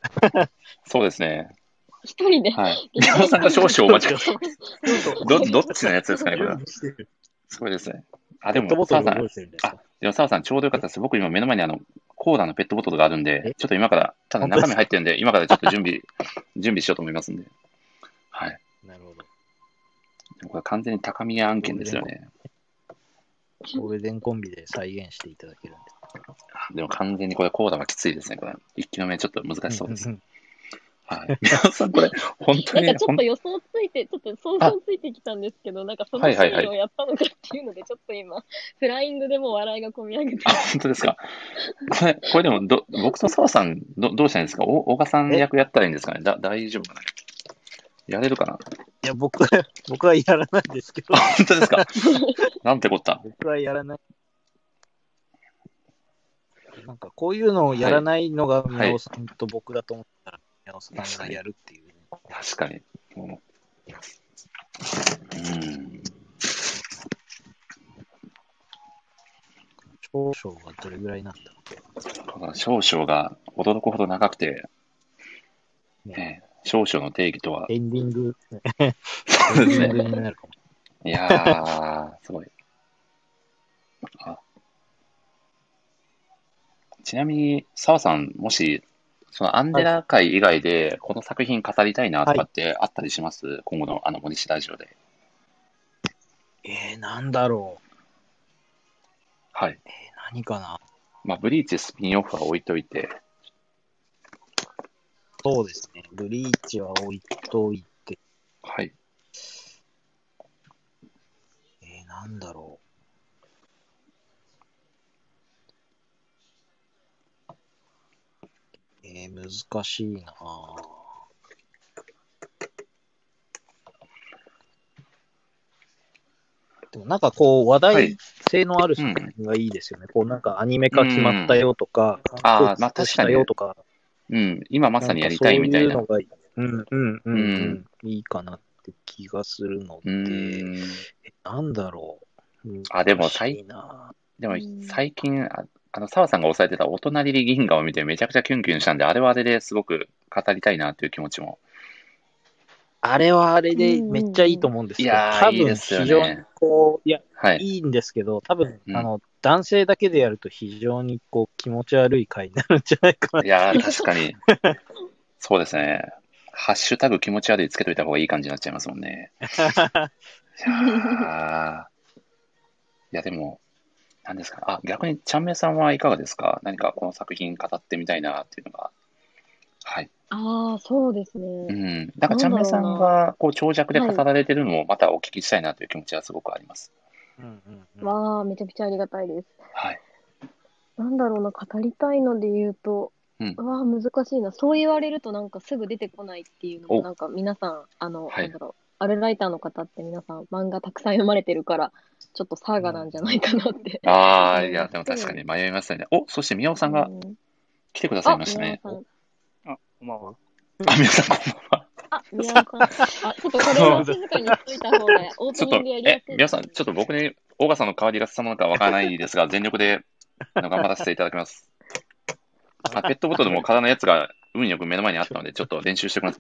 Speaker 1: そうですね。
Speaker 3: 一人 で。
Speaker 1: はい。山尾さんが少々お待ちください。ど、どっちのやつですかね、これは。
Speaker 2: してる。
Speaker 1: すごいですね。あ、
Speaker 2: ペ
Speaker 1: で
Speaker 2: ット
Speaker 1: も、
Speaker 2: ボト
Speaker 1: 澤
Speaker 2: ル
Speaker 1: さ
Speaker 2: が動
Speaker 1: ん
Speaker 2: い、てるんです
Speaker 1: あ
Speaker 2: か。、
Speaker 1: でも澤さん、ちょうどよかったです。僕今目の前にあの、コーラのペットボトルがあるんで
Speaker 2: え、
Speaker 1: ちょっと今から、ただ
Speaker 2: 本当です
Speaker 1: 中身入ってるんで、今からちょっと準備、 準備しようと思いますんで。はい。
Speaker 2: なるほど。
Speaker 1: でもこれ完全に高宮案件ですよね。
Speaker 2: ゴールデンコンビで再現していただけるんで。
Speaker 1: あでも完全にこれコーラはきついですね、これ。一気の目ちょっと難しそうです。
Speaker 2: んん
Speaker 1: はい。皆さん、これ、本当
Speaker 3: なん
Speaker 1: に
Speaker 3: か、ちょっと予想ついて、ちょっと想像ついてきたんですけど、なんかその
Speaker 1: はい
Speaker 3: シ
Speaker 1: はいはい
Speaker 3: ーンをやったのかっていうので、ちょっと今、フライングでもう笑いがこみ上げて、
Speaker 1: あ、本当ですか。これ、これでもど、僕と澤さん、ど、どうしたらいいんですかお、岡さん役やったらいいんですかねだ、大丈夫かなやれるかない
Speaker 2: や、僕は、僕はやらないですけど、
Speaker 1: 本当ですかなんてこった。
Speaker 2: 僕はやらない。なんか、こういうのをやらないのが、
Speaker 1: い
Speaker 2: 宮尾さんと僕だと思ったら、宮尾さんがやるっていうね。
Speaker 1: 確かに。もううん。
Speaker 2: 少々がどれぐらいなんだろ
Speaker 1: この少々が驚くほど長くて、
Speaker 2: うね。
Speaker 1: ね、少々の定義とは、
Speaker 2: エンディング、
Speaker 1: そうで
Speaker 2: エ
Speaker 1: す
Speaker 2: ンディン
Speaker 1: ね。
Speaker 2: グになるかも。
Speaker 1: いやー、すごい。あちなみに、澤さん、もし、そのアンデラ会以外で、この作品語りたいなとかってあったりします、今後のあの、森氏ラジオで。
Speaker 2: えー、なんだろう。
Speaker 1: はい。
Speaker 2: えー、何かな。
Speaker 1: まあ、ブリーチスピンオフは置いといて、
Speaker 2: そうですね。ブリーチは置いといて、
Speaker 1: はい。
Speaker 2: えー、なんだろう。えー、難しいなぁでもなんかこう、話題性のある
Speaker 1: はいう
Speaker 2: 作
Speaker 1: ん
Speaker 2: 品がいいですよね。こうなんかアニメ化決まったよとか、
Speaker 1: あー
Speaker 2: 韓国
Speaker 1: まあ確かに
Speaker 2: したよとか、
Speaker 1: うん、今まさにやりたいみたいな。う
Speaker 2: んかそういうのがいい。うんうんうん、うんいいかなって気がするので、
Speaker 1: ーん。
Speaker 2: なんだろう。
Speaker 1: あでも
Speaker 2: 難しいな
Speaker 1: でも、最近、ああの、澤さんが押さえてたお隣り銀河を見てめちゃくちゃキュンキュンしたんで、あれはあれですごく語りたいなっていう気持ちも。
Speaker 2: あれはあれでめっちゃいいと思うんですけど、
Speaker 1: うんうんうんいやー
Speaker 2: 多
Speaker 1: いいで
Speaker 2: 分
Speaker 1: すよね
Speaker 2: 非常にこう、いや、
Speaker 1: はい。
Speaker 2: いいんですけど、多分、
Speaker 1: うん
Speaker 2: あの、男性だけでやると非常にこう気持ち悪い回になるんじゃないか な。
Speaker 1: いやー、確かに。そうですね。ハッシュタグ気持ち悪いつけといた方がいい感じになっちゃいますもんね。いやーいや、でも、何ですか。あ、逆に、ちゃんめいさんはいかがですか何かこの作品語ってみたいなっていうのが。はい。
Speaker 3: ああ、そうですね。
Speaker 1: うん。なんか、ちゃんめいさんが、こう、長尺で語られてるのをまたお聞きしたいなという気持ちはすごくあります。
Speaker 2: うんうんうん
Speaker 3: わあ、めちゃくちゃありがたいです。
Speaker 1: はい。
Speaker 3: なんだろうな、語りたいので言うと、
Speaker 1: うん
Speaker 3: わあ、難しいな。そう言われると、なんかすぐ出てこないっていうの
Speaker 1: お
Speaker 3: も、なんか皆さん、あの、
Speaker 1: はい
Speaker 3: なんだろう、アルライターの方って皆さん、漫画たくさん読まれてるから、ちょっとサーガなんじゃないかなって。
Speaker 1: ああ、いや、
Speaker 3: うん
Speaker 1: でも確かに迷いますよね。お、そして宮尾さん
Speaker 3: う
Speaker 1: が
Speaker 3: ん
Speaker 1: 来てください
Speaker 3: あ、
Speaker 1: ました
Speaker 3: 宮
Speaker 1: ね
Speaker 3: 尾。さん。
Speaker 2: こんばんは。
Speaker 1: あ、宮尾さん、こんばんは。
Speaker 3: あ、宮尾さん。あ、ちょっとこれは静かにしといた方が、オー
Speaker 1: ち
Speaker 3: プ
Speaker 1: ょっと
Speaker 3: ニングや、りや
Speaker 1: え
Speaker 3: す、い。
Speaker 1: 宮尾さん、ちょっと僕に、大川さんの代わりが務まるかわからないです が、全力で、あの、頑張らせていただきます。あ、ペットボトルも空のやつが、運よく目の前にあったので、ちょっと練習しておきます。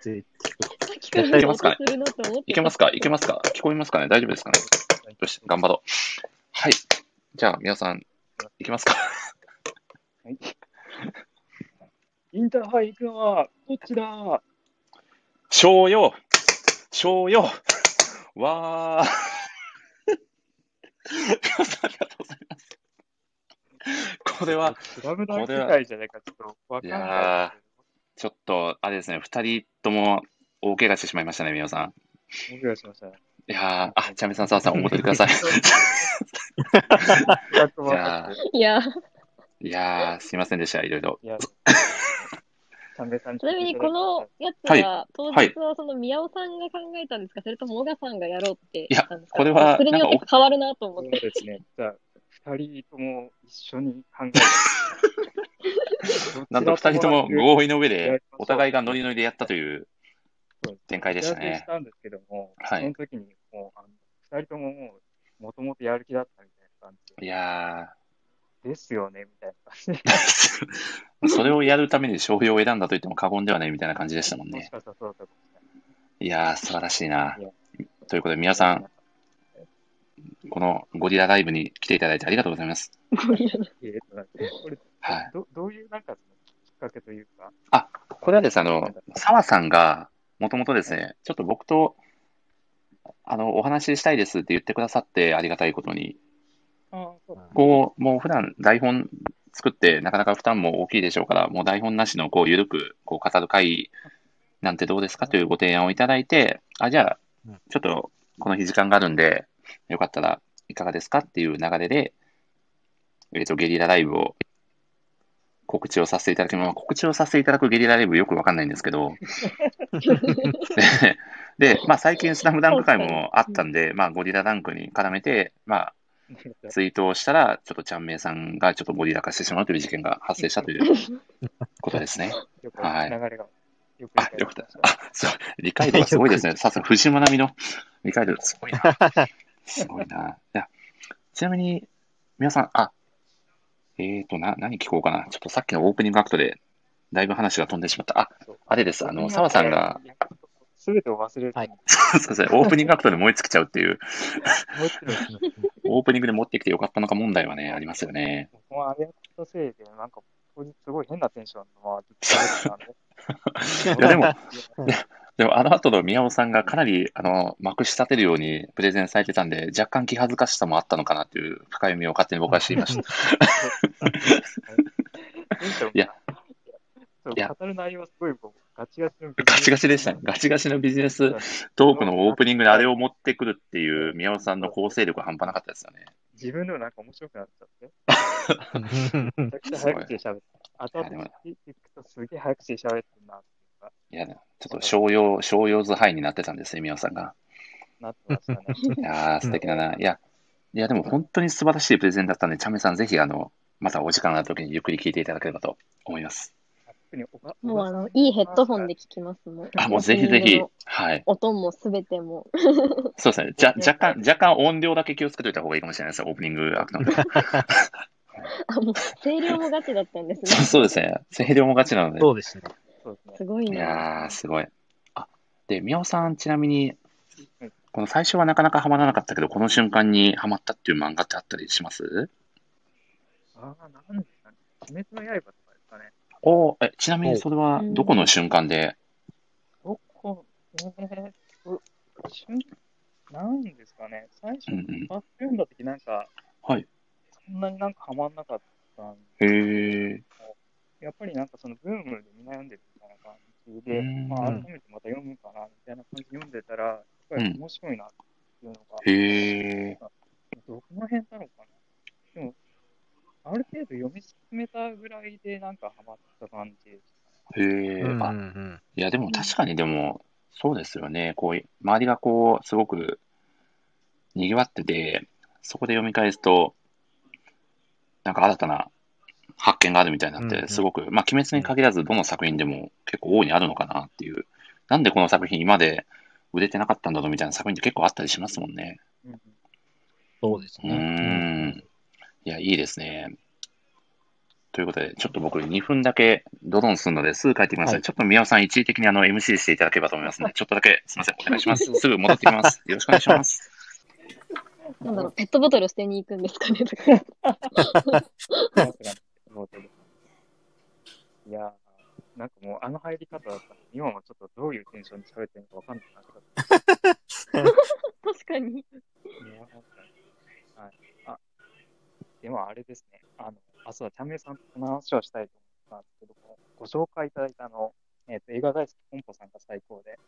Speaker 3: さっきから
Speaker 1: いけますかね
Speaker 3: するなと思って
Speaker 1: いけますかいけますか聞こえますかね大丈夫ですかねよし、頑張ろう。はい。じゃあ、皆さん、いきますか。
Speaker 4: インターハイ行くのは、どっちだ
Speaker 1: 小よ小よわー。皆さんありがとうございます。これは、
Speaker 4: スラムダンク界じゃないか、ちょっとわかん
Speaker 1: いや
Speaker 4: ない。
Speaker 1: ちょっと、あれですね、二人とも大怪我してしまいましたね、みおさん。
Speaker 4: お願いしました。
Speaker 1: いやー、あ、ちゃめさん、澤さん、お戻りくだ さい。
Speaker 4: やっとわかって。
Speaker 3: いや、
Speaker 1: いやー、すいませんでした、いろいろ。
Speaker 4: いや、三名さん
Speaker 3: ちなみにこのやつ
Speaker 1: はい
Speaker 3: は、当日はその宮尾さんが考えたんですか、それとも小川さんがやろうって言ったんですか
Speaker 1: いやこれは
Speaker 3: それによって変わるなと思
Speaker 4: そう
Speaker 3: っ
Speaker 4: で
Speaker 3: て。
Speaker 4: すね。じゃあ、二人とも一緒に考えて。
Speaker 1: なんと二人とも合意の上で、お互いがノ
Speaker 4: り
Speaker 1: リノリでやったという展開でした
Speaker 4: 打ち合わせ
Speaker 1: ね
Speaker 4: し。たんですけども、
Speaker 1: はい
Speaker 4: その時にもうあの、二人とももう、もともとやる気だったみたいな感じ
Speaker 1: い
Speaker 4: で、
Speaker 1: や
Speaker 4: ですよね、みたいな感じ
Speaker 1: ー、それをやるために勝負を選んだと言っても過言ではないみたいな感じでしたもん
Speaker 4: で、もし
Speaker 1: ね。
Speaker 4: かしたらそうだったかもしれない。
Speaker 1: いやー、素晴らしいない
Speaker 4: や。
Speaker 1: ということで、皆さん、このゴリラライブに来ていただいてありがとうございます。
Speaker 3: ゴリラの
Speaker 4: えーとなんかこれ
Speaker 1: はい。
Speaker 4: どどういうなんかそのきっかけというか、
Speaker 1: これはですね、あ の、澤さんが、もともとですね、ちょっと僕と、あの、お話ししたいですって言ってくださって、ありがたいことに、
Speaker 4: あそう
Speaker 1: こう、もう普段台本作って、なかなか負担も大きいでしょうから、もう台本なしの、こう、ゆるく、こう、語る会なんてどうですかというご提案をいただいて、あ、じゃあ
Speaker 2: うん、
Speaker 1: ちょっと、この日時間があるんで、よかったらいかがですかっていう流れで、えっと、ゲリラライブを、告知をさせていただきます。告知をさせていただくゲリラライブよくわかんないんですけど、で、まあ、最近、スラムダンク会もあったんで、まあ、ゴリラダンクに絡めて、まあ、ツイートをしたら、ちょっとちゃんめいさんがちょっとゴリラ化してしまうという事件が発生したということですね。
Speaker 4: よく
Speaker 1: はい
Speaker 4: 流れがよく
Speaker 1: あ、よかった。あ、そう、理解度がすごいですね。さすが、藤間並みの理解度がすごいな。すごいな。いやちなみに、皆さん、あ、えーと、な、何聞こうかな。ちょっとさっきのオープニングアクトで、だいぶ話が飛んでしまった。あ、あれです。あの、澤さんが、、
Speaker 4: すべてを忘れると
Speaker 2: はい
Speaker 4: 思
Speaker 1: そうですね、オープニングアクトで燃え尽きちゃうっていう。
Speaker 4: う。もう一
Speaker 1: オ
Speaker 4: 度
Speaker 1: ープニングで持ってきてよかったのか問題はね、ありますよね。
Speaker 4: 僕もあれやったせいで、なんか、当日すごい変なテンションのままずっと喋ってたん
Speaker 1: い
Speaker 4: で。
Speaker 1: やでも
Speaker 4: い
Speaker 1: でも、あの後の宮尾さんがかなり、あの、まくし立てるようにプレゼンされてたんで、若干気恥ずかしさもあったのかなっていう深読みを勝手に僕は知りま した。
Speaker 4: テンションが
Speaker 1: いや
Speaker 4: そう
Speaker 1: いや
Speaker 4: 語る内容はすごいこうガチガチの
Speaker 1: ガチガチでしたね。ガチガチのビジネストークのオープニングであれを持ってくるっていう宮尾さんの構成力半端なかったですよね。
Speaker 4: 自分でもなんか面白くなっちゃって。
Speaker 2: うん
Speaker 4: めちゃくちゃ早口で喋って。後々聞いていくとすげえ早口で喋ってるなっていうか、
Speaker 1: いや、ちょっと商用、商用図範囲になってたんですね、宮尾さんが。
Speaker 4: なってましたね。
Speaker 1: いやー、素敵だな。いや、いや、でも本当に素晴らしいプレゼンだったんで、チャメさんぜひ、あの、またお時間がある時にゆっくり聞いていただければと思います。
Speaker 4: 特におば
Speaker 3: もうあの、いいヘッドホンで聞きますもん。
Speaker 1: あ、もうぜひぜひ
Speaker 3: お気に入りの。
Speaker 1: はい。
Speaker 3: 音もすべても。
Speaker 1: そうですね。じゃ、若干、若干音量だけ気をつけといた方がいいかもしれないです。オープニングアクトの時
Speaker 3: あ、もう、声量もガチだったんです
Speaker 1: そう
Speaker 3: ね。
Speaker 1: そうですね。声量もガチなので。
Speaker 2: そうですね。
Speaker 4: そうです
Speaker 3: す
Speaker 4: ね。
Speaker 3: ごい
Speaker 1: い
Speaker 3: な。
Speaker 1: やー、すごい。あ、で、みおさん、ちなみに
Speaker 4: うん、
Speaker 1: この最初はなかなかハマらなかったけど、この瞬間にハマったっていう漫画ってあったりします
Speaker 4: ああ、なんですかね。鬼滅の刃とかですかね。
Speaker 1: おーえ、ちなみにそれは
Speaker 3: うん
Speaker 1: どこの瞬間で、
Speaker 4: どこ、えーっと、瞬なんですかね。最初
Speaker 1: うんうん。
Speaker 4: パッと読んだ時なんか、
Speaker 1: はい。
Speaker 4: そんなになんかハマんなかったん
Speaker 1: へえ。
Speaker 4: やっぱりなんかそのブームでみんな読んでるみたいな感じ
Speaker 1: う
Speaker 4: で
Speaker 1: ん、
Speaker 4: まあ、改めてまた読むかなみたいな感じで読んでたら、やっぱり面白いなっていうのが、
Speaker 1: へえ。
Speaker 4: どこら辺なのかなでも、ある程度読み進めたぐらいでなんかハマった感じです
Speaker 1: へえ。
Speaker 2: うん
Speaker 1: あ、
Speaker 2: うん
Speaker 1: いや、でも確かにでも、そうですよね。こう、周りがこう、すごく賑わってて、そこで読み返すと、なんか新たな発見があるみたいになっ
Speaker 2: うんうん
Speaker 1: て、すごく、まあ、鬼滅に限らず、どの作品でも結構大いにあるのかなっていう。なんでこの作品今まで売れてなかったんだろうみたいな作品って結構あったりしますもんね。
Speaker 4: ね。うん
Speaker 2: そうです
Speaker 1: う
Speaker 2: ね。
Speaker 1: ーん。いや、いいですね。ということで、ちょっと僕2分だけドドンするので、すぐ帰ってきます、
Speaker 2: はい
Speaker 1: ちょっと宮尾さん一時的にあの MC していただければと思いますので、ちょっとだけすみません、お願いします。すぐ戻ってきます。よろしくお願いします。
Speaker 3: なんだろう、ペットボトル捨てに行くんですかねとか。
Speaker 4: なんかね冒頭でいやー、なんかもうあの入り方だったら、今もちょっとどういうテンションで喋ってるのかわかんなくなっちゃった。
Speaker 3: 確かに。
Speaker 4: ね本当にはい。あ、でもあれですね。あの、あ、そうだ、チャンネルさんとこの話をしたいと思ったんですけども、ご紹介いただいたあの、えっ、と、映画大好きコンポさんが最高で、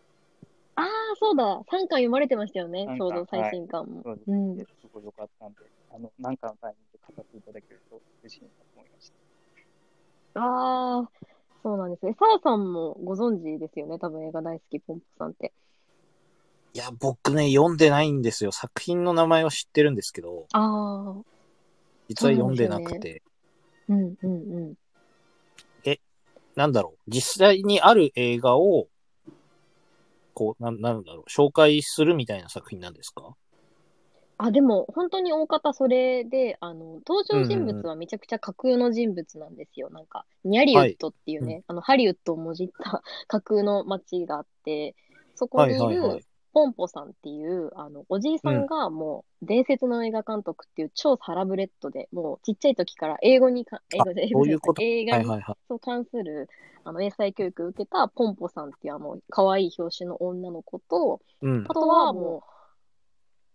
Speaker 3: ああ、そうだ。3巻読まれてましたよね。
Speaker 4: 三巻
Speaker 3: ちょうど最新巻も。
Speaker 4: そうです
Speaker 3: う
Speaker 4: ね
Speaker 3: ん。
Speaker 4: すごい良かったんで、あの、なんかのタイミングで語っていただけると嬉しいなと思いました。
Speaker 3: ああ、そうなんですね。澤さんもご存知ですよね。多分映画大好きポンポさんって。
Speaker 2: いや、僕ね、読んでないんですよ。作品の名前は知ってるんですけど、
Speaker 3: ああ、
Speaker 2: 実は読んでなく
Speaker 3: そうなんで
Speaker 2: て、
Speaker 3: うんうんうん。
Speaker 2: なんだろう、実際にある映画を、こう、なんなんだろう、紹介するみたいな作品なんですか
Speaker 3: あ、でも本当に大方それで、あの、登場人物はめちゃくちゃ架空の人物なんですよ。なんか、ニャリウッドっていうね、
Speaker 2: は
Speaker 3: あの、ハリウッドをもじった 架空の街があって、そこにい
Speaker 2: はいはいはい
Speaker 3: るポンポさんっていう、あの、おじいさんがもう伝説の映画監督っていう超サラブレッドで、もうちっちゃい時から英語にか、英語で、英
Speaker 2: そ
Speaker 3: 語
Speaker 2: う
Speaker 3: じ
Speaker 2: い
Speaker 3: ゃな
Speaker 2: うこ
Speaker 3: く
Speaker 2: と
Speaker 3: て映画
Speaker 2: はい
Speaker 3: に
Speaker 2: はいはい。
Speaker 3: そう関するあの英才教育を受けたポンポさんっていうあの可愛い表紙の女の子と、
Speaker 2: うん
Speaker 3: あ。とはも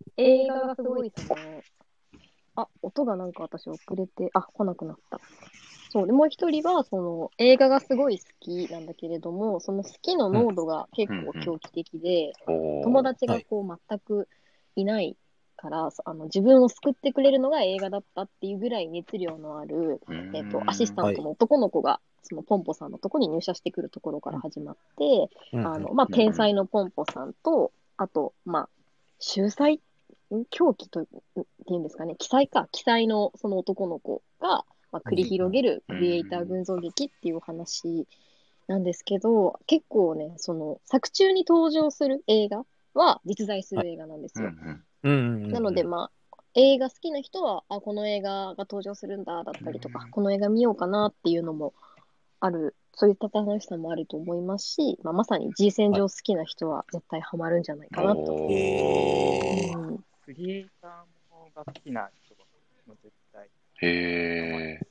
Speaker 3: う映画がすごいですね。あ、音がなんか私遅れて、あ、来なくなった。そう、で、もう一人はその映画がすごい好きなんだけれども、その好きの濃度が結構狂気的で、
Speaker 1: おー
Speaker 3: 友達がこう全くいないから、そあの自分を救ってくれるのが映画だったっていうぐらい熱量のある
Speaker 1: うーん
Speaker 3: えっとアシスタントの男の子が、そのポンポさんのとこに入社してくるところから始まって、
Speaker 2: うん
Speaker 3: あのまあ、天才のポンポさんと、あと、まあ、秀才、ん狂気とんっていうんですかね、奇才か、奇才のその男の子が、まあ、繰り広げるクリエイター群像劇っていうお話なんですけど、結構ね、その作中に登場する映画は実在する映画なんです
Speaker 1: うんう
Speaker 3: よ。
Speaker 1: ん
Speaker 2: うんうんうん
Speaker 3: なので、まあ、映画好きな人は、あ、この映画が登場するんだ、だったりとか、この映画見ようかなっていうのもある、そういった楽しさもあると思いますし、まあ、まさに G 戦場好きな人は絶対ハマるんじゃないかなと。
Speaker 1: おー
Speaker 2: えー
Speaker 3: うん
Speaker 4: クリエイターものが好きな人も絶対、
Speaker 1: へー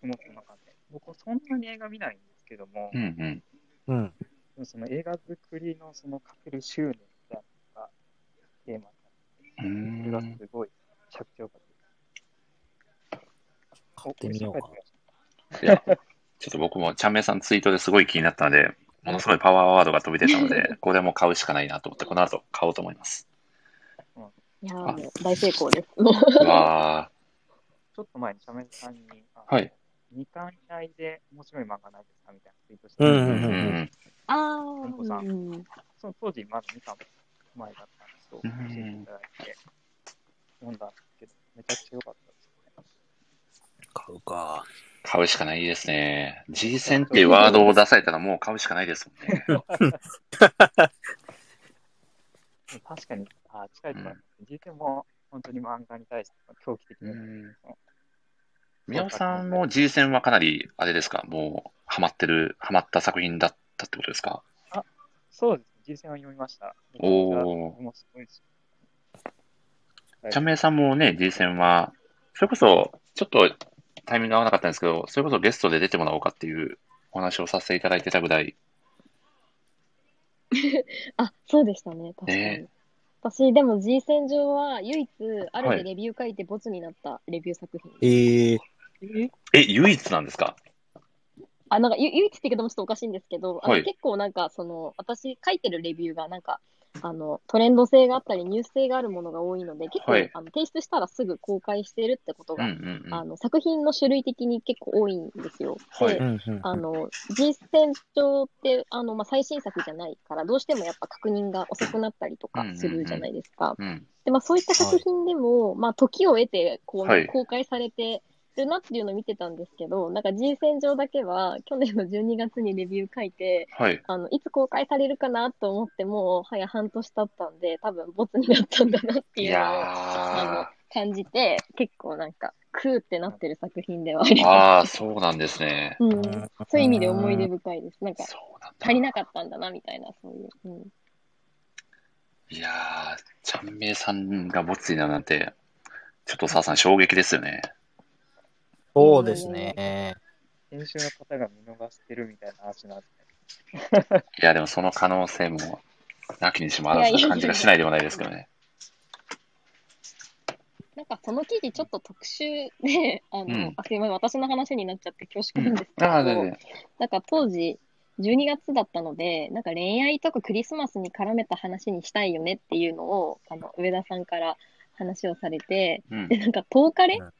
Speaker 4: 僕もそんな感じ。僕はそんなに映画見ないんですけども、
Speaker 1: うんうん
Speaker 2: うん。
Speaker 4: でもその映画作りのそのかける執念みたいなのがテーマ
Speaker 1: うー
Speaker 4: それが
Speaker 1: ん
Speaker 4: すごい、めちゃくちゃ良かった。
Speaker 2: 買ってみようか
Speaker 4: お。
Speaker 1: いや、ちょっと僕も、ちゃんめいさんツイートですごい気になったので、ものすごいパワーワードが飛び出たので、これも買うしかないなと思って、この後買おうと思います。
Speaker 3: いやー
Speaker 1: あ
Speaker 3: もう大成功です。もう
Speaker 1: うわ
Speaker 4: ちょっと前に、シャメルさんに、あ
Speaker 1: ー。はい。
Speaker 4: 2巻以内で面白い漫画ないですかみたいなツイートして、
Speaker 2: うん
Speaker 1: うんうんうん。
Speaker 3: あ
Speaker 4: んこさ
Speaker 3: ー、
Speaker 4: ん
Speaker 3: うん、
Speaker 4: その当時、まだ2巻前だったんですけど、
Speaker 1: うん
Speaker 4: 教えていただいて、読んだんですけど、めちゃくちゃ良かったですよね。
Speaker 2: 買うか。
Speaker 1: 買うしかないですね。G 戦っていうワードを出されたらもう買うしかないですもんね。
Speaker 4: でも確かに、あ近いところなんですけど、実も本当に漫画に対して狂気的
Speaker 1: う
Speaker 4: な、
Speaker 1: ん。宮尾さんも G 戦はかなり、あれですか、もう、ハマってる、ハマった作品だったってことですか
Speaker 4: そうですね、実戦は読みました。
Speaker 1: おー
Speaker 4: ー。もうすごいです
Speaker 1: ちゃんめいさんもね、G 戦は、それこそ、ちょっとタイミング合わなかったんですけど、それこそゲストで出てもらおうかっていうお話をさせていただいてたぐらい、
Speaker 3: あ、そうでしたね、確かに。
Speaker 1: ね
Speaker 3: 私、でも G 戦場は唯一、ある
Speaker 1: は
Speaker 3: で
Speaker 1: い
Speaker 3: レビュー書いてボツになったレビュー作品。
Speaker 2: ええ
Speaker 1: え、唯一なんですか
Speaker 3: あ、なんか、ゆ唯一って言い方もちょっとおかしいんですけど、あの
Speaker 1: はい
Speaker 3: 結構なんか、その、私書いてるレビューが、なんか、あの、トレンド性があったり、ニュース性があるものが多いので、結構、
Speaker 1: はい
Speaker 3: あの提出したらすぐ公開してるってこと
Speaker 1: うん
Speaker 3: が、
Speaker 1: うんうん。
Speaker 3: あの、作品の種類的に結構多いんですよ。
Speaker 1: はい
Speaker 3: で
Speaker 2: う、んうん。
Speaker 3: あの、G 戦場って、あの、まあ、最新作じゃないから、どうしてもやっぱ確認が遅くなったりとかするじゃないですか。
Speaker 1: うん。
Speaker 3: で、まあ、そういった作品でも、まあ、時を得て、こう、
Speaker 1: はい
Speaker 3: 公開されてるなっていうのを見てたんですけど、なんか人選上だけは、去年の12月にレビュー書いて、
Speaker 1: はい。
Speaker 3: あの、いつ公開されるかなと思っても、はや半年経ったんで、多分、ボツになったんだなって
Speaker 1: い
Speaker 3: いうのを、
Speaker 1: や
Speaker 3: あの、感じて、結構なんか、クーってなってる作品ではあり
Speaker 1: ー。
Speaker 3: ま
Speaker 1: ああ、そうなんですね。
Speaker 3: す。うん。そういう意味で思い出深いです。なんか、
Speaker 1: そうなんだ。
Speaker 3: 足りなかったんだな、みたいな、そういう。うん。
Speaker 1: いやー、ちゃんめいさんがボツになるなんて、ちょっと澤さん衝撃ですよね。
Speaker 2: そうですね。
Speaker 4: 編集の方が見逃してるみたいな話なんで、
Speaker 1: いや、でもその可能性も、なきにしもあらずな感じがしないでもないですけどね。
Speaker 3: なんかその記事ちょっと特集で、 あの、
Speaker 1: うん
Speaker 3: あ、すいません、私の話になっちゃって恐縮なんですけど、
Speaker 1: ああ、全然。
Speaker 3: なんか当時、12月だったので、なんか恋愛とかクリスマスに絡めた話にしたいよねっていうのを、あの、上田さんから話をされて、
Speaker 1: うん
Speaker 3: で、。なんか、10日レ
Speaker 2: うん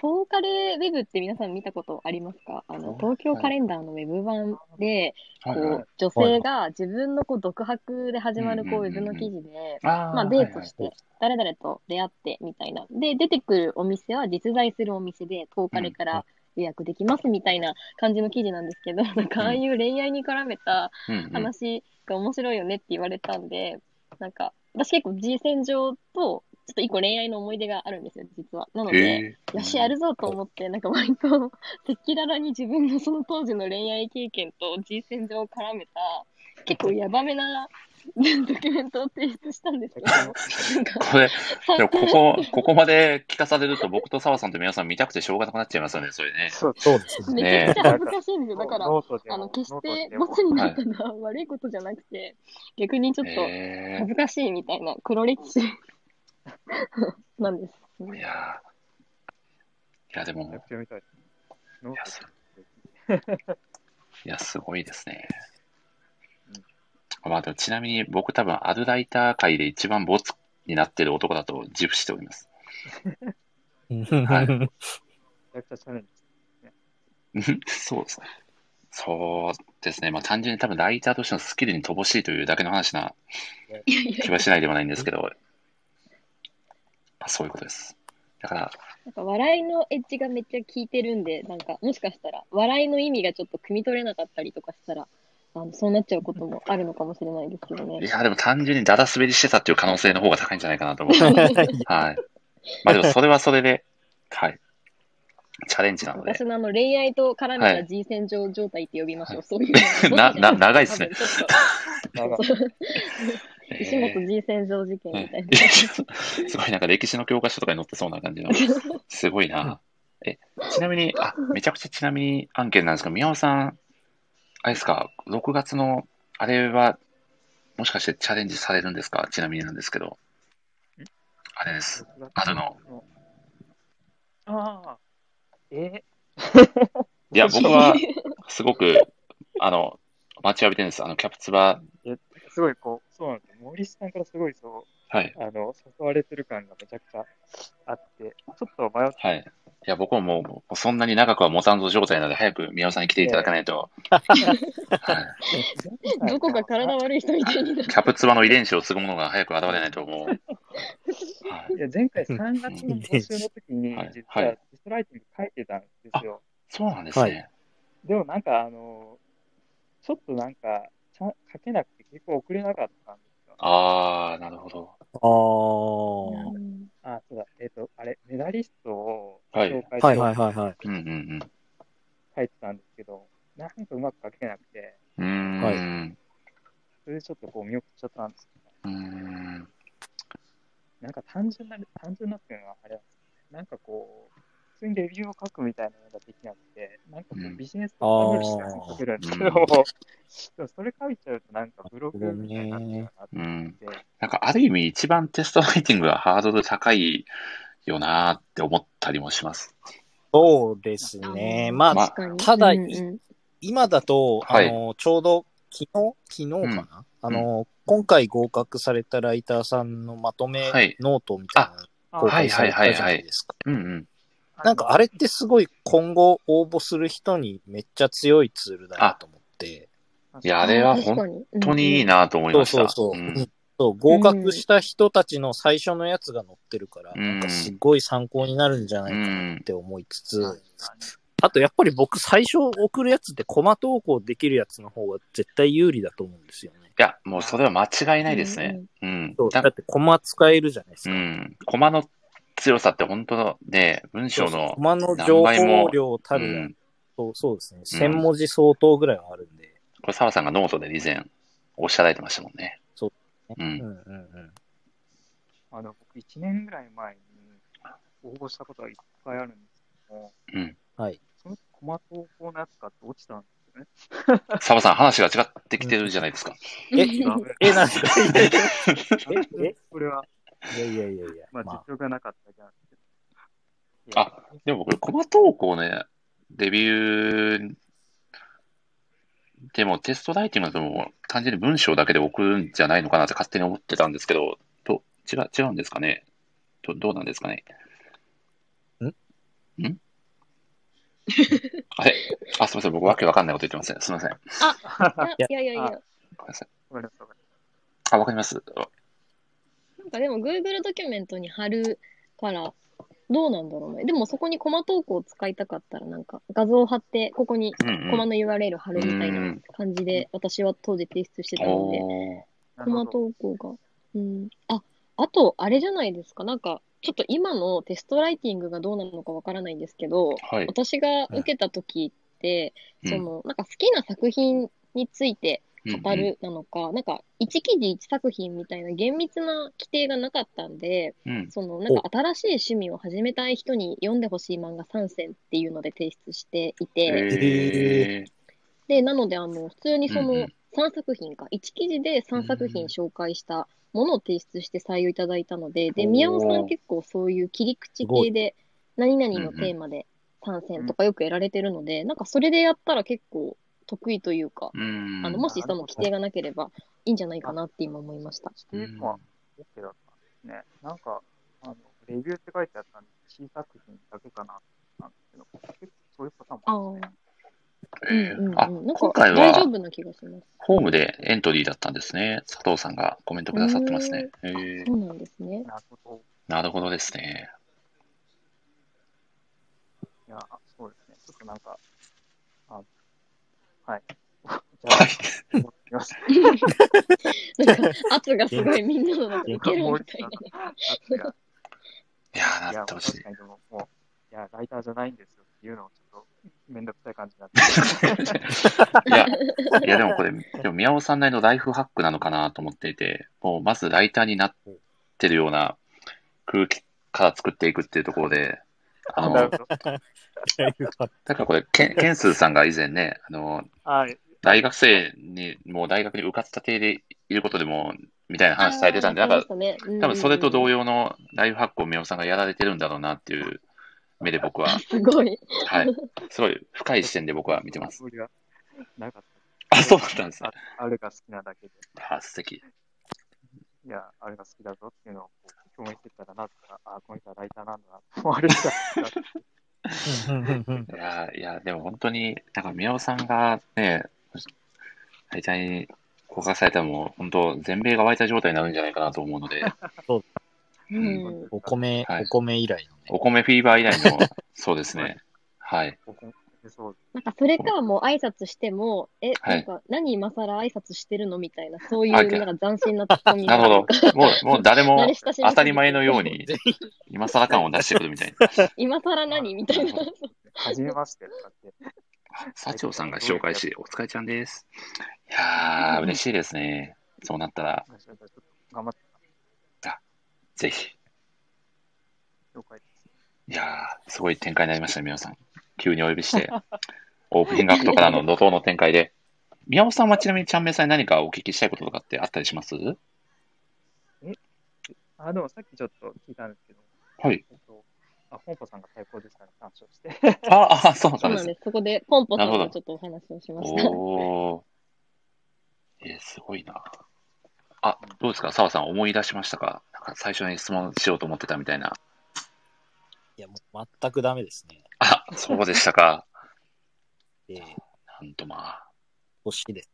Speaker 3: 10日レウェブって皆さん見たことありますかあの、東京カレンダーのウェブ版で、こ、
Speaker 1: はいはいう
Speaker 3: 女性が自分のこう、独白で始まるこう、
Speaker 1: うん
Speaker 3: ウ
Speaker 1: うん
Speaker 3: ェ
Speaker 1: うんう
Speaker 3: ブ
Speaker 1: ん
Speaker 3: の記事で、
Speaker 1: あー
Speaker 3: まあ、
Speaker 1: はい
Speaker 3: デ
Speaker 1: はい
Speaker 3: ートして、誰々と出会ってみたいな。で、出てくるお店は実在するお店で、10日でから予約できますみたいな感じの記事なんですけど、 なんかああいう恋愛に絡めた
Speaker 1: うんうん
Speaker 3: 話が面白いよねって言われたんで、なんか、私結構 G 戦場と、ちょっと一個恋愛の思い出があるんですよ、実は。なので、
Speaker 1: へー
Speaker 3: よし、やるぞと思って、なんか割と、赤裸々に自分のその当時の恋愛経験と G 戦場を絡めた、結構ヤバめなドキュメントを提出したんです けど、なんか、
Speaker 1: これ、でも
Speaker 3: 参
Speaker 1: こ
Speaker 3: 考
Speaker 1: こ、ここまで聞かされると、僕と澤さんと皆さん見たくてしょうがなくなっちゃいますよね、それね。
Speaker 4: そう
Speaker 2: そうですね。
Speaker 3: めちゃくちゃ恥ずかしいんですよ。だから、
Speaker 4: ノートでも
Speaker 3: あの、決し
Speaker 4: ノート
Speaker 3: て
Speaker 4: でも
Speaker 3: ボツになったのは悪いことじゃなくて、逆にちょっと
Speaker 1: へ
Speaker 3: 恥ずかしいみたいな黒歴史 なんです。
Speaker 1: ーいやーいや、でも、
Speaker 4: やってみたい。ノー
Speaker 1: いや
Speaker 4: ト
Speaker 1: す
Speaker 4: で
Speaker 1: いや、すごいですね。
Speaker 4: うん
Speaker 1: まあ、でもちなみに僕多分アルライター界で一番ボツになってる男だと自負しており ます。 は
Speaker 4: めちゃくちゃチャレンジ。
Speaker 1: うんそうですね。そうですね。まあ単純に多分ライターとしてのスキルに乏しいというだけの話ない
Speaker 3: やい
Speaker 1: 気
Speaker 3: や、
Speaker 1: はしないでもないんですけど、まあ、そういうことです。だから、
Speaker 3: なんか笑いのエッジがめっちゃ効いてるんで、なんかもしかしたら笑いの意味がちょっと汲み取れなかったりとかしたら、あのそうなっちゃうこともあるのかもしれないですけど
Speaker 1: い
Speaker 3: ね。
Speaker 1: や、でも単純にダダ滑りしてたっていう可能性の方が高いんじゃないかなと思う。 はい。まあでもそれはそれで、はい。チャレンジなので。
Speaker 3: 私のあの恋愛と絡め
Speaker 1: は
Speaker 3: た
Speaker 1: い
Speaker 3: G 戦場状態って呼びましょう。そういうの。
Speaker 1: な、な、長いですね。
Speaker 3: 多分ちょっ
Speaker 4: な
Speaker 3: と。そ
Speaker 4: んか
Speaker 3: う
Speaker 1: えー
Speaker 3: 石本 G 戦場事件みたい な。
Speaker 1: すごいなんか歴史の教科書とかに載ってそうな感 じの。すごいな。え、ちなみに、あ、めちゃくちゃちなみに案件なんですが、宮尾さん、あれですか、6月の、あれは、もしかしてチャレンジされるんですかちなみになんですけど。あれです。あるの。
Speaker 4: ああ。え
Speaker 1: いや、僕は、すごく、あの、待ちわびてるんです。あの、キャプツバ、
Speaker 4: すごいこう、そうなんですよ。森さんからすごいそう、
Speaker 1: はい。
Speaker 4: あの、誘われてる感がめちゃくちゃあって、ちょっと迷って、
Speaker 1: はい。いや、僕はもうもう、そんなに長くは持たんぞ状態なので、早く宮尾さんに来ていただかない と、はい。
Speaker 3: どこか体悪い人みたいになる
Speaker 1: キャプツバの遺伝子を継ぐものが早く現れないと 思う。はい、
Speaker 4: いや、前回3月の募集の時に、実
Speaker 1: はい
Speaker 4: はデ
Speaker 1: はい
Speaker 4: ィストライティング書いてたんですよ。
Speaker 1: そうなんですね。
Speaker 2: はい
Speaker 4: でもなんか、あの、ちょっとなんか、ちゃん書けなくて結構送れなかったんですよ。
Speaker 1: ああ、なるほど。
Speaker 2: ああ。
Speaker 4: あ、そうだ、えっ、と、あれ、メダリストを
Speaker 1: はい
Speaker 4: 紹介し
Speaker 2: はい
Speaker 4: よ
Speaker 2: は
Speaker 4: う
Speaker 2: いはいはい。
Speaker 1: うんうん
Speaker 4: 書いてたんですけど、なんかうまく書けなくて、
Speaker 1: うん。うーん。
Speaker 2: はいう
Speaker 1: ー
Speaker 4: それでちょっとこう見送っちゃったんですけど、
Speaker 1: ん。
Speaker 4: なんか単純な、単純なっていうのはあれなんですけどなんかこう、普通にレビューを書くみたいなのができなくて、なんかこ
Speaker 1: うん
Speaker 4: うビジネスをタブルして書けるんですけど、
Speaker 1: あー
Speaker 4: でもそれ書いちゃうとなんかブログみたいになっちゃう
Speaker 1: う
Speaker 4: なっ
Speaker 1: ん。
Speaker 4: て、
Speaker 1: なんか、ある意味、一番テストライティングがハードル高いよなーって思ったりもします。
Speaker 2: そうですね。まあ、
Speaker 1: まあ
Speaker 2: ただ
Speaker 3: うんうん
Speaker 2: 今だと、
Speaker 1: はい
Speaker 2: あの、ちょうど昨日、昨日かな、あの、今回合格されたライターさんのまとめ
Speaker 1: はい
Speaker 2: ノートみたいな
Speaker 4: あ
Speaker 2: の公
Speaker 1: は
Speaker 2: 開
Speaker 1: い
Speaker 2: されたじゃないですか。
Speaker 1: うんうん。
Speaker 2: なんかあれってすごい今後応募する人にめっちゃ強いツールだなと思って。
Speaker 1: いや、あれは本
Speaker 3: 本
Speaker 1: 当にいいなと思いました。
Speaker 2: そうそうそう。
Speaker 1: ん
Speaker 2: そう合格した人たちの最初のやつが載ってるから、
Speaker 1: うん
Speaker 2: なんかすごい参考になるんじゃないかなって思いつつ、
Speaker 4: うん
Speaker 2: あとやっぱり僕最初送るやつってコマ投稿できるやつの方が絶対有利だと思うんですよね。
Speaker 1: いや、もうそれは間違いないですね。うん。
Speaker 2: そう
Speaker 1: な
Speaker 2: だってコマ使えるじゃないです
Speaker 1: う
Speaker 2: か。
Speaker 1: ん。コマの強さって本当のね、文章
Speaker 2: そうそう
Speaker 1: の
Speaker 2: コ、マの情報量た
Speaker 1: う
Speaker 2: るや、
Speaker 1: ん。
Speaker 2: そうそうですね。1000文字相当ぐらいはあるんで。
Speaker 1: これ、澤さんがノートで以前おっしゃられてましたもんね。。
Speaker 2: そう
Speaker 1: う
Speaker 2: うんん。うんうん。
Speaker 4: あの僕、1年ぐらい前に応募したことがいっぱいあるんですけども、
Speaker 1: うん
Speaker 2: はい。
Speaker 4: そのトマトコーナー使って落ちたんですよね。
Speaker 1: サバさん、話が違ってきてるじゃないですか。
Speaker 2: え
Speaker 4: 違う
Speaker 2: え、なんで ええ
Speaker 4: これは、
Speaker 2: いやいやいやいや。
Speaker 4: まあ、
Speaker 2: まあ、
Speaker 4: 実力がなかっただけなんですけど。
Speaker 1: あ、でもこれ、コマ投稿ね、レビューでもテストライティングだともう単純に文章だけで送るんじゃないのかなって勝手に思ってたんですけど、ど違う違うんですかねどどうなんですかねんんあれあ、すみません。僕、わけわかんないこと言ってません。すみません。
Speaker 3: いやいやいやい
Speaker 4: あ
Speaker 3: や。
Speaker 1: ごめんなさい。
Speaker 4: わかりました、わかり
Speaker 1: あ、わかります。
Speaker 3: なんかでも Google ドキュメントに貼るから、どうなんだろうね。でもそこにコマ投稿を使いたかったら、なんか画像を貼って、ここに
Speaker 1: うんうん
Speaker 3: コマの URL 貼るみたいな感じで、私は当時提出してたので、
Speaker 1: おー
Speaker 4: ました。
Speaker 3: コ
Speaker 4: なる
Speaker 3: マ
Speaker 4: ほど。
Speaker 3: 投稿が。うん。あ、あと、あれじゃないですか。なんか、ちょっと今のテストライティングがどうなのかわからないんですけど、
Speaker 1: はい。
Speaker 3: 私が受けた時って、
Speaker 1: うん
Speaker 3: その、なんか好きな作品について語るなのか、なんか1記事1作品みたいな厳密な規定がなかったんで、
Speaker 1: うんうん。
Speaker 3: そのなんか新しい趣味を始めたい人に読んでほしい漫画3選っていうので提出していて、
Speaker 1: え
Speaker 3: で、なのであの、普通にそ
Speaker 1: うんう
Speaker 3: の
Speaker 1: ん
Speaker 3: 3作品か、1記事で3作品紹介したものを提出して採用いただいたので、で、
Speaker 1: おー
Speaker 3: 宮尾さん結構そういう切り口系で、何々のテーマで3選とかよくやられてるので、なんかそれでやったら結構得意というか、
Speaker 1: ーうん。
Speaker 3: あの、もしその規定がなければいいんじゃないかなって今思いました。
Speaker 1: うん、
Speaker 4: 指定は OK だったんですね。なんか、あの、レビューって書いてあったんで、小さく品だけかなと思ったんですけど、結構そういうパターンもあるんですね。
Speaker 1: えー
Speaker 3: うんうんうん
Speaker 1: あ、
Speaker 3: なんか
Speaker 1: 今回
Speaker 3: 大丈
Speaker 1: は
Speaker 3: 夫な気がします。
Speaker 1: ホームでエントリーだったんですね。佐藤さんがコメントくださってますね。えー
Speaker 3: そうなんですね。
Speaker 4: なるほど。
Speaker 1: なるほどですね。
Speaker 4: いや、そうですね。ちょっとなんか、あ はい。じゃ
Speaker 1: はい。
Speaker 4: あ、持ってきました。
Speaker 3: なんか圧がすごいみんなの中でいけるみたいな。
Speaker 4: いや
Speaker 1: いやー、
Speaker 4: い
Speaker 1: な
Speaker 4: や
Speaker 1: ってほしい
Speaker 4: 確。かにでも、もう、いや、ライターじゃないんですよっていうのをちょっと、めんどくさい感じになって。
Speaker 1: いや、いやでもこれ、でも宮尾さんなりのライフハックなのかなと思っていて、もうまずライターになってるような空気から作っていくっていうところで、あ
Speaker 4: な
Speaker 1: の
Speaker 4: る、ほど。
Speaker 2: だいぶ変わっ
Speaker 1: だからこれ、ケンケンスーさんが以前ね、あの、
Speaker 4: はい。
Speaker 1: 大学生に、もう大学に受かった体でいることでも、みたいな話されてたんで、
Speaker 3: あ
Speaker 1: な
Speaker 3: ー
Speaker 1: ん
Speaker 3: やっ
Speaker 1: か
Speaker 3: て、ましたね、
Speaker 1: 多分それと同
Speaker 3: 様。
Speaker 1: 様のライフハックを宮尾さんがやられてるんだろうなっていう目で僕 は、
Speaker 3: すごい。
Speaker 1: はい、すごい深い視点で僕は見てます。
Speaker 4: それはなかった。
Speaker 1: あ、そうだったんですね。
Speaker 4: あれが好きなだけで、
Speaker 1: あ、素敵。
Speaker 4: いや、あれが好きだぞっていうのをこう共有してたら、なぜか、あ、この人はライターなんだなって思われた。
Speaker 2: た。
Speaker 1: いやー、いや、でも本当に、なんか宮尾さんがね、大体に告白されたらもう、本当、全米が湧いた状態になるんじゃないかなと思うので、
Speaker 3: うんん。
Speaker 2: お米、
Speaker 1: はい
Speaker 2: お米以来のね。
Speaker 1: お米フィーバー以来の、そうですね。はい。
Speaker 4: 僕もそう
Speaker 3: なんかそれかもう挨拶しても、え、
Speaker 1: はい
Speaker 3: なんか何今更挨拶してるのみたいな、そうい
Speaker 1: は
Speaker 3: う
Speaker 1: い
Speaker 3: なんか斬新なツッコミ
Speaker 1: なるほど。もう、もう誰
Speaker 3: 慣
Speaker 1: も
Speaker 3: れ親しみすぎて
Speaker 1: 当たり前のように、今更感を出してくるみたいな。
Speaker 3: 今更何みたいな。
Speaker 4: はじめましてとかって、
Speaker 1: 佐長さんが紹介し、お疲れちゃんです。いやー、嬉しいですね。そうなったら、
Speaker 4: ちょっと頑張って
Speaker 1: ぜひ。
Speaker 4: 紹介です。
Speaker 1: いやー、すごい展開になりました、宮尾さん。急にお呼び して、オープニングアクトからの怒涛の展開で。宮尾さんはちなみにちゃんめいさんに何かお聞きしたいこととかってあったりします
Speaker 4: あ、でもさっきちょっと聞いたんですけど、
Speaker 1: はい。
Speaker 4: えっと、あ、本舗さんが最高でしたね、鑑賞して。
Speaker 1: ああ、そう
Speaker 3: そ
Speaker 1: なで
Speaker 3: うんなん
Speaker 1: す。
Speaker 3: です。そこでポンポさん
Speaker 1: なる
Speaker 3: と
Speaker 1: ほ
Speaker 3: ちょっとお話をしました。
Speaker 1: おー。えー、すごいな。あ、どうですか澤さん思い出しましたかなんか最初に質問しようと思ってたみたいな。
Speaker 2: いや、もう全くダメですね。
Speaker 1: あ、そうでしたか。
Speaker 2: えー、
Speaker 1: なんとまあ。
Speaker 2: 年です。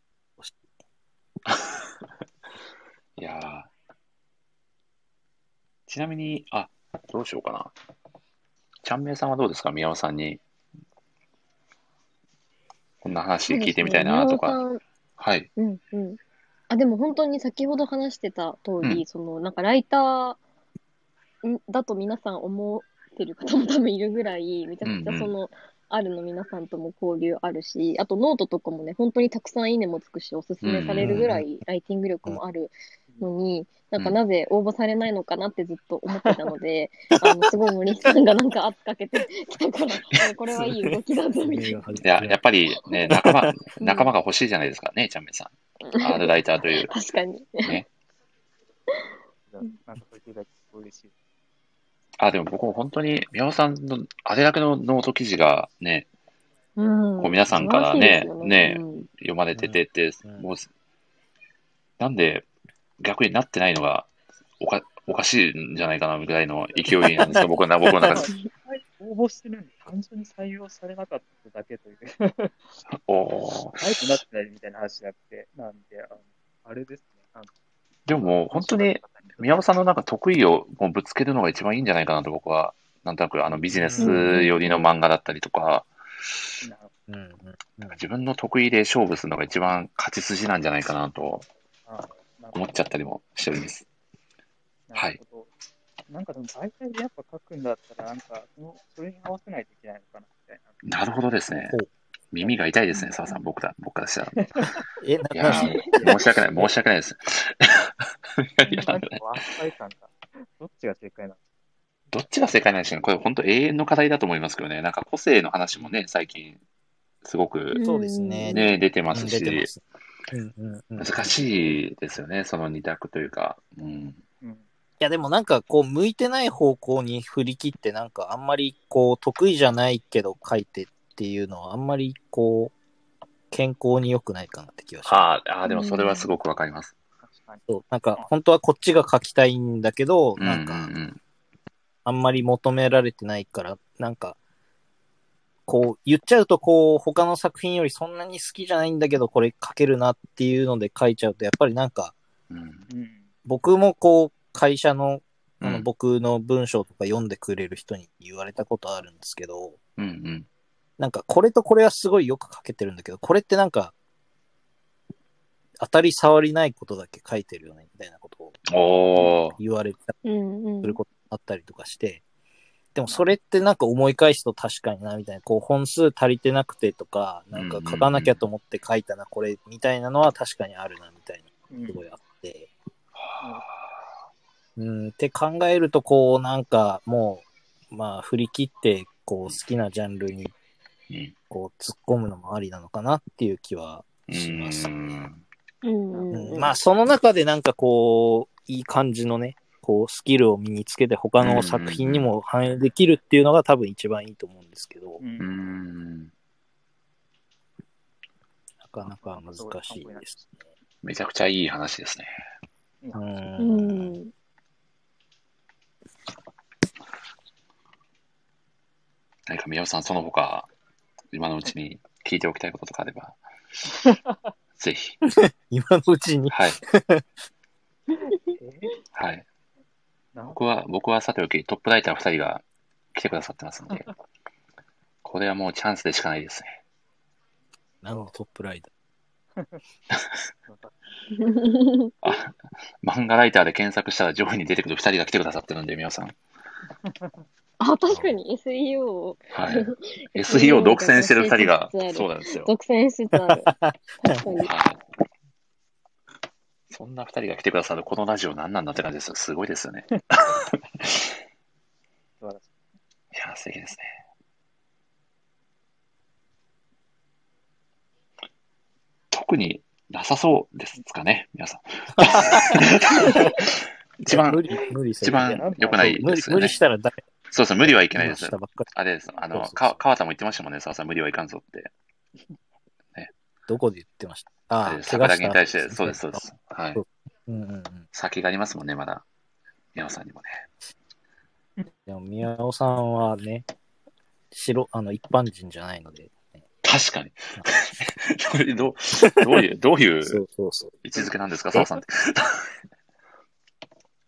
Speaker 1: いやーちなみに、あ、どうしようかな。ちゃんめいさんはどうですか宮尾さんに。こんな話聞いてみたいなとか。
Speaker 3: そうですね
Speaker 1: はい。
Speaker 3: 宮尾さんうんうん。あ、でも本当に先ほど話してた通り、
Speaker 1: う
Speaker 3: そのなんかライターんだと皆さん思ってる方も多分いるぐらい、めちゃくち
Speaker 1: うんう
Speaker 3: ゃ
Speaker 1: ん
Speaker 3: その、あるの皆さんとも交流あるし、あとノートとかもね、本当にたくさんいいねもつくし、おすすめされるぐらいライティング力もあるのに、
Speaker 1: ん
Speaker 3: なんかなぜ応募されないのかなってずっと思ってたので、あのすごい森さんがなんか圧かけてきたから、あこれはいい動きだぞみたいな。
Speaker 1: いや、やっぱりね、仲間、
Speaker 3: うん
Speaker 1: 仲間が欲しいじゃないですかね、チャンメイさん。アートライターという。
Speaker 3: 確かに。
Speaker 1: ね。
Speaker 4: なんかそういうだけ嬉しい。
Speaker 1: あ、でも僕も本当に、宮尾さんのあれだけのノート記事がね、
Speaker 3: うん
Speaker 1: こう皆さんからね
Speaker 3: 素晴らしいですよ
Speaker 1: ね
Speaker 3: うん
Speaker 1: 読まれててって、
Speaker 2: うん
Speaker 1: もう、なんで逆になってないのがおかおかしいんじゃないかなぐらいの勢いなんです よ、僕の僕の中で。
Speaker 4: 応募してるのに単純に採用されなかっただけという、
Speaker 1: おー
Speaker 4: 相手になってないみたいな話じゃなくて、なんで、あのあれですね。あの
Speaker 1: でももう本当に、宮尾さんのなんか得意をもうぶつけるのが一番いいんじゃないかなと僕は、なんとなくあのビジネス寄りの漫画だったりとか、
Speaker 4: なる
Speaker 2: うんうん
Speaker 1: 自分の得意で勝負するのが一番勝ち筋なんじゃないかなと
Speaker 4: ほどな
Speaker 1: 思っちゃったりもしてるんです。
Speaker 4: なるほど。なんかでも媒体でやっぱ書くんだったら、なんかそのそれに合わせないといけないのかなみたいな。
Speaker 1: なるほどですね
Speaker 2: ほう。
Speaker 1: 耳が痛いですね、澤さん、僕だ、僕からしたら。い
Speaker 2: え、な
Speaker 1: や
Speaker 2: な
Speaker 1: ー、申し訳ない、申し訳ない です。いやい
Speaker 4: な
Speaker 1: や
Speaker 4: んかワーク感が、どっちが正解なの
Speaker 1: どっちが正解なんでしょうね。これ本当永遠の課題だと思いますけどね。なんか個性の話もね、最近、すごく
Speaker 2: そうですね
Speaker 3: うん
Speaker 1: ね、出てます
Speaker 2: うん
Speaker 1: し
Speaker 2: 出、てます。うんうんうん、
Speaker 1: 難
Speaker 2: い。い
Speaker 1: しいですよね、その二択というか。うん。
Speaker 4: うん。
Speaker 2: や、でもなんかこう、向いてない方向に振り切って、なんかあんまりこう、得意じゃないけど書いてっていうのは、あんまりこう、健康に良くないかなって気がします。
Speaker 1: あーあー、でもそれはすごくわかります。
Speaker 4: 確かに。
Speaker 2: そうなんか、本当はこっちが書きたいんだけど、
Speaker 1: うんう
Speaker 2: なん
Speaker 1: ん
Speaker 2: か、
Speaker 1: うん。
Speaker 2: あんまり求められてないから、なんか、こう、言っちゃうと、こう、他の作品よりそんなに好きじゃないんだけど、これ書けるなっていうので書いちゃうと、やっぱりなんか、
Speaker 1: うん
Speaker 4: うん。
Speaker 2: 僕もこう、会社の、
Speaker 1: う
Speaker 2: あの
Speaker 1: ん
Speaker 2: 僕の文章とか読んでくれる人に言われたことあるんですけど、
Speaker 1: うんうん。
Speaker 2: なんか、これとこれはすごいよく書けてるんだけど、これってなんか、当たり障りないことだけ書いてるよね、みたいなことを
Speaker 1: おー。
Speaker 2: 言われた
Speaker 3: うん
Speaker 2: することがあったりとかして、でもそれってなんか思い返すと確かにな、みたいな、こう本数足りてなくてとか、なんか書かなきゃと思って書いたな、これ、みたいなのは確かにあるな、みたい
Speaker 4: うん
Speaker 2: な、すごいあって。うん、って考えると、こうなんかもう、まあ振り切って、こう好きなジャンルに
Speaker 1: うん
Speaker 2: こう突っ込むのもありなのかなっていう気は
Speaker 1: う
Speaker 2: しますね。
Speaker 1: ん。
Speaker 3: うんうん
Speaker 2: う
Speaker 3: うんん
Speaker 2: まあ、その中でなんかこう、いい感じのね、こう、スキルを身につけて他の作品にも反映できるっていうのが多分一番いいと思うんですけど
Speaker 4: う、ん。
Speaker 1: う
Speaker 4: うん
Speaker 1: ん。
Speaker 2: なかなか難しいです
Speaker 1: めちゃくちゃいい話ですね。
Speaker 2: ね。う。
Speaker 3: うんん
Speaker 1: 何か宮尾さん、その他、今のうちに聞いておきたいこととかあれ ば、ぜひ。
Speaker 2: 今のうちに。
Speaker 1: はい。
Speaker 4: え
Speaker 1: はい。
Speaker 4: なんか
Speaker 1: 僕は、僕はさておき、トップライター2人が来てくださってますので、これはもうチャンスでしかないですね。
Speaker 2: なのトップライダー。
Speaker 4: なんか
Speaker 1: あ、漫画ライターで検索したら上位に出てくる2人が来てくださってるんで、宮尾さん。
Speaker 3: あ、確かに SEO を
Speaker 1: はい。SEO 独占してる2人が、そうなんですよ。
Speaker 3: 独占しつつある。確かに。
Speaker 1: はい。そんな2人が来てくださるこのラジオ何なんだって感じですよ。すごいですよね。い
Speaker 4: 素晴らしい。
Speaker 1: や、素敵ですね。特になさそうですかね、皆 さん。一番
Speaker 2: 無、理、無理せ
Speaker 1: 一
Speaker 2: ず
Speaker 1: 番良くない
Speaker 2: 無
Speaker 1: で
Speaker 2: 理
Speaker 1: すよ
Speaker 2: 無理
Speaker 1: ね
Speaker 2: し。たら誰か
Speaker 1: そうそう、無理はいけないで
Speaker 2: 今
Speaker 1: す
Speaker 2: し。たばっかり。
Speaker 1: あれです。あ
Speaker 2: そう
Speaker 1: の
Speaker 2: そ、う
Speaker 1: か川田も言ってましたもんね、澤さん、無理はいかんぞって。
Speaker 2: どこで言ってました
Speaker 1: あ
Speaker 2: あ
Speaker 1: れ
Speaker 2: あ、
Speaker 1: です
Speaker 2: 怪我
Speaker 1: 桜
Speaker 2: し
Speaker 1: 木に
Speaker 2: た
Speaker 1: 対して、そうです、そうで。す。はい
Speaker 2: そ。ううんうんうん。
Speaker 1: 先がありますもんね、まだ。宮尾さんにもね。
Speaker 2: でも、宮尾さんはね、白、あの、一般人じゃないので。
Speaker 1: 確かに。それ どう、どういう、どういう
Speaker 2: そうそうそう。
Speaker 1: 位置づけなんですか、澤さんって。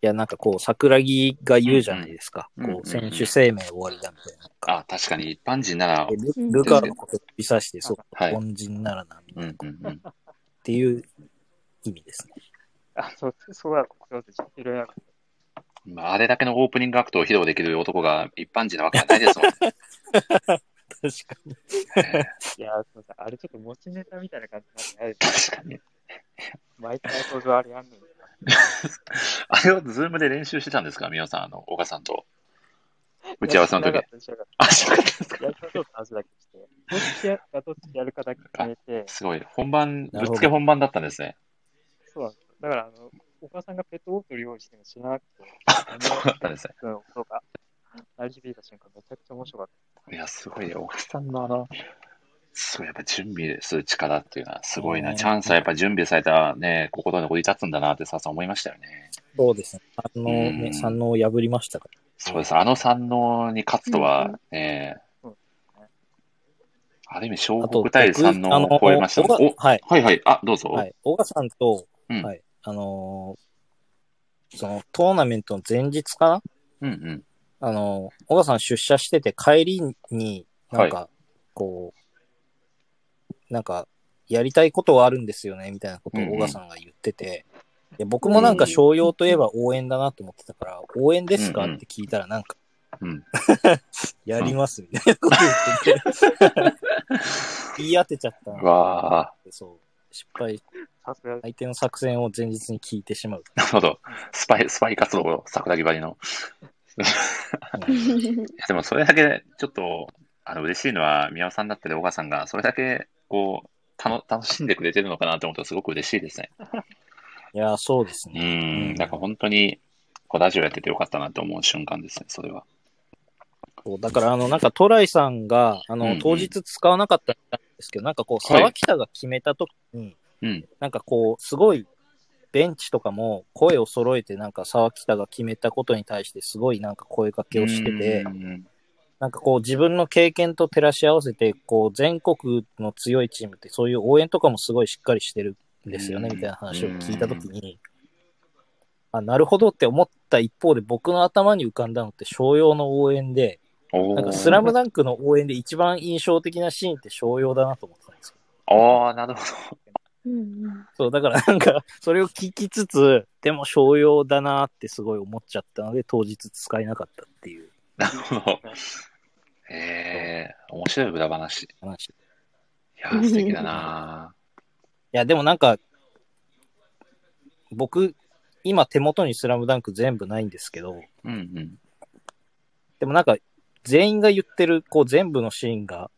Speaker 2: いや、なんかこう、桜木が言うじゃないですか。
Speaker 1: うんうん
Speaker 2: こ
Speaker 1: う
Speaker 2: う、
Speaker 1: んうんうん
Speaker 2: 選手生命終わりだみたいな。
Speaker 1: あ、確かに、一般人なら、
Speaker 2: で
Speaker 3: うん
Speaker 2: ルルカのことを指さして、そう、
Speaker 1: はい
Speaker 2: 凡人ならな、みた
Speaker 1: う
Speaker 2: いなん
Speaker 1: うんうん。
Speaker 2: っていう意 味ですね。
Speaker 4: あ、そう、そうだ、そうだ、ちょっといろいろある。
Speaker 1: まああれだけのオープニングアクトを披露できる男が一般人なわけがないですもん。
Speaker 2: 確かに。
Speaker 4: いやー、すみません。あれちょっと持ちネタみたいな感じになってないです。
Speaker 1: 確かに。
Speaker 4: 毎回登場あれやんのに。
Speaker 1: あれをズームで練習してたんですか、皆さん、あの、岡さんと。打ち合わせの時
Speaker 4: やってなか。った打ち合わ
Speaker 1: あ、しなかったですか
Speaker 4: せやりたいことの話だけして、どっちやどっちやるかだけ決めて、
Speaker 1: すごい。本番、ぶ
Speaker 2: なる
Speaker 1: っ
Speaker 2: ほど
Speaker 1: つけ本番だったんですね。
Speaker 4: そうなんですよだから、あの、お母さんがペットボトル用意してるの知らなくて、あ
Speaker 1: そうだったんですね。
Speaker 4: の、そうか。鳴り響いた瞬間、めちゃくちゃ面白かっ
Speaker 1: いや、すごい。岡さんのあの、すごい、やっぱ準備する力っていうのはすごいうな。
Speaker 2: ん
Speaker 1: チャンスはやっぱ準備されたね、ここでのことに立つんだなって、ささん思いましたよね。
Speaker 2: そうですね。反応
Speaker 1: うん
Speaker 2: ね、反応を破りましたから。
Speaker 1: そうです。あの三能に勝つと
Speaker 3: うんう
Speaker 1: は、ね
Speaker 4: そうですね、
Speaker 1: ある意味、小
Speaker 2: あと、
Speaker 1: 国対三能を超えましたもん
Speaker 2: 僕あの
Speaker 1: お
Speaker 2: 小、川はい。
Speaker 1: はいはい。あ、どうぞ。
Speaker 2: はい。小川さんと、
Speaker 1: うん
Speaker 2: はい。あのーその、トーナメントの前日かな
Speaker 1: うんうん。
Speaker 2: あのー、小川さん出社してて帰りに、なんか、こう、なんか、やりたいことはあるんですよね、みたいなことを小川さんが言ってて、で僕もなんか、商用といえば応援だなと思ってたから、応援ですか
Speaker 1: うんうん
Speaker 2: って聞いたら、なんか、
Speaker 1: うん。
Speaker 2: やります、みたいなこと言 ってて、言い当てちゃった
Speaker 1: うわ
Speaker 2: でそう。失敗、
Speaker 4: た。さすがです。
Speaker 2: 相手の作戦を前日に聞い てしまう。
Speaker 1: ーなるほど。スパイ、スパイ活動を桜木ばりの。いやでもそれだけちょっとあの嬉しいのは宮尾さんだったり小川さんがそれだけこうたの楽しんでくれてるのかなと思ったらすごく嬉しいですね。
Speaker 2: いやー、そうです
Speaker 1: う
Speaker 2: ね。
Speaker 1: ん、
Speaker 2: うん
Speaker 1: なんか本当にこうラジオやっててよかったなと思う瞬間ですね、それは。
Speaker 2: そうだから、あの、なんかトライさんが、あ
Speaker 1: うんう
Speaker 2: の
Speaker 1: ん、
Speaker 2: 当日使わなかったんですけど、なんかこう、
Speaker 1: はい
Speaker 2: 沢北が決めた時に、
Speaker 1: うん、
Speaker 2: なんかこう、すごい、ベンチとかも声を揃えて、なんか沢北が決めたことに対して、すごいなんか声掛けをしてて
Speaker 1: う、ん
Speaker 2: なんかこう、自分の経験と照らし合わせて、こう、全国の強いチームって、そういう応援とかもすごいしっかりしてるんですよね、
Speaker 1: うん
Speaker 2: みたいな話を聞いたときに、あ、なるほどって思った一方で、僕の頭に浮かんだのって、商用の応援で、
Speaker 1: お
Speaker 2: なん
Speaker 1: ー
Speaker 2: かスラムダンクの応援で一番印象的なシーンって商用だなと思ってたんですよ。
Speaker 1: おーなるほ
Speaker 2: そう、だからなんか、それを聞きつつ、でも商用だなってすごい思っちゃったので、当日使えなかったっていう
Speaker 1: ど。なるほど。 えー、面白い裏話。い
Speaker 2: 話
Speaker 1: やー、素敵だない
Speaker 2: や、でもなんか、僕、今手元にスラムダンク全部ないんですけど、
Speaker 1: うんうん。
Speaker 2: でもなんか、全員が言ってる、こう、全部のシーンが、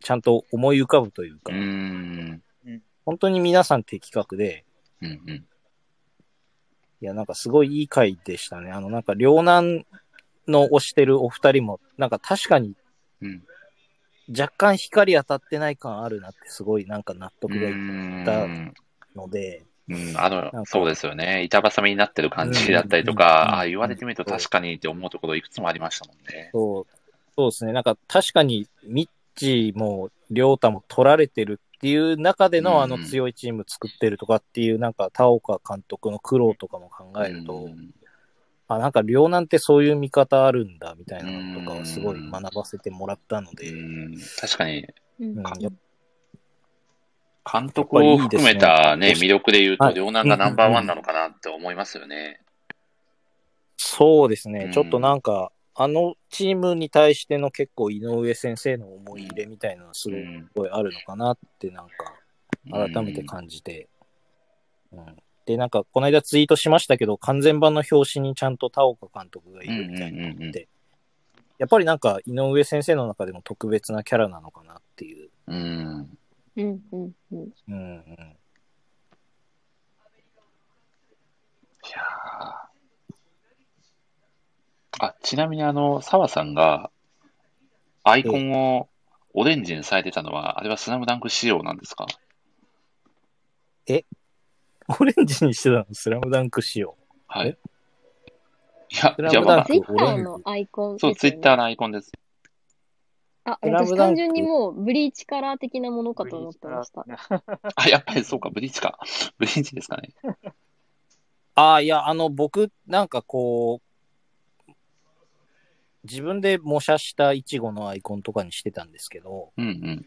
Speaker 2: ちゃんと思い浮かぶという
Speaker 1: う
Speaker 2: か、
Speaker 1: ーん。
Speaker 2: 本当に皆さん的確で、
Speaker 1: うんうん。
Speaker 2: いや、なんかすごいいい回でしたね。あの、なんか、両南の推してるお二人も、なんか確かに
Speaker 1: うん。
Speaker 2: 若干光当たってない感あるなって、すごいなんか納
Speaker 1: う
Speaker 2: 得がいっ
Speaker 1: ーん
Speaker 2: たので、
Speaker 1: うん、あ
Speaker 2: なん
Speaker 1: の、
Speaker 2: か
Speaker 1: そうですよね。板挟みになってる感じだったりと
Speaker 2: うんう
Speaker 1: か、
Speaker 2: んうんうん
Speaker 1: ああ、言われてみると確かにって思うところいくつもありましたもんね。
Speaker 2: そう、そうですね。なんか確かにミッチーも亮太も取られてるっていう中で
Speaker 1: うん
Speaker 2: のあの強いチーム作ってるとかっていう、なんか田岡監督の苦労とかも考えると、
Speaker 1: うん
Speaker 2: あ、なんか亮なんてそういう見方あるんだみたいなのとかはすごい学ばせてもらったの
Speaker 1: う
Speaker 2: で、
Speaker 1: ん、確かに、
Speaker 2: うんやっ
Speaker 1: 監督を含めたね、
Speaker 2: やっぱりいいです
Speaker 1: 魅
Speaker 2: ね
Speaker 1: 力で言うと、
Speaker 2: はい
Speaker 1: 両南がナンバーワンなのかなって思いますよね。
Speaker 2: そうです
Speaker 1: うん
Speaker 2: ね。ちょっとなんか、あのチームに対しての結構井上先生の思い入れみたいなのはす
Speaker 1: う
Speaker 2: ごい
Speaker 1: ん
Speaker 2: すごいあるのかなってなんか改めて感じて、うんで、なんか、この間ツイートしましたけど、完全版の表紙にちゃんと田岡監督がいるみたいなの
Speaker 1: うんうんうんう
Speaker 2: っ
Speaker 1: ん
Speaker 2: て、やっぱりなんか、井上先生の中でも特別なキャラなのかなっていう。
Speaker 1: うん。
Speaker 3: うんうんうん。
Speaker 2: うんうん、
Speaker 1: いやーあ、ちなみにあの、澤さんが、アイコンをオレンジにされてたのは、あれはスラムダンク仕様なんですか
Speaker 2: オレンジにしてたの、スラムダンク仕様。
Speaker 1: はい。い
Speaker 2: え
Speaker 1: や、
Speaker 2: スラム
Speaker 1: じゃあまだ
Speaker 2: ダン
Speaker 3: ツイッターのアイコン、
Speaker 1: そう、ツイッタ
Speaker 3: ー。
Speaker 1: ーのアイコンです。
Speaker 3: あ、
Speaker 2: スラ
Speaker 3: 私
Speaker 2: ムダンク
Speaker 3: 単純にもうブリーチカラー的なものかと思ってました。
Speaker 1: あ、やっぱりそうか、ブリーチか。 ブリーチですかね。
Speaker 2: ああ、いや、あの、僕、なんかこう、自分で模写したイチゴのアイコンとかにしてたんですけど、
Speaker 1: うん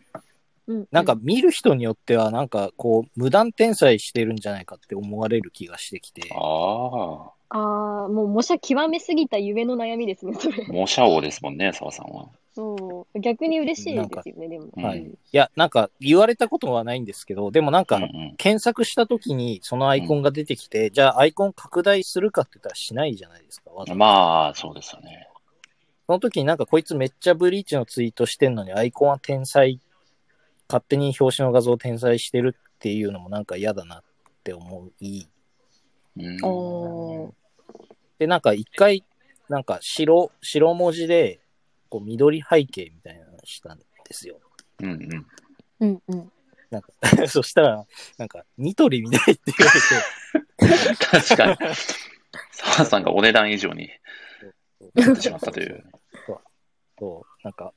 Speaker 1: うん。
Speaker 3: うん。
Speaker 2: なんか、見る人によっては、なんかこう、無断転載してるんじゃないかって思われる気がしてきて、
Speaker 1: ああ。
Speaker 3: ああ、もう模写極めすぎた夢の悩みですね、それ。
Speaker 1: 模写王ですもんね、澤さんは。
Speaker 3: そう。逆に嬉しいですよね、でも。
Speaker 1: は
Speaker 3: はいい。
Speaker 2: いや、なんか言われたことはないんですけど、でもなん
Speaker 1: う
Speaker 2: か
Speaker 1: んうん。
Speaker 2: 検索した時にそのアイコンが出てきて、じゃあアイコン拡大するかって言ったらしないじゃないですか。わざわざ
Speaker 1: まあ、そうですよね。
Speaker 2: その時になんかこいつめっちゃブリーチのツイートしてんのにアイコンは天才、勝手に表紙の画像を天才してるっていうのもなんか嫌だなって思い。
Speaker 1: うん。
Speaker 3: おー。
Speaker 2: で、なんか一回、なんか白、白文字で、こう緑背景みたいなのしたんですよ。
Speaker 1: うんうん。
Speaker 3: うんうん。
Speaker 2: そしたら、なんか、ニトリみたいって言われて、
Speaker 1: 確かに。 澤さんがお値段以上になってしまったという。
Speaker 2: そう、なんか、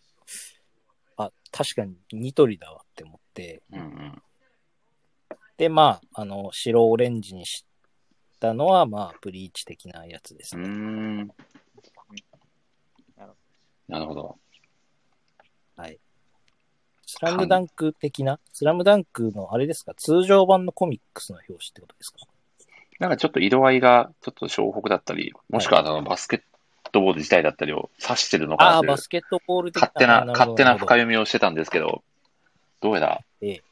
Speaker 2: あ、確かにニトリだわって思って、
Speaker 1: うんうん。
Speaker 2: で、まあ、あの、白オレンジにしたのは、まあ、ブリーチ的なやつです
Speaker 1: うー
Speaker 2: ね。
Speaker 1: ん。
Speaker 4: なるほ
Speaker 1: なるほど。
Speaker 2: スラムダンク的な、スラムダンクのあれですか、通常版のコミックスの表紙ってことですか
Speaker 1: なんかちょっと色合いがちょっと湘北だったり、もしくはあのバスケットボール自体だったりを指してるのか
Speaker 2: あ
Speaker 1: な
Speaker 2: あ、
Speaker 1: という
Speaker 2: バスケットボール的な
Speaker 1: 勝。手な、
Speaker 2: あ
Speaker 1: 勝手な深
Speaker 2: い。
Speaker 1: 読みをしてたんですけど、どうやら
Speaker 2: ええ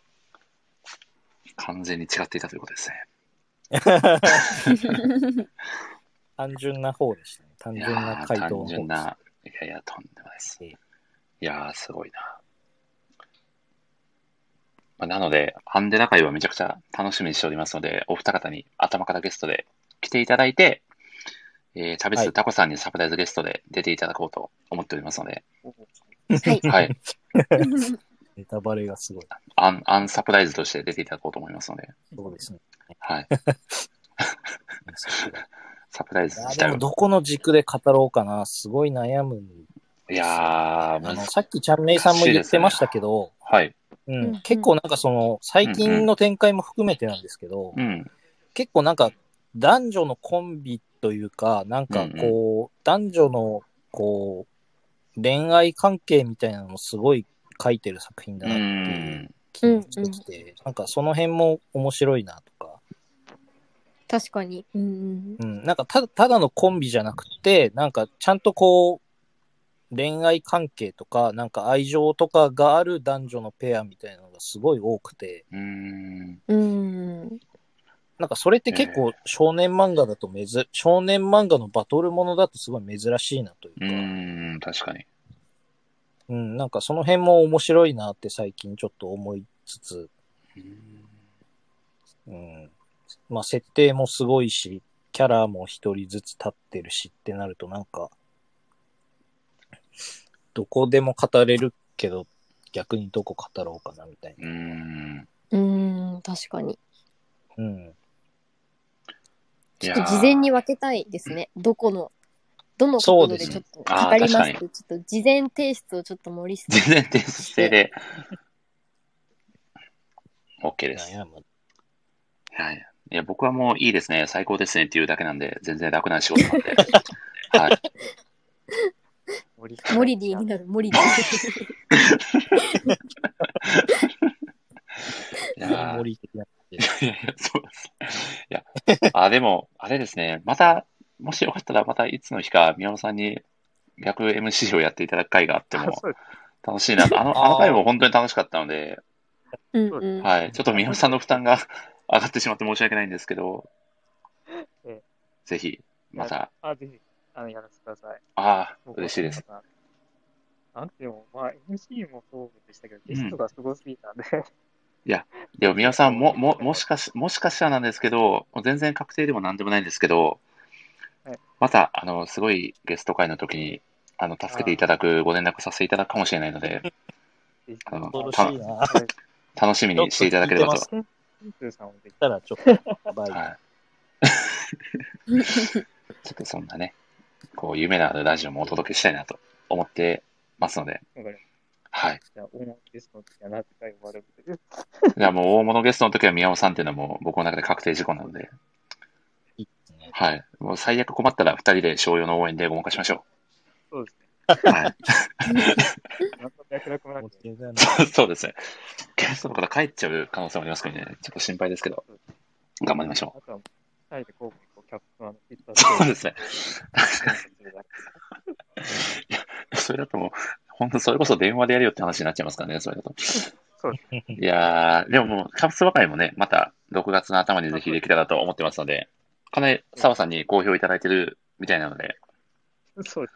Speaker 1: 完全に違っていたということですね。
Speaker 2: 単純な方でした
Speaker 1: い
Speaker 2: ね。単純
Speaker 1: や
Speaker 2: な
Speaker 1: ー、
Speaker 2: 回答の
Speaker 1: 単
Speaker 2: 方でし
Speaker 1: 純
Speaker 2: た。
Speaker 1: な、いやいや、とんでもないです。
Speaker 2: ええ
Speaker 1: いやー、すごいな。まあ、なので、アンデラ会はめちゃくちゃ楽しみにしておりますので、お二方に頭からゲストで来ていただいて、えー、チャベ
Speaker 2: は
Speaker 1: ス
Speaker 2: い
Speaker 1: タコさんにサプライズゲストで出ていただこうと思っておりますの で、
Speaker 4: ど。
Speaker 3: はい。
Speaker 1: はい、
Speaker 2: ネタバレがすごい。
Speaker 1: アン、アンサプライズとして出ていただこうと思いますので、
Speaker 2: そ うですね。
Speaker 1: はい、
Speaker 2: そこが
Speaker 1: サプライ
Speaker 2: い
Speaker 1: ズ
Speaker 2: や
Speaker 1: 自
Speaker 2: で
Speaker 1: 体
Speaker 2: も
Speaker 1: を。
Speaker 2: どこの軸で語ろうかな、すごい悩むん
Speaker 1: いやー、
Speaker 2: あ
Speaker 1: む
Speaker 2: の
Speaker 1: ず、
Speaker 2: さっきチャンネイさんも言ってましたけど、
Speaker 1: はい、
Speaker 2: うん
Speaker 3: うん
Speaker 2: 結構なんかその最近の展開も含めてなんですけど、
Speaker 1: うん、
Speaker 2: 結構なんか男女のコンビというか、なんかこう、男女のこう恋愛関係みたいなのをすごい書いてる作品
Speaker 1: う、
Speaker 2: だなっていうん気がしてきて、なんかその辺も面白いなとか、
Speaker 3: 確かに。うん
Speaker 2: うん、なんかただただのコンビじゃなくて、なんかちゃんとこう、恋愛関係とか、なんか愛情とかがある男女のペアみたいなのがすごい多くて、
Speaker 1: うん、
Speaker 3: うん。うん。
Speaker 2: なんかそれって結構少年漫画だとめず、少年漫画のバトルものだとすごい珍しいなという
Speaker 1: う
Speaker 2: か、うん、
Speaker 1: ん、確かに。
Speaker 2: なんかその辺も面白いなって最近ちょっと思いつつ、
Speaker 1: うん
Speaker 2: うん、まあ設定もすごいし、キャラも一人ずつ立ってるしってなるとなんか、どこでも語れるけど、逆にどこ語ろうかなみたいな。
Speaker 1: うん。
Speaker 3: うん、確かに。
Speaker 2: うん。
Speaker 1: い
Speaker 3: ちょ
Speaker 1: や
Speaker 3: っ
Speaker 1: ー
Speaker 3: と事前に分けたいですね。どこの、どの角度でちょっ
Speaker 1: そう
Speaker 3: と
Speaker 1: ですね
Speaker 3: 語ります
Speaker 1: あー
Speaker 3: っ
Speaker 1: 確
Speaker 3: て、ちょっと事前提出をちょっと森下
Speaker 1: 全然提出制で。OK です。
Speaker 2: 悩む。
Speaker 1: はい。いや、僕はもういいですね。最高ですねっていうだけなんで、全然楽な仕事なんで。 はい。
Speaker 4: 森
Speaker 3: さん、モリディになる、モリディ。
Speaker 1: いやー
Speaker 2: 森的な。
Speaker 1: いやいや、そうです。いや、あ、でも、あれですね。また、もしよかったら、またいつの日か、宮本さんに逆 MC をやっていただく回があって
Speaker 4: あ
Speaker 1: も
Speaker 4: そうで
Speaker 1: 楽しいなと。あの、あの回も本当に楽しかったので、
Speaker 3: うん
Speaker 4: そう
Speaker 3: うん。
Speaker 1: はい。ちょっと宮本さんの負担が上がってしまって申し訳ないんですけど
Speaker 4: ええ、
Speaker 1: ぜひ、また、
Speaker 4: すあ、ぜひ、あの、やらせてください。
Speaker 1: ああ、
Speaker 4: 僕は
Speaker 1: 嬉しいです。。
Speaker 4: なんていうの、まあ、MC もそうでしたけど、
Speaker 1: うん
Speaker 4: ゲストがすごすぎたん で、
Speaker 1: でも、宮尾さん、も、も、もしかし、もしかしたらなんですけど、もう全然確定でもなんでもないんですけど
Speaker 4: はい、
Speaker 1: また、あの、すごいゲスト会の時に、あの、助けていただく、ご連絡させていただくかもしれないので、
Speaker 4: ぜひ
Speaker 1: あの
Speaker 2: 恐ろしいな。
Speaker 4: あれ
Speaker 1: 楽しみにしていただければ
Speaker 2: ちょっ
Speaker 1: と。
Speaker 4: ケンツーさんもぜひ
Speaker 2: たらちょっとやばい。
Speaker 1: はい。ちょっとそんなね、こう、夢のあるラジオもお届けしたいなと思ってますので、
Speaker 4: わかりまし
Speaker 1: はい。
Speaker 4: た。じゃあ、大物ゲストの時は何回終わるので、
Speaker 1: じゃあもう、大物ゲストの時は宮尾さんっていうのはもう、僕の中で確定事項なので、
Speaker 2: いいですね。
Speaker 1: はい。もう、最悪困ったら、二人で商用の応援でごまかしましょ
Speaker 4: そうですね。
Speaker 1: う。はい。
Speaker 4: なんと脈絡もな
Speaker 2: お
Speaker 4: く、
Speaker 2: 手伝いの
Speaker 1: そうですね。ゲストの方帰っちゃう可能性もありますけどね、ちょっと心配ですけど、頑張りましょ
Speaker 4: あとは、二人で交互にこう脚本はピッタ
Speaker 1: そうですね。それだともう、本当それこそ電話でやるよって話になっちゃいますからね、それだと。
Speaker 4: そうで
Speaker 1: いやー、でももう、キャプツバ会もね、また6月の頭にぜひできたらと思ってますので、かなり澤さんに好評いただいてるみたいなので、
Speaker 4: そうですね。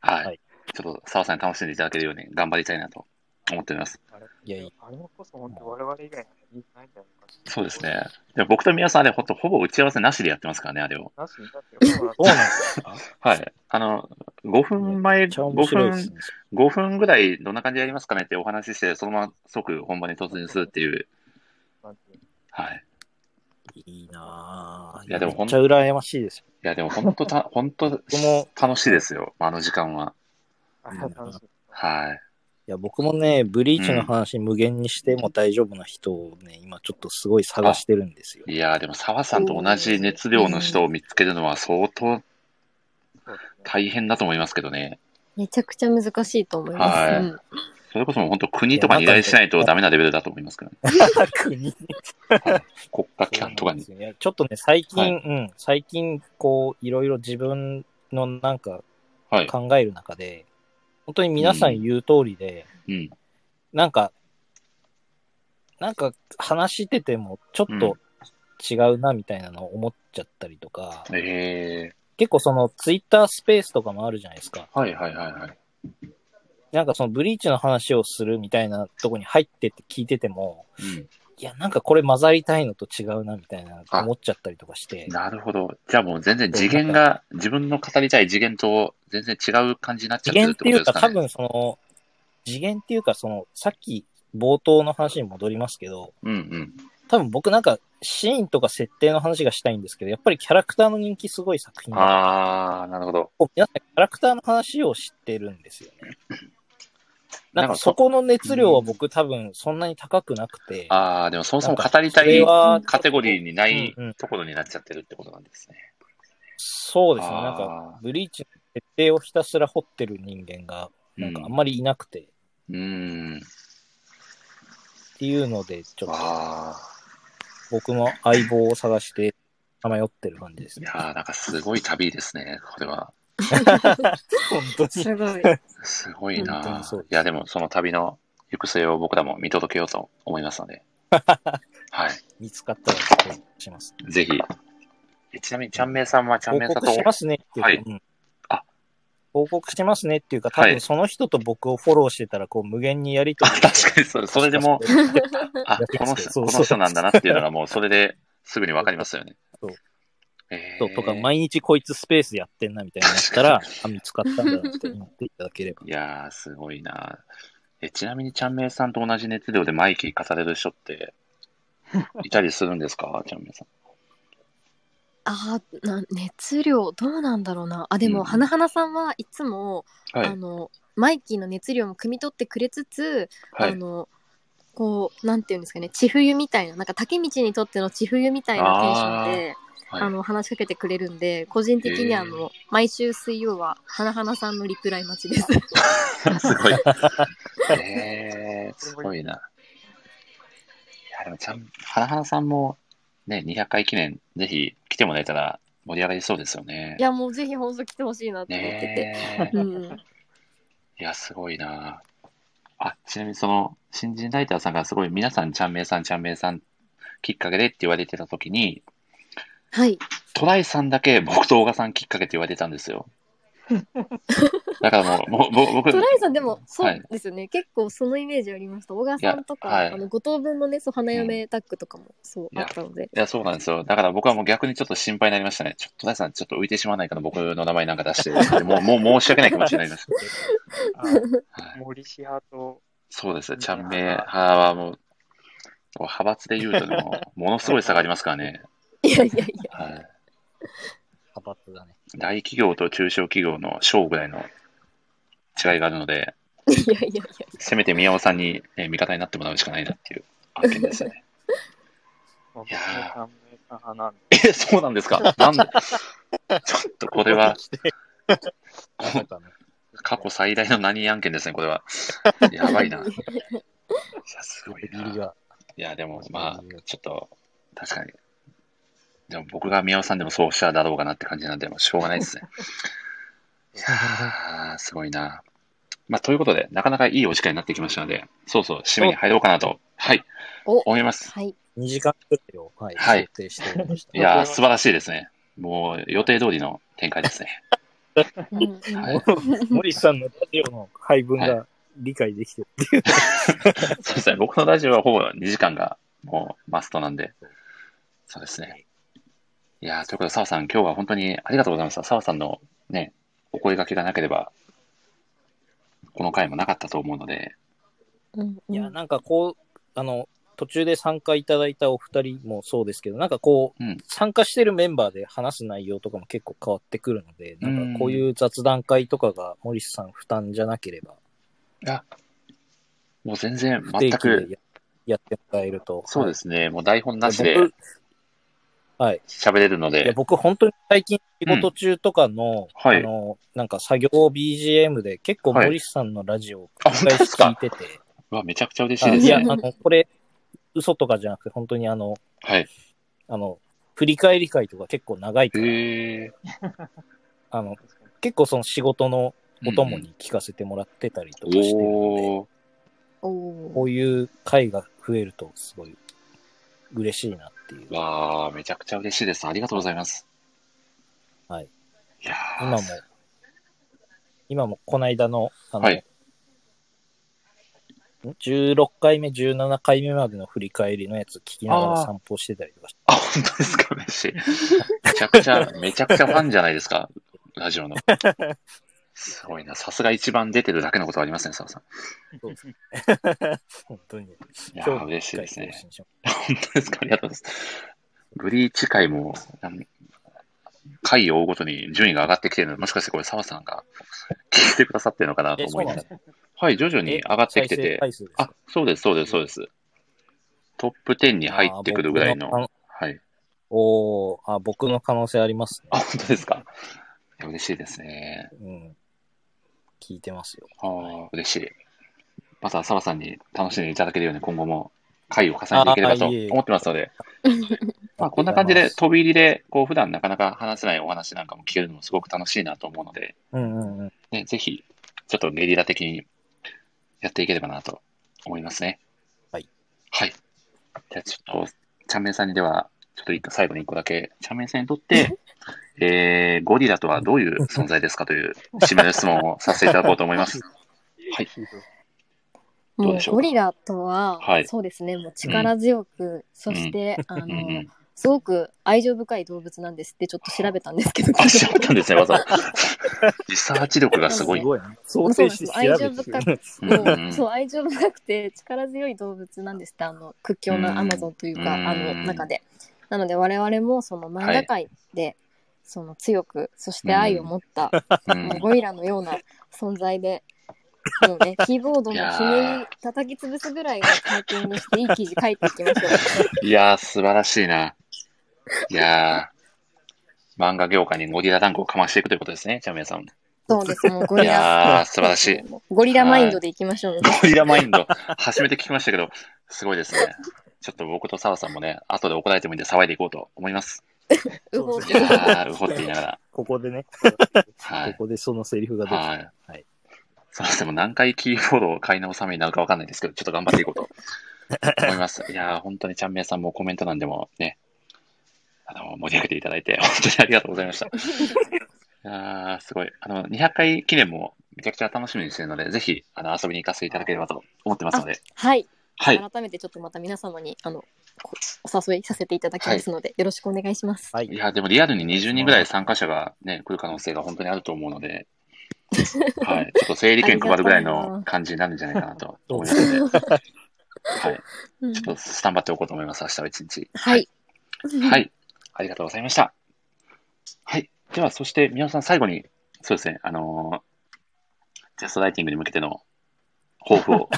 Speaker 1: はい。
Speaker 2: はい
Speaker 1: ちょっと澤さんに楽しんでいただけるように頑張りたいなと思っております。
Speaker 4: あれ
Speaker 2: いやいや
Speaker 4: あれこそ本当我々以外なんかいいないんじゃないかな
Speaker 1: そうですね。でも僕と皆さんあれ、ほんとほぼ打ち合わせなしでやってますからね、あれを。
Speaker 4: なしになってよ。
Speaker 2: そうなんですか
Speaker 1: はい。あの、5分前、
Speaker 2: めっちゃ
Speaker 1: 5
Speaker 2: 面白いで
Speaker 1: 分
Speaker 2: すね。
Speaker 1: 5分ぐらいどんな感じでやりますかねってお話しして、そのまま即本番に突入するっていう。
Speaker 4: なんていうの
Speaker 1: はい。
Speaker 2: いいなぁ。
Speaker 1: いやでもほ
Speaker 2: め
Speaker 1: ん
Speaker 2: っちゃ羨ましいですよ。
Speaker 1: いや、でも本当た、 本当
Speaker 2: 僕も、
Speaker 1: 楽しいですよ。あの時間は。
Speaker 4: あれは楽しい。
Speaker 1: はい。
Speaker 2: いや、僕もね、ブリーチの話無限にしても大丈夫な人をね、今ちょっとすごい探してるんですよ。
Speaker 1: いやーでも澤さんと同じ熱量の人を見つけるのは相当
Speaker 4: そうですね。
Speaker 1: 大変だと思いますけどね。
Speaker 3: めちゃくちゃ難しいと思います。
Speaker 1: はい
Speaker 3: うん
Speaker 1: それこそもう本当国とかに依頼しないとダメなレベルだと思いますけどね。
Speaker 2: 国
Speaker 1: 国家機関とかに。
Speaker 2: いやちょっとね、最近、
Speaker 1: はい
Speaker 2: うん、最近、こう、いろいろ自分のなんか
Speaker 1: はい。
Speaker 2: 考える中で、本当に皆さん言う通りで、
Speaker 1: うん。
Speaker 2: なんか、なんか話しててもちょっと違うなみたいなのを思っちゃったりとか、
Speaker 1: ええ
Speaker 2: 結構そのツイッタースペースとかもあるじゃないですか。
Speaker 1: ー。はいはいはいはい。
Speaker 2: なんかそのブリーチの話をするみたいなとこに入ってって聞いてても、いや、なんかこれ混ざりたいのと違うなみたいな思っちゃったりとかし
Speaker 1: う
Speaker 2: て
Speaker 1: ん。、なるほど。じゃあもう全然次元が、自分の語りたい次元と全然違う感じになっちゃって
Speaker 2: 次
Speaker 1: るっ
Speaker 2: 元ってて
Speaker 1: こ
Speaker 2: い
Speaker 1: と
Speaker 2: う
Speaker 1: です
Speaker 2: か、多
Speaker 1: かね。
Speaker 2: 分その、次元っていうか、その、さっき冒頭の話に戻りますけど、
Speaker 1: うんうん。
Speaker 2: 多分僕なんかシーンとか設定の話がしたいんですけど、やっぱりキャラクターの人気すごい作品で、
Speaker 1: ああ、なるほど。
Speaker 2: こう皆さんキャラクターの話を知ってるんですよね。なんかそこの熱量は僕多分そんなに高くなくて、
Speaker 1: ああ、でもそもそも
Speaker 2: なん
Speaker 1: 語りた
Speaker 2: それ
Speaker 1: い
Speaker 2: は
Speaker 1: カテゴリーにない
Speaker 2: うんうん
Speaker 1: ところになっちゃってるってことなんですね。
Speaker 2: そうですね、
Speaker 1: あー
Speaker 2: なんかブリーチの設定をひたすら掘ってる人間が、なんかあんまりいなくて、
Speaker 1: うん。
Speaker 2: っていうので、ちょっと
Speaker 1: あ
Speaker 2: 僕も相棒を探して、さまよってる感じです
Speaker 1: あ、い
Speaker 2: ね
Speaker 1: や。ーなんかすごい旅ですね、これは。
Speaker 2: 本当に。
Speaker 3: すごい。
Speaker 1: すごい
Speaker 2: 本当
Speaker 1: な
Speaker 2: にそう
Speaker 1: ー。い
Speaker 2: です
Speaker 1: や、でもその旅の行く末を僕らも見届けようと思いますので。 はい。
Speaker 2: 見つかったら報告します。
Speaker 1: ぜひ。えちなみに、ちゃんめいさんはちゃん
Speaker 2: 報
Speaker 1: めいさん
Speaker 2: 告
Speaker 1: と
Speaker 2: し、ますねっていうか、
Speaker 1: はい
Speaker 2: うん
Speaker 1: あ
Speaker 2: 報告しますねっていうか、多
Speaker 1: はい
Speaker 2: 分その人と僕をフォローしてたら、こう無限にやりとり
Speaker 1: あ確かにそれそれでも
Speaker 2: しかして
Speaker 1: あ、
Speaker 2: やって
Speaker 1: こ
Speaker 2: ま
Speaker 1: の
Speaker 2: すけ
Speaker 1: 人、
Speaker 2: ど
Speaker 1: こ
Speaker 2: そうそう
Speaker 1: の人なんだなっていうのがもうそれですぐにわかりますよね
Speaker 2: そう。
Speaker 1: え
Speaker 2: そうとか、
Speaker 1: ー、
Speaker 2: 毎日こいつスペースやってんなみたいになっ たら、あ、見つかったんだなって思っていただければ
Speaker 1: い。やー、すごいなーえ。ちなみに、ちゃんめいさんと同じ熱量でマイキー語れる人って、 いたりするんですか、ちゃんめいさん。
Speaker 3: あーな熱量どうなんだろうなあで
Speaker 1: うん
Speaker 3: も花々さんはいつも、
Speaker 1: は
Speaker 3: あ
Speaker 1: い。
Speaker 3: のマイキーの熱量も汲み取ってくれつつ、
Speaker 1: は
Speaker 3: あ
Speaker 1: い。
Speaker 3: のこうなんていうんですかね千冬みたいななんか竹道にとっての千冬みたいなテンションであ、
Speaker 1: はい、
Speaker 3: の話しかけてくれるんで個人的
Speaker 1: へ
Speaker 3: に
Speaker 1: ー
Speaker 3: あの毎週水曜は花々さんのリプライ待ちです
Speaker 1: すごい。えー、すごいな。いや、でも、ちゃん、はなはなさんも、ね、200回記念、ぜひ来てもらえたら盛り上がりそうですよね
Speaker 3: い。やもうぜひ放送来てほしいなと思ってて、
Speaker 1: ねえ。
Speaker 3: うん、
Speaker 1: いや、すごいな。あ、ちなみに、その、新人ライターさんがすごい、皆さん、ちゃんめいさん、ちゃんめいさん、きっかけでって言われてたときに、
Speaker 3: はい
Speaker 1: トライさんだけ僕と小賀さんきっかけって言われてたんです よ。だからもう、もうぼ僕、
Speaker 3: トライさんでもそ
Speaker 1: はいう
Speaker 3: ですよね、結構そのイメージありました小川さんとか、
Speaker 1: いやはい
Speaker 3: あの五等分のねそう花嫁タッグとかもそう
Speaker 1: い
Speaker 3: あ
Speaker 1: や
Speaker 3: ったので
Speaker 1: いや、そうなんですよ。だから僕はもう逆にちょっと心配になりましたね。ちょっと、トライさん、ちょっと浮いてしまわないかな、僕の名前なんか出して。もう、もう申し訳ない気持ちになりました。は
Speaker 4: あ
Speaker 1: い、
Speaker 4: 森氏派と、
Speaker 1: そうですね。ちゃんめい派はもう、こう派閥で言うとでも、ものすごい差がありますからね。
Speaker 3: いやいやいや
Speaker 1: はい。
Speaker 2: 派閥だね。
Speaker 1: 大企業と中小企業の小ぐらいの違いがあるので、
Speaker 3: いやいやいや
Speaker 1: せめて宮尾さんに、ね、味方になってもらうしかないなっていう案件ですね。
Speaker 4: まあ、僕
Speaker 1: いや
Speaker 4: も
Speaker 1: ー
Speaker 4: 短命さん派なんで、
Speaker 1: え、そうなんですか。なんで、ちょっとこれは、
Speaker 2: まさかの
Speaker 1: 過去最大の何案件ですね、これは。やばいな。いや、すごい
Speaker 2: ビリ
Speaker 1: な。い
Speaker 2: が。
Speaker 1: や、でも、まあ、ちょっと、確かに、でも僕が宮尾さんでもそうしただろうかなって感じなんで、もうしょうがないですね。いやー、すごいな。まあ、ということで、なかなかいいお時間になってきましたので、そうそう、締めに入ろうかなと、はい、
Speaker 3: お、
Speaker 1: 思います。
Speaker 3: はい。
Speaker 2: 2時間くらいを、はい、
Speaker 1: はい
Speaker 2: 想定しておりました。
Speaker 1: いやー、素晴らしいですね。もう予定通りの展開ですね。
Speaker 3: うんうん
Speaker 1: はい、
Speaker 2: 森さんのラジオの配分
Speaker 1: は
Speaker 2: が理解できてるっていう。
Speaker 1: そうですね、僕のラジオはほぼ2時間がもうマストなんで、そうですね。いやー、ということで、澤さん、今日は本当にありがとうございました。澤さんのね、お声掛けがなければ、この回もなかったと思うので、
Speaker 3: うんうん
Speaker 2: いや、なんかこう、あの、途中で参加いただいたお二人もそうですけど、なんかこう、
Speaker 1: うん
Speaker 2: 参加してるメンバーで話す内容とかも結構変わってくるので、なんかこういう雑談会とかが森さん負担じゃなければ、
Speaker 1: もう全然、
Speaker 2: 不
Speaker 1: 全
Speaker 2: 定期
Speaker 1: く、
Speaker 2: でややってもらえると。
Speaker 1: そうですね、もう台本
Speaker 2: は。
Speaker 1: ないしで
Speaker 2: 僕はい。
Speaker 1: 喋れるの
Speaker 2: いや、
Speaker 1: で、
Speaker 2: 僕本当に最近仕事中とかの、
Speaker 1: うんはい
Speaker 2: あの、なんか作業 BGM で結構
Speaker 1: はい
Speaker 2: 森さんのラジオを
Speaker 1: あ
Speaker 2: 繰り返し聞いてて、
Speaker 1: うわ、めちゃくちゃ嬉し
Speaker 2: あ
Speaker 1: いで
Speaker 2: い
Speaker 1: す
Speaker 2: や、あ
Speaker 1: ね。
Speaker 2: の、これ、嘘とかじゃなくて、本当にあの、
Speaker 1: はい。
Speaker 2: あの、振り返り会とか結構長いから、
Speaker 1: へえ。
Speaker 2: あの、結構その仕事のお供
Speaker 1: うん
Speaker 2: に聞かせてもらってたりと
Speaker 1: う
Speaker 2: か
Speaker 1: ん。
Speaker 2: してるので、
Speaker 1: おー。
Speaker 3: お
Speaker 2: こ
Speaker 3: ー
Speaker 2: ういう会が増えるとすごい嬉しいなっていう。
Speaker 1: わあ、めちゃくちゃ嬉しいです。ありがとうございます。
Speaker 2: はい。
Speaker 1: いやー
Speaker 2: 今も、今もこの間の、あの、
Speaker 1: はい
Speaker 2: 16回目、17回目までの振り返りのやつ聞きながら
Speaker 1: あー
Speaker 2: 散歩してたり とかして、
Speaker 1: あ、本当ですか、嬉しい。めちゃくちゃ、めちゃくちゃファンじゃないですか、ラジオの。すごいな。さすが一番出てるだけのことはありません、澤さ
Speaker 2: 本当に。
Speaker 1: ん。いやー、嬉しいです
Speaker 2: 今日も
Speaker 1: ね。
Speaker 2: 一回更新しま
Speaker 1: 本当ですか、ありがとうございます。ブリーチ会も、なん回を追うごとに順位が上がってきてるので、もしかしてこれ澤さんが聞いてくださってるのかな
Speaker 2: す
Speaker 1: と
Speaker 2: え、
Speaker 1: 思
Speaker 2: そう
Speaker 1: い
Speaker 2: なん
Speaker 1: なが
Speaker 2: で
Speaker 1: ら
Speaker 2: すか
Speaker 1: はい、徐々に上がってきて
Speaker 2: 再生
Speaker 1: て。
Speaker 2: 回数です
Speaker 1: あ
Speaker 2: か、
Speaker 1: そうです、そうです、そうです。トップ10に入ってくるぐらいの。
Speaker 2: あー僕の
Speaker 1: はい。
Speaker 2: おーあ、僕の可能性ありますね。
Speaker 1: あ、本当ですか。いや嬉しいですね。
Speaker 2: うん。聞いてますよ。
Speaker 1: ああ、嬉しい。また、澤さんに楽しんでいただけるように今後も回を重ねていければと
Speaker 2: あーいえいえ
Speaker 1: 思ってますので、まあ、こんな感じで飛び入りで、こう、普段なかなか話せないお話なんかも聞けるのもすごく楽しいなと思うので、
Speaker 2: うんうんうん。
Speaker 1: ね、ぜひ、ちょっとゲリラ的にやっていければなと思いますね。
Speaker 2: はい。
Speaker 1: はい。じゃあちょっと、チャンメンさんにでは、ちょっと一個最後に一個だけ、チャンメンさんにとって、えー、ゴリラとはどういう存在ですかという、締めの質問をさせていただこうと思い ます。はい。どう
Speaker 3: も
Speaker 1: で
Speaker 3: う
Speaker 1: しょうか
Speaker 3: ゴリラとは、
Speaker 1: はい
Speaker 3: そうですね、もう力強く、そして、あ
Speaker 1: うんう
Speaker 3: の
Speaker 1: ん、。
Speaker 3: すごく愛情深い動物なんですってちょっと調べたんですけど、
Speaker 1: あ、しまったんですね、わざわ ざ。リサーチ力がすごい。
Speaker 2: ごいな。想
Speaker 3: そ
Speaker 2: 定
Speaker 3: うなん
Speaker 2: して
Speaker 3: です
Speaker 2: 調
Speaker 3: 愛
Speaker 2: べ
Speaker 3: 情
Speaker 2: て
Speaker 3: 深
Speaker 2: る。
Speaker 1: うん
Speaker 3: くそう
Speaker 1: うん
Speaker 3: そう愛情深くて力強い動物なんですってあの屈強
Speaker 1: うん
Speaker 3: なアマゾンというか、
Speaker 1: うん
Speaker 3: あの中でなので我々もその漫画界で、その強くそして愛を持った、
Speaker 1: う
Speaker 3: もうんゴリラのような存在で。もうね、キーボード
Speaker 1: い
Speaker 3: の
Speaker 1: やー
Speaker 3: 爪叩き潰すぐらいの体験にしていい記事書いていきましょ
Speaker 1: いやー、素晴らしいな。いやー、漫画業界にゴリラダンクをかましていくということですね、チャンメンさん。
Speaker 3: う。そうです、もうゴ
Speaker 1: い
Speaker 3: リラ。
Speaker 1: やー、素晴らしい。
Speaker 3: ゴリラマインドでいきましょうね。
Speaker 1: ゴリラマインド、初めて聞きましたけど、すごいですね。ちょっと僕と澤さんもね、後で怒られてもいいんで騒いでいこうと思います。
Speaker 3: うほう
Speaker 1: いやー、うほって言いながら。
Speaker 2: ここでね、
Speaker 1: は
Speaker 2: こ
Speaker 1: い。
Speaker 2: こでそのセリフが出て
Speaker 1: はい。
Speaker 2: はい
Speaker 1: そもそも何回キーボードを買い直すためになるかわかんないですけど、ちょっと頑張っていこう と思います。いやー、本当にちゃんめいさんもコメント欄でもね、あの、盛り上げていただいて、本当にありがとうございま した。いやー、すごい。あの、200回記念もめちゃくちゃ楽しみにしてるので、ぜひ、あの、遊びに行かせていただければと思ってますので、
Speaker 3: はい。
Speaker 1: はい。
Speaker 3: 改めてちょっとまた皆様にあのこお誘いさせていただきますので、よろしくお願いします。
Speaker 2: はいい。
Speaker 1: や、でもリアルに20人ぐらい参加者がね、来る可能性が本当にあると思うので、はい、ちょっと整理券配るぐらいの感じになるんじゃないかなと思います ので、はい、
Speaker 3: うん
Speaker 1: ちょっとスタンバっておこうと思います、明日は一日。
Speaker 3: はい。。
Speaker 1: はいい、ありがとうございました。はい、では、そして、宮尾さん、最後に、そうですね、あのーテストライティングに向けての抱負 を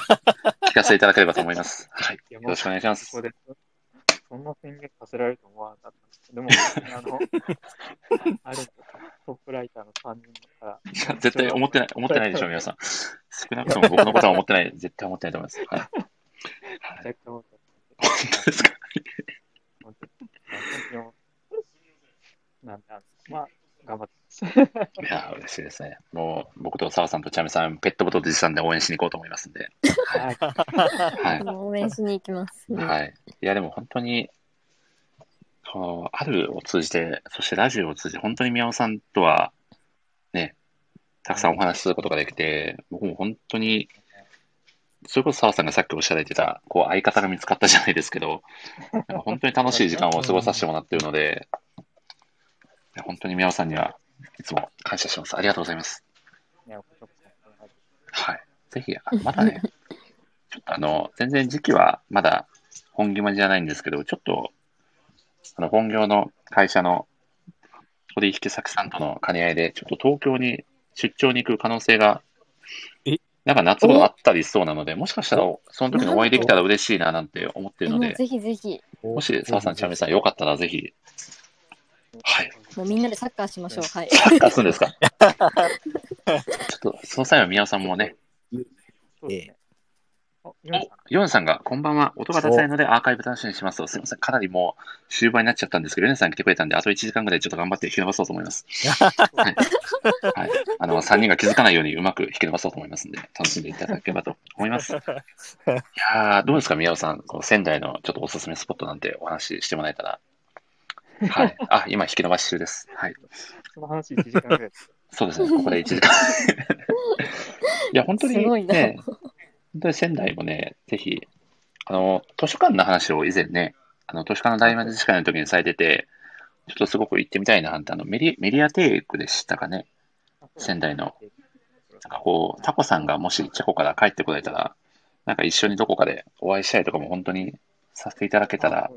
Speaker 1: 聞かせていただければと思います。はい、よろしくお願いしま
Speaker 4: こ
Speaker 1: す
Speaker 4: こ。でそんな宣言させられると思わなかった。でも、あの、 あれ、トップライターの3人から。
Speaker 1: いや、絶対思ってない、思ってないでしょう、皆さん。少なくとも僕のことは思ってない、絶対思ってないと思います。 はい。
Speaker 4: めちゃくちゃ思ってた
Speaker 1: 本当ですか
Speaker 4: 本当に本当に思っます。
Speaker 1: いや、嬉しいですね。もう、僕と澤さんとちゃみさん、ペットボトル持参で応援しに行こうと思いますん で。
Speaker 4: はい。
Speaker 1: はい。
Speaker 5: 応援しに行きます。
Speaker 1: はい。いや、でも本当に、こう、あるを通じて、そしてラジオを通じて、本当に宮尾さんとは、ね、たくさんお話しすることができて、僕も本当に、それこそ澤さんがさっきおっしゃられてた、こう、相方が見つかったじゃないですけど、なんか本当に楽しい時間を過ごさせてもらっているので、いや本当に宮尾さんには、いつも感謝します。ありがとうございます。
Speaker 4: いや、こちらこそお願いします
Speaker 1: はい。ぜひ、あまだね、ちょっとあの、全然時期はまだ本決まりじゃないんですけど、ちょっと、あの、本業の会社の取引先さんとの兼ね合いで、ちょっと東京に出張に行く可能性が
Speaker 2: え、
Speaker 1: なんか夏頃あったりしそうなので、もしかしたらその時にお会いできたら嬉しいななんて思ってるの
Speaker 5: もう
Speaker 1: で、
Speaker 5: ぜひぜひ、
Speaker 1: もし澤さん、ちゃみさんよかったらぜひ、はい。
Speaker 5: もうみんなでサッカーしましょう。はい。
Speaker 1: サッカーするんですかちょっと、その際は宮尾さんもね、
Speaker 4: そうですね。あ、今さん、
Speaker 1: ヨネさんが、こんばんは。音が出せないのでアーカイブ楽しみにしますと。すみません。かなりもう終盤になっちゃったんですけど、ヨネさん来てくれたんで、あと1時間ぐらいちょっと頑張って引き伸ばそうと思います。はい。はい、あの、3人が気づかないようにうまく引き伸ばそうと思いますんで、楽しんでいただければと思い ます。いやー、どうですか、宮尾さん。こう仙台のちょっとおすすめスポットなんてお話ししてもらえたら。はい。あ、今引き伸ばし中です。はい。
Speaker 4: その話1時間ぐらいです。
Speaker 1: そうですね、ここで1時間。 いや、本当に、
Speaker 5: すごいな
Speaker 1: ね、本当に仙台もね、ぜひ、あの、図書館の話を以前ね、あの、図書館の大魔術会の時にされてて、ちょっとすごく行ってみたいななんて、あの、メリ、メディアテイクでしたかね。仙台の。なんかこう、タコさんがもしチェコから帰ってこられたら、なんか一緒にどこかでお会いしたりとかも本当にさせていただけたら、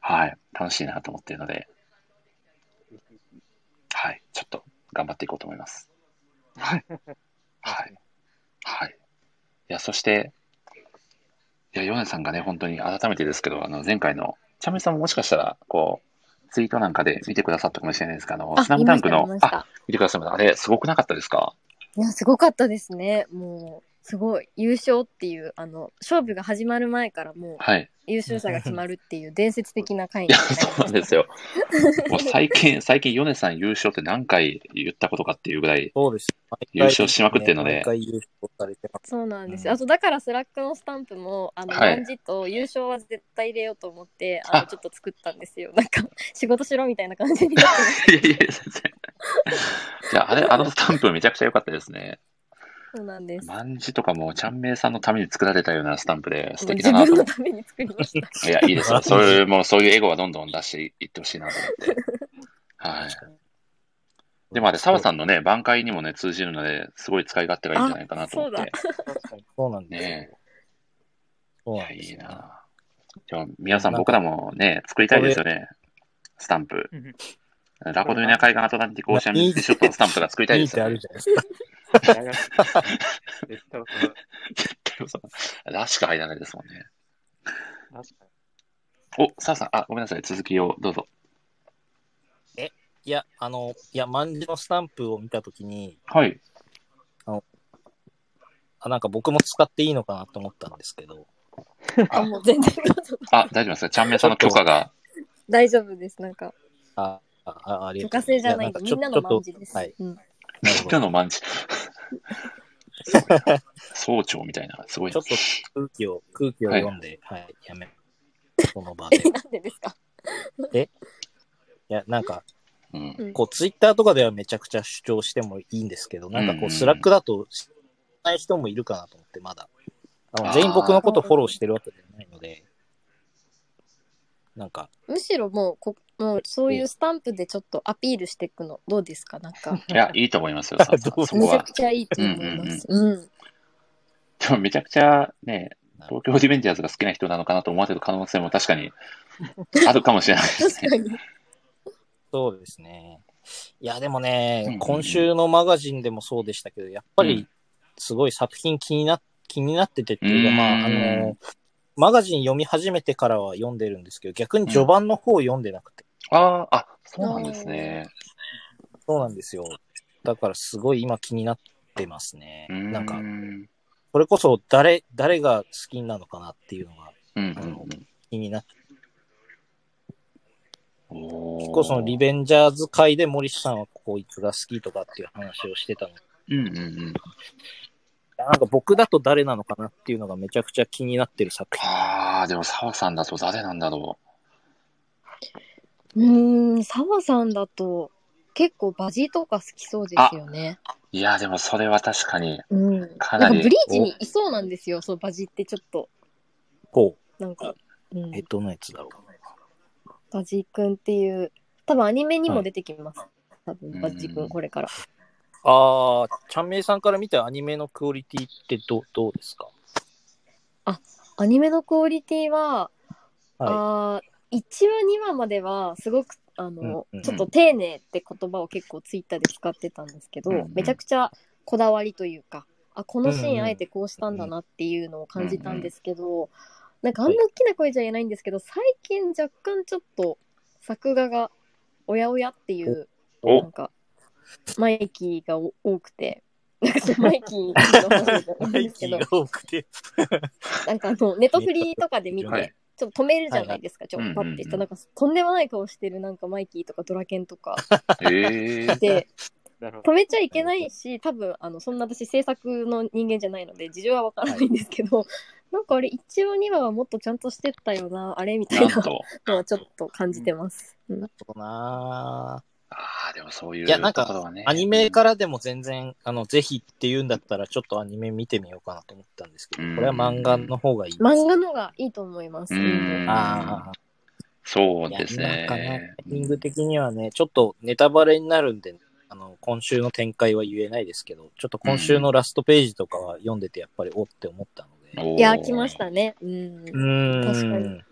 Speaker 1: はい、楽しいなと思っているので、はい、ちょっと頑張っていこうと思います。はい。はい。はい。いや、そして、いや、ヨネさんがね、本当に改めてですけど、あの、前回の、チャンメさんももしかしたら、こう、ツイートなんかで見てくださったかもしれないですけど、あの、
Speaker 5: あ
Speaker 1: スナムダンクの
Speaker 5: 見ま、した見ました
Speaker 1: あ、見てくださいました。あれ、すごくなかったですか
Speaker 5: いや、すごかったですね。もう、すごい。優勝っていう、あの、勝負が始まる前からもう、
Speaker 1: はい。
Speaker 5: 優勝者が決まるっていう伝説的な回
Speaker 1: い
Speaker 5: に
Speaker 1: や、
Speaker 5: なりました
Speaker 1: そうなんですよ。もう最近、最近、ヨネさん優勝って何回言ったことかっていうぐらい、
Speaker 2: そうです。
Speaker 1: 優勝しまくってんので
Speaker 2: 毎回優勝されてます。
Speaker 5: そうなんです
Speaker 2: う
Speaker 5: よ。
Speaker 2: ん
Speaker 5: あと、だからスラックのスタンプも、あの、
Speaker 1: はい
Speaker 5: 万事と優勝は絶対入れようと思って、あ
Speaker 1: あ
Speaker 5: の、ちょっと作ったんですよ。なんか、仕事しろみたいな感じになってます。
Speaker 1: いやいや、全然。いや、あれ、あのスタンプめちゃくちゃ良かったですね。
Speaker 5: そうなんです。も
Speaker 1: 万字とかも、ちゃんめいさんのために作られたようなスタンプで、素
Speaker 5: う
Speaker 1: 敵
Speaker 5: 自
Speaker 1: だな
Speaker 5: 分
Speaker 1: と思
Speaker 5: の
Speaker 1: った
Speaker 5: めに作りました。
Speaker 1: て。いや、いい ですよ。そういう、もうそういうエゴはどんどん出していってほしいなと思って。はい。でもあれ、澤さんのね、挽回にもね、通じるので、すごい使い勝手がいいんじゃないかなと思っ
Speaker 5: あ
Speaker 1: て。
Speaker 4: 確かに。
Speaker 2: そうなんですよ。
Speaker 1: ね
Speaker 2: そう
Speaker 1: い
Speaker 2: な
Speaker 1: や、
Speaker 2: ん
Speaker 1: い
Speaker 2: です
Speaker 1: い
Speaker 2: よ
Speaker 1: なじゃあ、皆さん、
Speaker 2: なんか
Speaker 1: 僕らもね、作りたいですよね。スタンプ。ラコドゥーニャ海岸アトランティックオーシャンビショットのスタンプが作りたいで
Speaker 2: いいっ
Speaker 1: す
Speaker 2: て
Speaker 1: よ
Speaker 2: あ
Speaker 1: ね
Speaker 2: る。じゃないですか。
Speaker 4: やがて絶対その
Speaker 1: 絶対嘘らしく入らないですもんね。
Speaker 4: 確かに。
Speaker 1: お、サウさん、あ、ごめんなさい。続きをどうぞ。
Speaker 2: いや、あの、いや、万字のスタンプを見たときに、
Speaker 1: はい。
Speaker 2: あ、なんか僕も使っていいのかなと思ったんですけど、
Speaker 5: あ、もう全然
Speaker 1: あ、大丈夫ですか。ちゃんめいさんの許可が。
Speaker 5: 大丈夫です。なんか、
Speaker 2: あ、あああり
Speaker 5: 許
Speaker 2: がと
Speaker 5: 可制
Speaker 2: うございます。
Speaker 5: じゃないんで、みんなの
Speaker 2: 万
Speaker 5: 万事です。
Speaker 2: はい。
Speaker 5: うん
Speaker 1: み
Speaker 2: なんるほ
Speaker 1: な
Speaker 2: ど
Speaker 1: のマン チ。すごいな総長みたいな。すごい
Speaker 2: ちょ
Speaker 1: な
Speaker 2: っ。と空気を、空気を
Speaker 1: はい
Speaker 2: 読んで、はい、やめ、その場で。い
Speaker 5: なんでですか
Speaker 2: や、なんか、
Speaker 1: うん。
Speaker 2: こう、ツイッターとかではめちゃくちゃ主張してもいいんですけど、なんか
Speaker 1: うんう
Speaker 2: こ
Speaker 1: ん
Speaker 2: う、スラックだと知らない人もいるかなと思って、まだ。
Speaker 1: あ
Speaker 2: あ
Speaker 1: ー
Speaker 2: の全員僕のことフォローしてるわけじゃないので、なんか、
Speaker 5: むしろもうこ、もうそういうスタンプでちょっとアピールしていくの、どうですかなんか、
Speaker 1: いや、いいと思いますよ、サウさん。
Speaker 2: どう
Speaker 1: そ
Speaker 5: め
Speaker 1: こ
Speaker 5: ちゃ
Speaker 1: は
Speaker 5: く。ちゃいい と思います。うん。
Speaker 1: でもめちゃくちゃね、東京リベンジャーズが好きな人なのかなと思われる可能性も確か にあるかもしれないです
Speaker 5: 確か
Speaker 1: ね。
Speaker 5: に。
Speaker 2: そうですね。いや、でもね、
Speaker 1: うんうん
Speaker 2: 今週のマガジンでもそうでしたけど、やっぱ
Speaker 1: うん
Speaker 2: りすごい作品気にな気になっててっていう
Speaker 1: う
Speaker 2: か、
Speaker 1: ん
Speaker 2: まあ、あの、マガジン読み始めてからは読んでるんですけど、逆に序盤の方を読んでなくて、
Speaker 1: ああ、あ、そうなんですね。
Speaker 2: そうなんですよ。だからすごい今気になってますね。
Speaker 1: うーん
Speaker 2: なんか
Speaker 1: う、ん
Speaker 2: これこそ誰、誰が好きなのかなっていうのが
Speaker 1: うん
Speaker 2: あの
Speaker 1: うん。
Speaker 2: 気になって、
Speaker 1: おー
Speaker 2: 結構そのリベンジャーズ界で森下さんはここいつが好きとかっていう話をしてたの。
Speaker 1: うんうんうん。
Speaker 2: なんか僕だと誰なのかなっていうのがめちゃくちゃ気になってる作品。
Speaker 1: ああ、でも澤さんだと誰なんだろ
Speaker 3: うーん、澤さんだと結構バジとか好きそうですよね。
Speaker 1: う。いや、でもそれは確かに、
Speaker 3: うん。
Speaker 1: かな
Speaker 3: な
Speaker 1: んり
Speaker 3: かブリーチにいそうなんですよ、そうバジってちょっと。
Speaker 2: こ
Speaker 3: なんか、う
Speaker 2: う。え、
Speaker 3: ん、
Speaker 2: どのやつだろう。
Speaker 3: バジくんっていう、多分アニメにも出てきます。多分バジ
Speaker 1: うんう
Speaker 3: く
Speaker 1: ん
Speaker 3: ん、これから。
Speaker 2: ああ、ちゃんめいさんから見たアニメのクオリティってどどうですか
Speaker 3: アニメのクオリティ
Speaker 2: は
Speaker 3: は、あー1話2話まではすごくあの、
Speaker 2: うんうん
Speaker 3: ちょっと丁寧って言葉を結構ツイッターで使ってたんですけど、
Speaker 1: うんうん
Speaker 3: めちゃくちゃこだわりというかあこのシ
Speaker 2: うんう
Speaker 3: ー
Speaker 2: ん
Speaker 3: ンあえてこうしたんだなっていうのを感じたんですけど、なんかあんな大きな声じゃ言えないんですけど、最近若干ちょっと作画がおやおやっていうな
Speaker 1: お
Speaker 3: んかマイキーがお多くて。なんかちょっとマイキーの話
Speaker 2: い。、
Speaker 3: なん ですけど
Speaker 2: 多くて。
Speaker 3: なんかあの、ネットフリとかで見て、
Speaker 1: はい。
Speaker 3: ちょっと止めるじゃないですか、ちょっとパッてした、
Speaker 1: うんうんうん
Speaker 3: なんかとんでもない顔してるなんかマイキーとかドラケン とか
Speaker 1: ええー。
Speaker 3: で
Speaker 4: なるほど
Speaker 3: 止めちゃいけないし多分あのそんな私制作の人間じゃないので事情はわからないんですけど、なんかあれ一応2話はもっとちゃんとしてったよなあれみたい
Speaker 1: な
Speaker 3: なん
Speaker 1: と。
Speaker 3: のはちょっと感じてます。うん
Speaker 2: そうな
Speaker 1: ああ、でもそういう
Speaker 2: いやなんか
Speaker 1: ところはね。
Speaker 2: アニメからでも全然、あの、ぜひって言うんだったら、ちょっとアニメ見てみようかなと思ったんですけ
Speaker 1: うん
Speaker 2: ど、これは漫画の方がいいです。
Speaker 3: 漫画の方がいいと思います。
Speaker 1: うん
Speaker 2: ああ、
Speaker 1: そう
Speaker 2: いや
Speaker 1: です
Speaker 2: なんかね
Speaker 1: ね。、
Speaker 2: タイミング的にはね、ちょっとネタバレになるんで、あの、今週の展開は言えないですけど、ちょっと今週のラストページとかは読んでてやっぱりおって思ったので。
Speaker 1: おー
Speaker 3: いや来まし。たね。うん
Speaker 2: うーん。
Speaker 3: 確かに。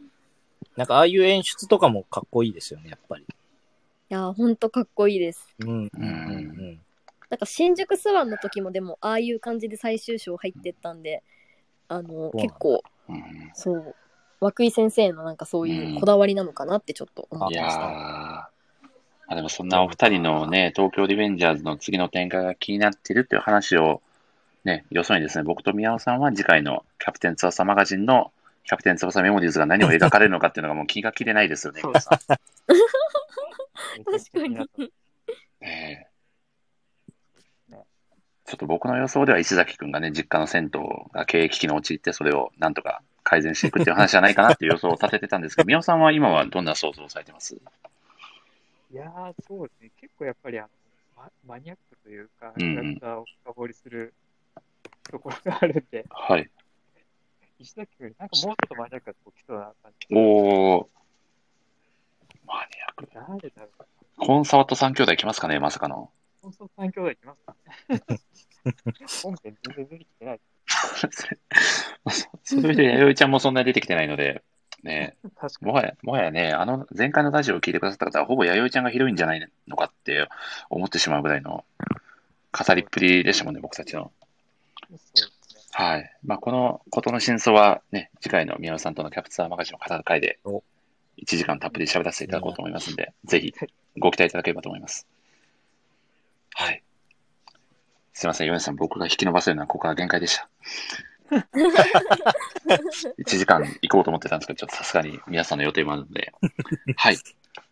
Speaker 2: なんかああいう演出とかもかっこいいですよね、やっぱり。
Speaker 3: いやほんとかっこいいです。
Speaker 2: うんうんうんうん。
Speaker 3: なんか新宿スワンの時もでもああいう感じで最終章入ってったんであの
Speaker 2: うなんだ
Speaker 3: 結構
Speaker 1: うん
Speaker 3: そう涌井先生のなんかそういうこだわりなのかなってちょっと思っ
Speaker 1: い
Speaker 3: て
Speaker 1: やー
Speaker 3: ました、
Speaker 1: まあでもそんなお二人のね、東京リベンジャーズの次の展開が気になってるっていう話を、ね、要するにですね、僕と宮尾さんは次回のキャプテン翼マガジンのキャプテン翼メモリーズが何を描かれるのかっていうのがもう気が切れないですよね、
Speaker 4: そう
Speaker 1: 皆さ
Speaker 3: 確かに
Speaker 1: ん。ええ
Speaker 4: ね
Speaker 1: ちょっと僕の予想では石崎くんがね、実家の銭湯が経営危機に陥って、それをなんとか改善していくっていう話じゃないかなっていう予想を立ててたんですけど、宮尾さんは今はどんな想像をされてます
Speaker 4: いやー、そうですね。結構やっぱりあのママニアックというか、
Speaker 1: う
Speaker 4: キ
Speaker 1: んうん
Speaker 4: ャラクターを深掘りするところがあるんで、
Speaker 1: はい。
Speaker 4: 石崎君よりなんかもうちょっとマニアックなとこ来そうな感じ。
Speaker 1: おー。マニアック。
Speaker 4: 誰だろう。
Speaker 1: コンサート3兄弟来ますかね、まさかの。
Speaker 4: 本当三兄弟来ますか本編全然出てきてない。
Speaker 1: それで、弥生ちゃんもそんなに出てきてないので、ね
Speaker 4: 確か
Speaker 1: もはや、もはやね、あの、前回のラジオを聞いてくださった方は、ほぼ弥生ちゃんがひどいんじゃないのかって思ってしまうぐらいの語りっぷりでしたもんね、僕たちの。
Speaker 4: にそうですね。
Speaker 1: はい。まあ、このことの真相はね、次回の宮野さんとのキャプツアーマガジンを語る回で
Speaker 2: お、
Speaker 1: 1時間たっぷり喋らせていただこうと思いますので、ぜひご期待いただければと思います。はい。すいません、ヨネさん、僕が引き伸ばせるのはここが限界で した。1時間行こうと思ってたんですけど、ちょっとさすがに皆さんの予定もあるので。はい。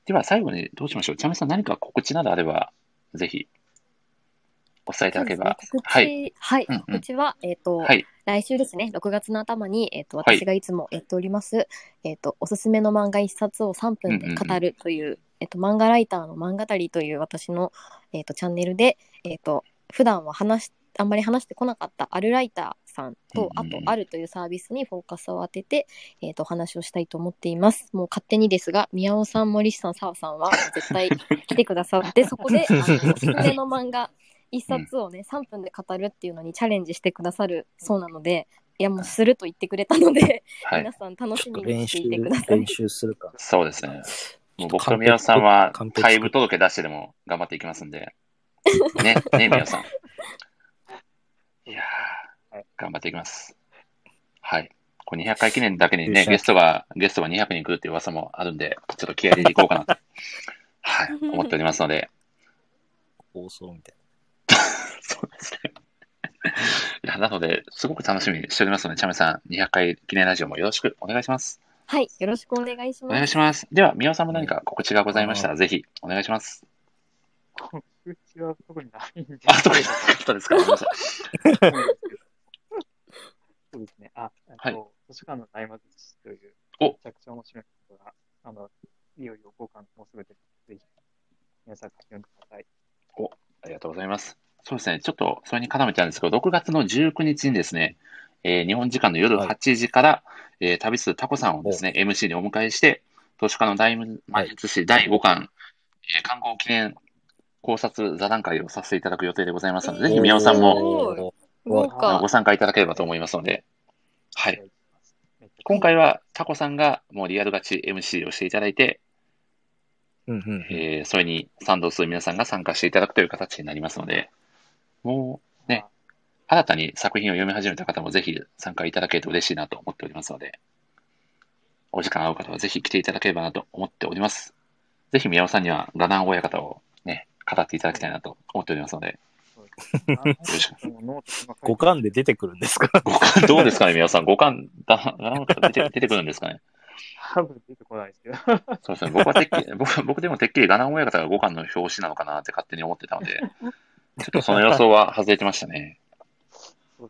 Speaker 1: では、最後にどうしましょう。ちゃめさん、何か告知などあれば、ぜひ、お伝えいただければ。
Speaker 3: そうですね告知
Speaker 1: は。
Speaker 3: はいい、
Speaker 1: うんうん
Speaker 3: 告知は、えっ、と、
Speaker 1: はい。
Speaker 3: 来週ですね、6月の頭に、えっ、と、
Speaker 1: はい
Speaker 3: 私がいつもやっております、えっ、と、おすすめの漫画一冊を3分で語るという、えっ、と、漫画ライターの漫画たりという私の、えっ、と、チャンネルで、えっ、と、普段は話し、あんまり話してこなかったあるライターさんと、
Speaker 1: うんうんうん
Speaker 3: あと、あるというサービスにフォーカスを当てて、えっ、と、お話をしたいと思っています。もう勝手にですが、宮尾さん、森下さん、澤さんは絶 対来てくださって、そこで、あの、おすすめの漫画、一冊をね、3分で語るっていうのにチャレンジしてくださるそうなので、いやもうすると言ってくれたので、
Speaker 1: はい
Speaker 3: 皆。さん楽
Speaker 2: ち
Speaker 3: し
Speaker 2: ょっと
Speaker 3: み
Speaker 2: 練
Speaker 3: に
Speaker 2: 習
Speaker 3: していてくだ、さい
Speaker 2: 練。習するか。
Speaker 1: そうですね。もう僕
Speaker 2: ち
Speaker 1: と
Speaker 2: ょっ完璧
Speaker 1: 宮尾さんは
Speaker 2: 完璧
Speaker 1: 退部届出してでも頑張っていきますんで。ね、ね、宮尾さん。いやー頑張っていきます。はい。これ200回記念だけに
Speaker 2: よっ
Speaker 1: ね、
Speaker 2: しゃ
Speaker 1: ゲストが、ゲストが200人来るっていう噂もあるんで、ちょっと気合い入れていこうかなと、はい、思っておりますので。
Speaker 2: 放送みたい
Speaker 1: そうですね。 いや、なので、すごく楽しみにしておりますので、チャメさん、200回記念ラジオもよろしくお願いします。
Speaker 3: はい、よろしくお願いし
Speaker 1: お
Speaker 3: ま
Speaker 1: 願い
Speaker 3: す。
Speaker 1: します。では、宮尾さんも何か告知がございましたら、ぜひお願いします。
Speaker 4: 告知は特にないんです
Speaker 1: あ、特になかったですかごめんなさい。
Speaker 4: けどそうですね。あ、えっと
Speaker 1: はい
Speaker 4: 図書館の大魔術師という、
Speaker 1: お
Speaker 4: めちゃくちゃ面白いことが、あの、いよいよ交換もうすぐで、ぜひ、皆さん読んでください。
Speaker 1: ありがとうございます。そうですね、ちょっとそれに絡めちゃうんですけど、6月の19日にですね、えー日本時間の夜
Speaker 2: はい
Speaker 1: 8時から、えー旅するタコさんをですね、MC にお迎えして、図書館の大魔術師第5巻、えー観光記念考察座談会をさせていただく予定でございますので、ぜひ宮尾さんも
Speaker 5: も
Speaker 2: お
Speaker 5: 豪
Speaker 2: い
Speaker 1: あの
Speaker 5: 華
Speaker 1: ご。参加いただければと思いますので、は
Speaker 4: お
Speaker 1: い。
Speaker 4: 願します。めっちゃ
Speaker 1: 今回はタコさんがもうリアルガチ MC をしていただいて、
Speaker 2: うんうんうん
Speaker 1: えーそれに賛同する皆さんが参加していただくという形になりますので、もうね、新たに作品を読み始めた方もぜひ参加いただけると嬉しいなと思っておりますので、お時間合う方はぜひ来ていただければなと思っております。ぜひ宮尾さんにはラナン親方をね、語っていただきたいなと思っておりますので、
Speaker 4: そうですね。あ
Speaker 1: ろし
Speaker 4: でもノート今
Speaker 2: 五
Speaker 4: 書いて
Speaker 2: 巻で出てくるんですか
Speaker 1: 五感どうですかね、宮尾さん。五感、だラナン親方出て出てくるんですかね。
Speaker 4: 多分出てこないですけど。
Speaker 1: そうですね。僕はてっきり、僕僕でもてっきりラナン親方が五感の表紙なのかなって勝手に思ってたので、ちょっとその予想は外れてましたね。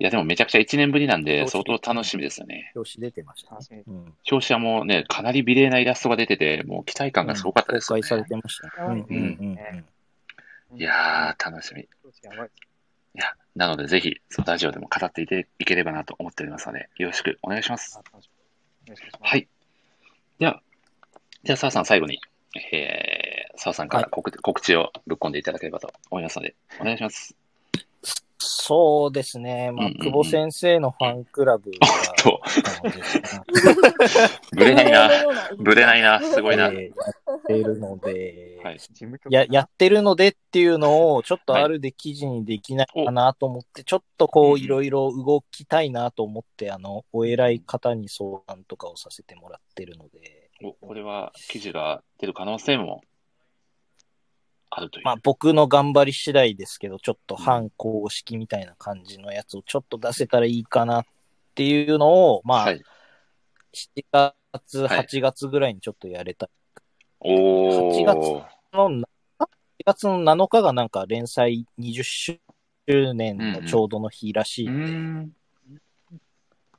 Speaker 1: いや、でもめちゃくちゃ1年ぶりなんで、相当楽しみですよね。
Speaker 2: 表紙出てました
Speaker 4: 楽しみ
Speaker 2: ね
Speaker 4: です。
Speaker 2: うん。
Speaker 1: 表紙はもうね、かなり美麗なイラストが出てて、もう期待感がすごかったですよ
Speaker 2: 公開され
Speaker 1: ね。
Speaker 2: てましたね。
Speaker 4: う
Speaker 2: う
Speaker 4: ん
Speaker 2: んうん
Speaker 1: いやー、楽しみ。い
Speaker 4: 少しやばいです
Speaker 1: や、なのでぜひ、そのラジオでも語っていていければなと思っておりますので、よろしくお願いします
Speaker 4: あ。楽しみです。よろしくお願いします。
Speaker 1: はい。では、じゃあ、澤さん最後に、えー、澤さんから告,、告知をぶっ込んでいただければと思いますので、お願いします。
Speaker 2: そうですね。まあ、
Speaker 1: うんうんうん
Speaker 2: 久保先生のファンクラ ブ
Speaker 1: おっと、
Speaker 2: が、ですね
Speaker 1: ぶれないな。
Speaker 5: な
Speaker 1: ぶれないな。すごいな。は
Speaker 2: えーやっているので、
Speaker 1: い。
Speaker 4: 事務局
Speaker 2: や、やってるのでっていうのを、ちょっと
Speaker 1: はい
Speaker 2: あるで記事にできないかなと思って、ちょっとこ
Speaker 1: うん
Speaker 2: う、いろいろ動きたいなと思って、あの、お偉い方に相談とかをさせてもらってるので、
Speaker 1: お、これは記事が出る可能性もあるという。
Speaker 2: まあ、僕の頑張り次第ですけど、ちょっと反公式みたいな感じのやつをちょっと出せたらいいかなっていうのを、まあ、
Speaker 1: はい。
Speaker 2: 7月、
Speaker 1: はい
Speaker 2: 8月ぐらいにちょっとやれた。
Speaker 1: おー。
Speaker 2: 8月の7月の7日がなんか連載20周年のちょうどの日らしい
Speaker 1: うん
Speaker 2: で、
Speaker 1: ん。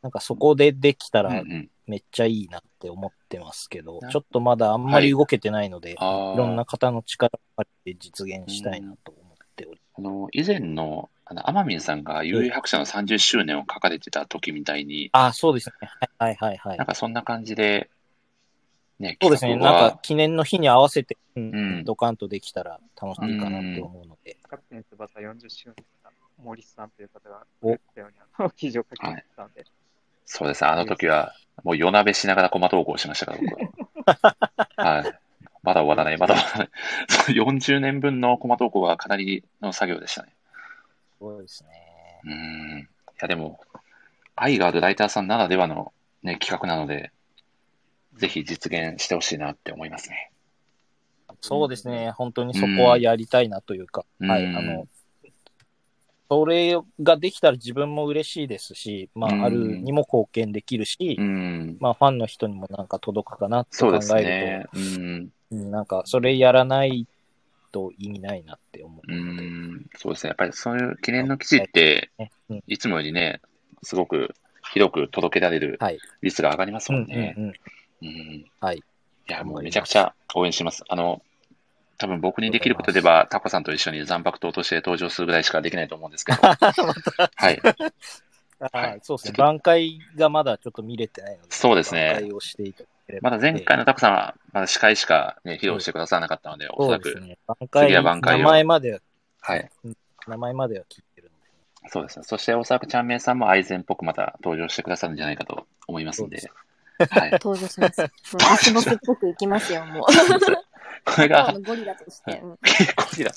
Speaker 2: なんかそこでできた
Speaker 1: うんう
Speaker 2: ら
Speaker 1: ん。
Speaker 2: めっちゃいいなって思ってますけど、
Speaker 1: な
Speaker 2: ちょっとまだあんまり動けてないので、
Speaker 1: ああ。
Speaker 2: い、ろんな方の力を借りて実現したいなと思っており
Speaker 1: あの、以前の、あの、天海さんが幽遊白書の30周年を書かれてた時みたいに、
Speaker 2: ああ、そうですね。はいはいはい、は
Speaker 1: なん
Speaker 2: い。
Speaker 1: かそんな感じで、ね、
Speaker 2: そうですね。
Speaker 1: 企
Speaker 2: な
Speaker 1: 画
Speaker 2: ん
Speaker 1: は
Speaker 2: か記念の日に合わせて、うん
Speaker 1: ん
Speaker 2: ドカンとできたら楽しいかなって思うので、
Speaker 4: キャプテン翼40周年だった森さんという方が
Speaker 2: お
Speaker 4: 言ったようにあの記事を書きましたんで、
Speaker 1: そうですね。あの時は、もう夜なべしながらコマ投稿しましたから、僕 は。はい。まだ終わらない、まだ終わらない。 そう40年分のコマ投稿はかなりの作業でしたね。
Speaker 2: すごいですね。
Speaker 1: うーん。いや、でも、愛があるライターさんならではの、ね、企画なので、ぜひ実現してほしいなって思いますね。
Speaker 2: そうですね。本当にそこはやりたいなというか、
Speaker 1: うん
Speaker 2: は
Speaker 1: う
Speaker 2: い。
Speaker 1: ん
Speaker 2: あの、それができたら自分も嬉しいですし、ま
Speaker 1: うん
Speaker 2: あ、あるにも貢献できるし、
Speaker 1: うん。
Speaker 2: まあ、ファンの人にもなんか届くかなって
Speaker 1: そう
Speaker 2: 考
Speaker 1: です
Speaker 2: え
Speaker 1: ね
Speaker 2: る。
Speaker 1: うん。
Speaker 2: と、うんなんか、それやらないと意味ないなって思う
Speaker 1: う
Speaker 2: ので、
Speaker 1: ん。そうですね。やっぱりそういう記念の記事って、
Speaker 2: ねうん
Speaker 1: いつもよりね、すごく広く届けられる
Speaker 2: はい。
Speaker 1: 率が上がります
Speaker 2: うん
Speaker 1: も
Speaker 2: うん
Speaker 1: ね。
Speaker 2: んうん。
Speaker 1: うん。い
Speaker 2: はい。
Speaker 1: や、もうめちゃくちゃ応援します。あの、多分僕にできることで
Speaker 2: あ
Speaker 1: は、タコさんと一緒に残白党として登場するぐらいしかできないと思うんですけど。はい。は
Speaker 2: はいい、そうで
Speaker 1: ちょっと
Speaker 2: すね。挽回がまだちょっと見れてないので、
Speaker 1: そうですね
Speaker 2: 挽回をしていただければ
Speaker 1: まだ前回のタコさんは、まだ司会しか、ね、披露してくださらなかったので、おそ
Speaker 2: そう
Speaker 1: ら
Speaker 2: です
Speaker 1: く、
Speaker 2: ね。挽回、
Speaker 1: 次は挽回を
Speaker 2: 名前までは、
Speaker 1: はい。
Speaker 2: 名前までは聞いてるので、
Speaker 1: そうですね。そして、おそらくちゃんめいさんも愛禅っぽくまた登場してくださるんじゃないかと思いますんで。
Speaker 2: そ
Speaker 1: はい。
Speaker 5: 登場します。うんラスボスっぽくいきますよ、もう。
Speaker 1: これ
Speaker 5: あ
Speaker 1: が
Speaker 5: の、ゴリラとして。うん
Speaker 1: 結構いいな。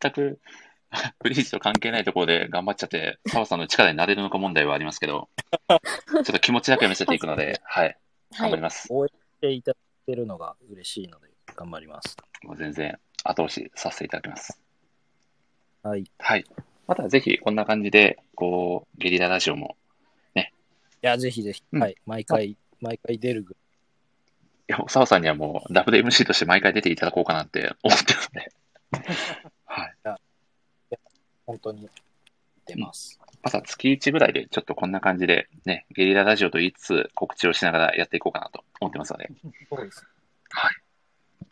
Speaker 1: 全く、ブリーチと関係ないところで頑張っちゃって、澤さんの力になれるのか問題はありますけど、ちょっと気持ちだけは見せていくので、はい。
Speaker 5: は
Speaker 1: 頑張り
Speaker 5: い。
Speaker 1: ます。
Speaker 2: 応援していただけるのが嬉しいので、頑張ります。
Speaker 1: もう全然、後押しさせていただきます。
Speaker 2: はい。い
Speaker 1: はい。またぜひ、こんな感じで、こう、ゲリララジオも、
Speaker 2: や、ぜひぜひ、
Speaker 1: うん
Speaker 2: はい。毎回、毎回出るぐ
Speaker 1: いや、澤さんにはもう WMC として毎回出ていただこうかなって思ってるので。はい。
Speaker 2: 本当に出ます。
Speaker 1: 朝月1ぐらいでちょっとこんな感じでね、ゲリララジオと言いつつ告知をしながらやっていこうかなと思ってますので、
Speaker 2: そうです。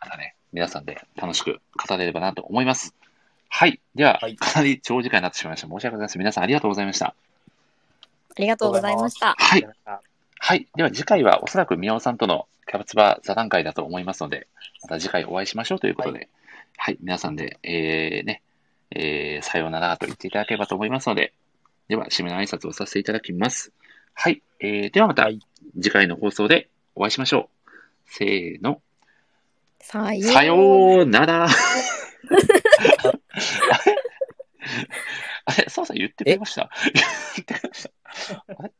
Speaker 1: またね、皆さんで楽しく語れればなと思います。はい。では、
Speaker 2: はい
Speaker 1: かなり長時間になってしまいました。申し訳ございません。皆さんありがとうございました。
Speaker 5: ありがとうございました。
Speaker 1: は
Speaker 4: あり
Speaker 1: い
Speaker 4: がとうござい。ました。
Speaker 1: はい。では次回はおそらく宮尾さんとのキャバツバ座談会だと思いますので、また次回お会いしましょうということで、はい、皆さんで、えー、ね、えー、さようならと言っていただければと思いますので、では、締めの挨拶をさせていただきます。はい。えー、ではまた
Speaker 2: はい
Speaker 1: 次回の放送でお会いしましょう。せーの。
Speaker 5: さよ
Speaker 1: さよう なら。あれあれ、澤さん言ってくれました言ってくれました。あれ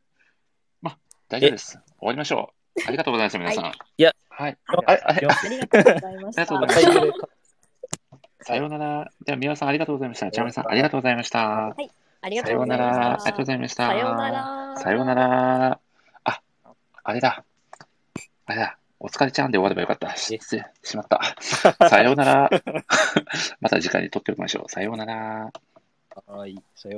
Speaker 1: まあ、大丈夫です。終わりましょう。ありがとうございました、皆さん。はい
Speaker 2: や、
Speaker 1: はい。
Speaker 2: あ
Speaker 1: あれ、あ れ、
Speaker 5: ありがとうございまし
Speaker 1: ありがとう
Speaker 5: た
Speaker 1: ございま。
Speaker 2: 最後で
Speaker 1: さようなら。じゃあ、宮尾さん、ありがとうございました。チャンメさん、ありがとうございました。
Speaker 5: ありが
Speaker 1: さ
Speaker 5: とう
Speaker 1: よう
Speaker 5: ござ
Speaker 1: ない
Speaker 5: まし
Speaker 1: ら。あ
Speaker 5: た。
Speaker 1: りがとうございました。
Speaker 5: さようなら。
Speaker 1: さようなら。あ、あれだ。あれだ。お疲れちゃんで終わればよかった。し
Speaker 2: え
Speaker 1: 失礼しまった。さようなら。また次回に撮っておきましょう。さようなら。
Speaker 2: はい、さよう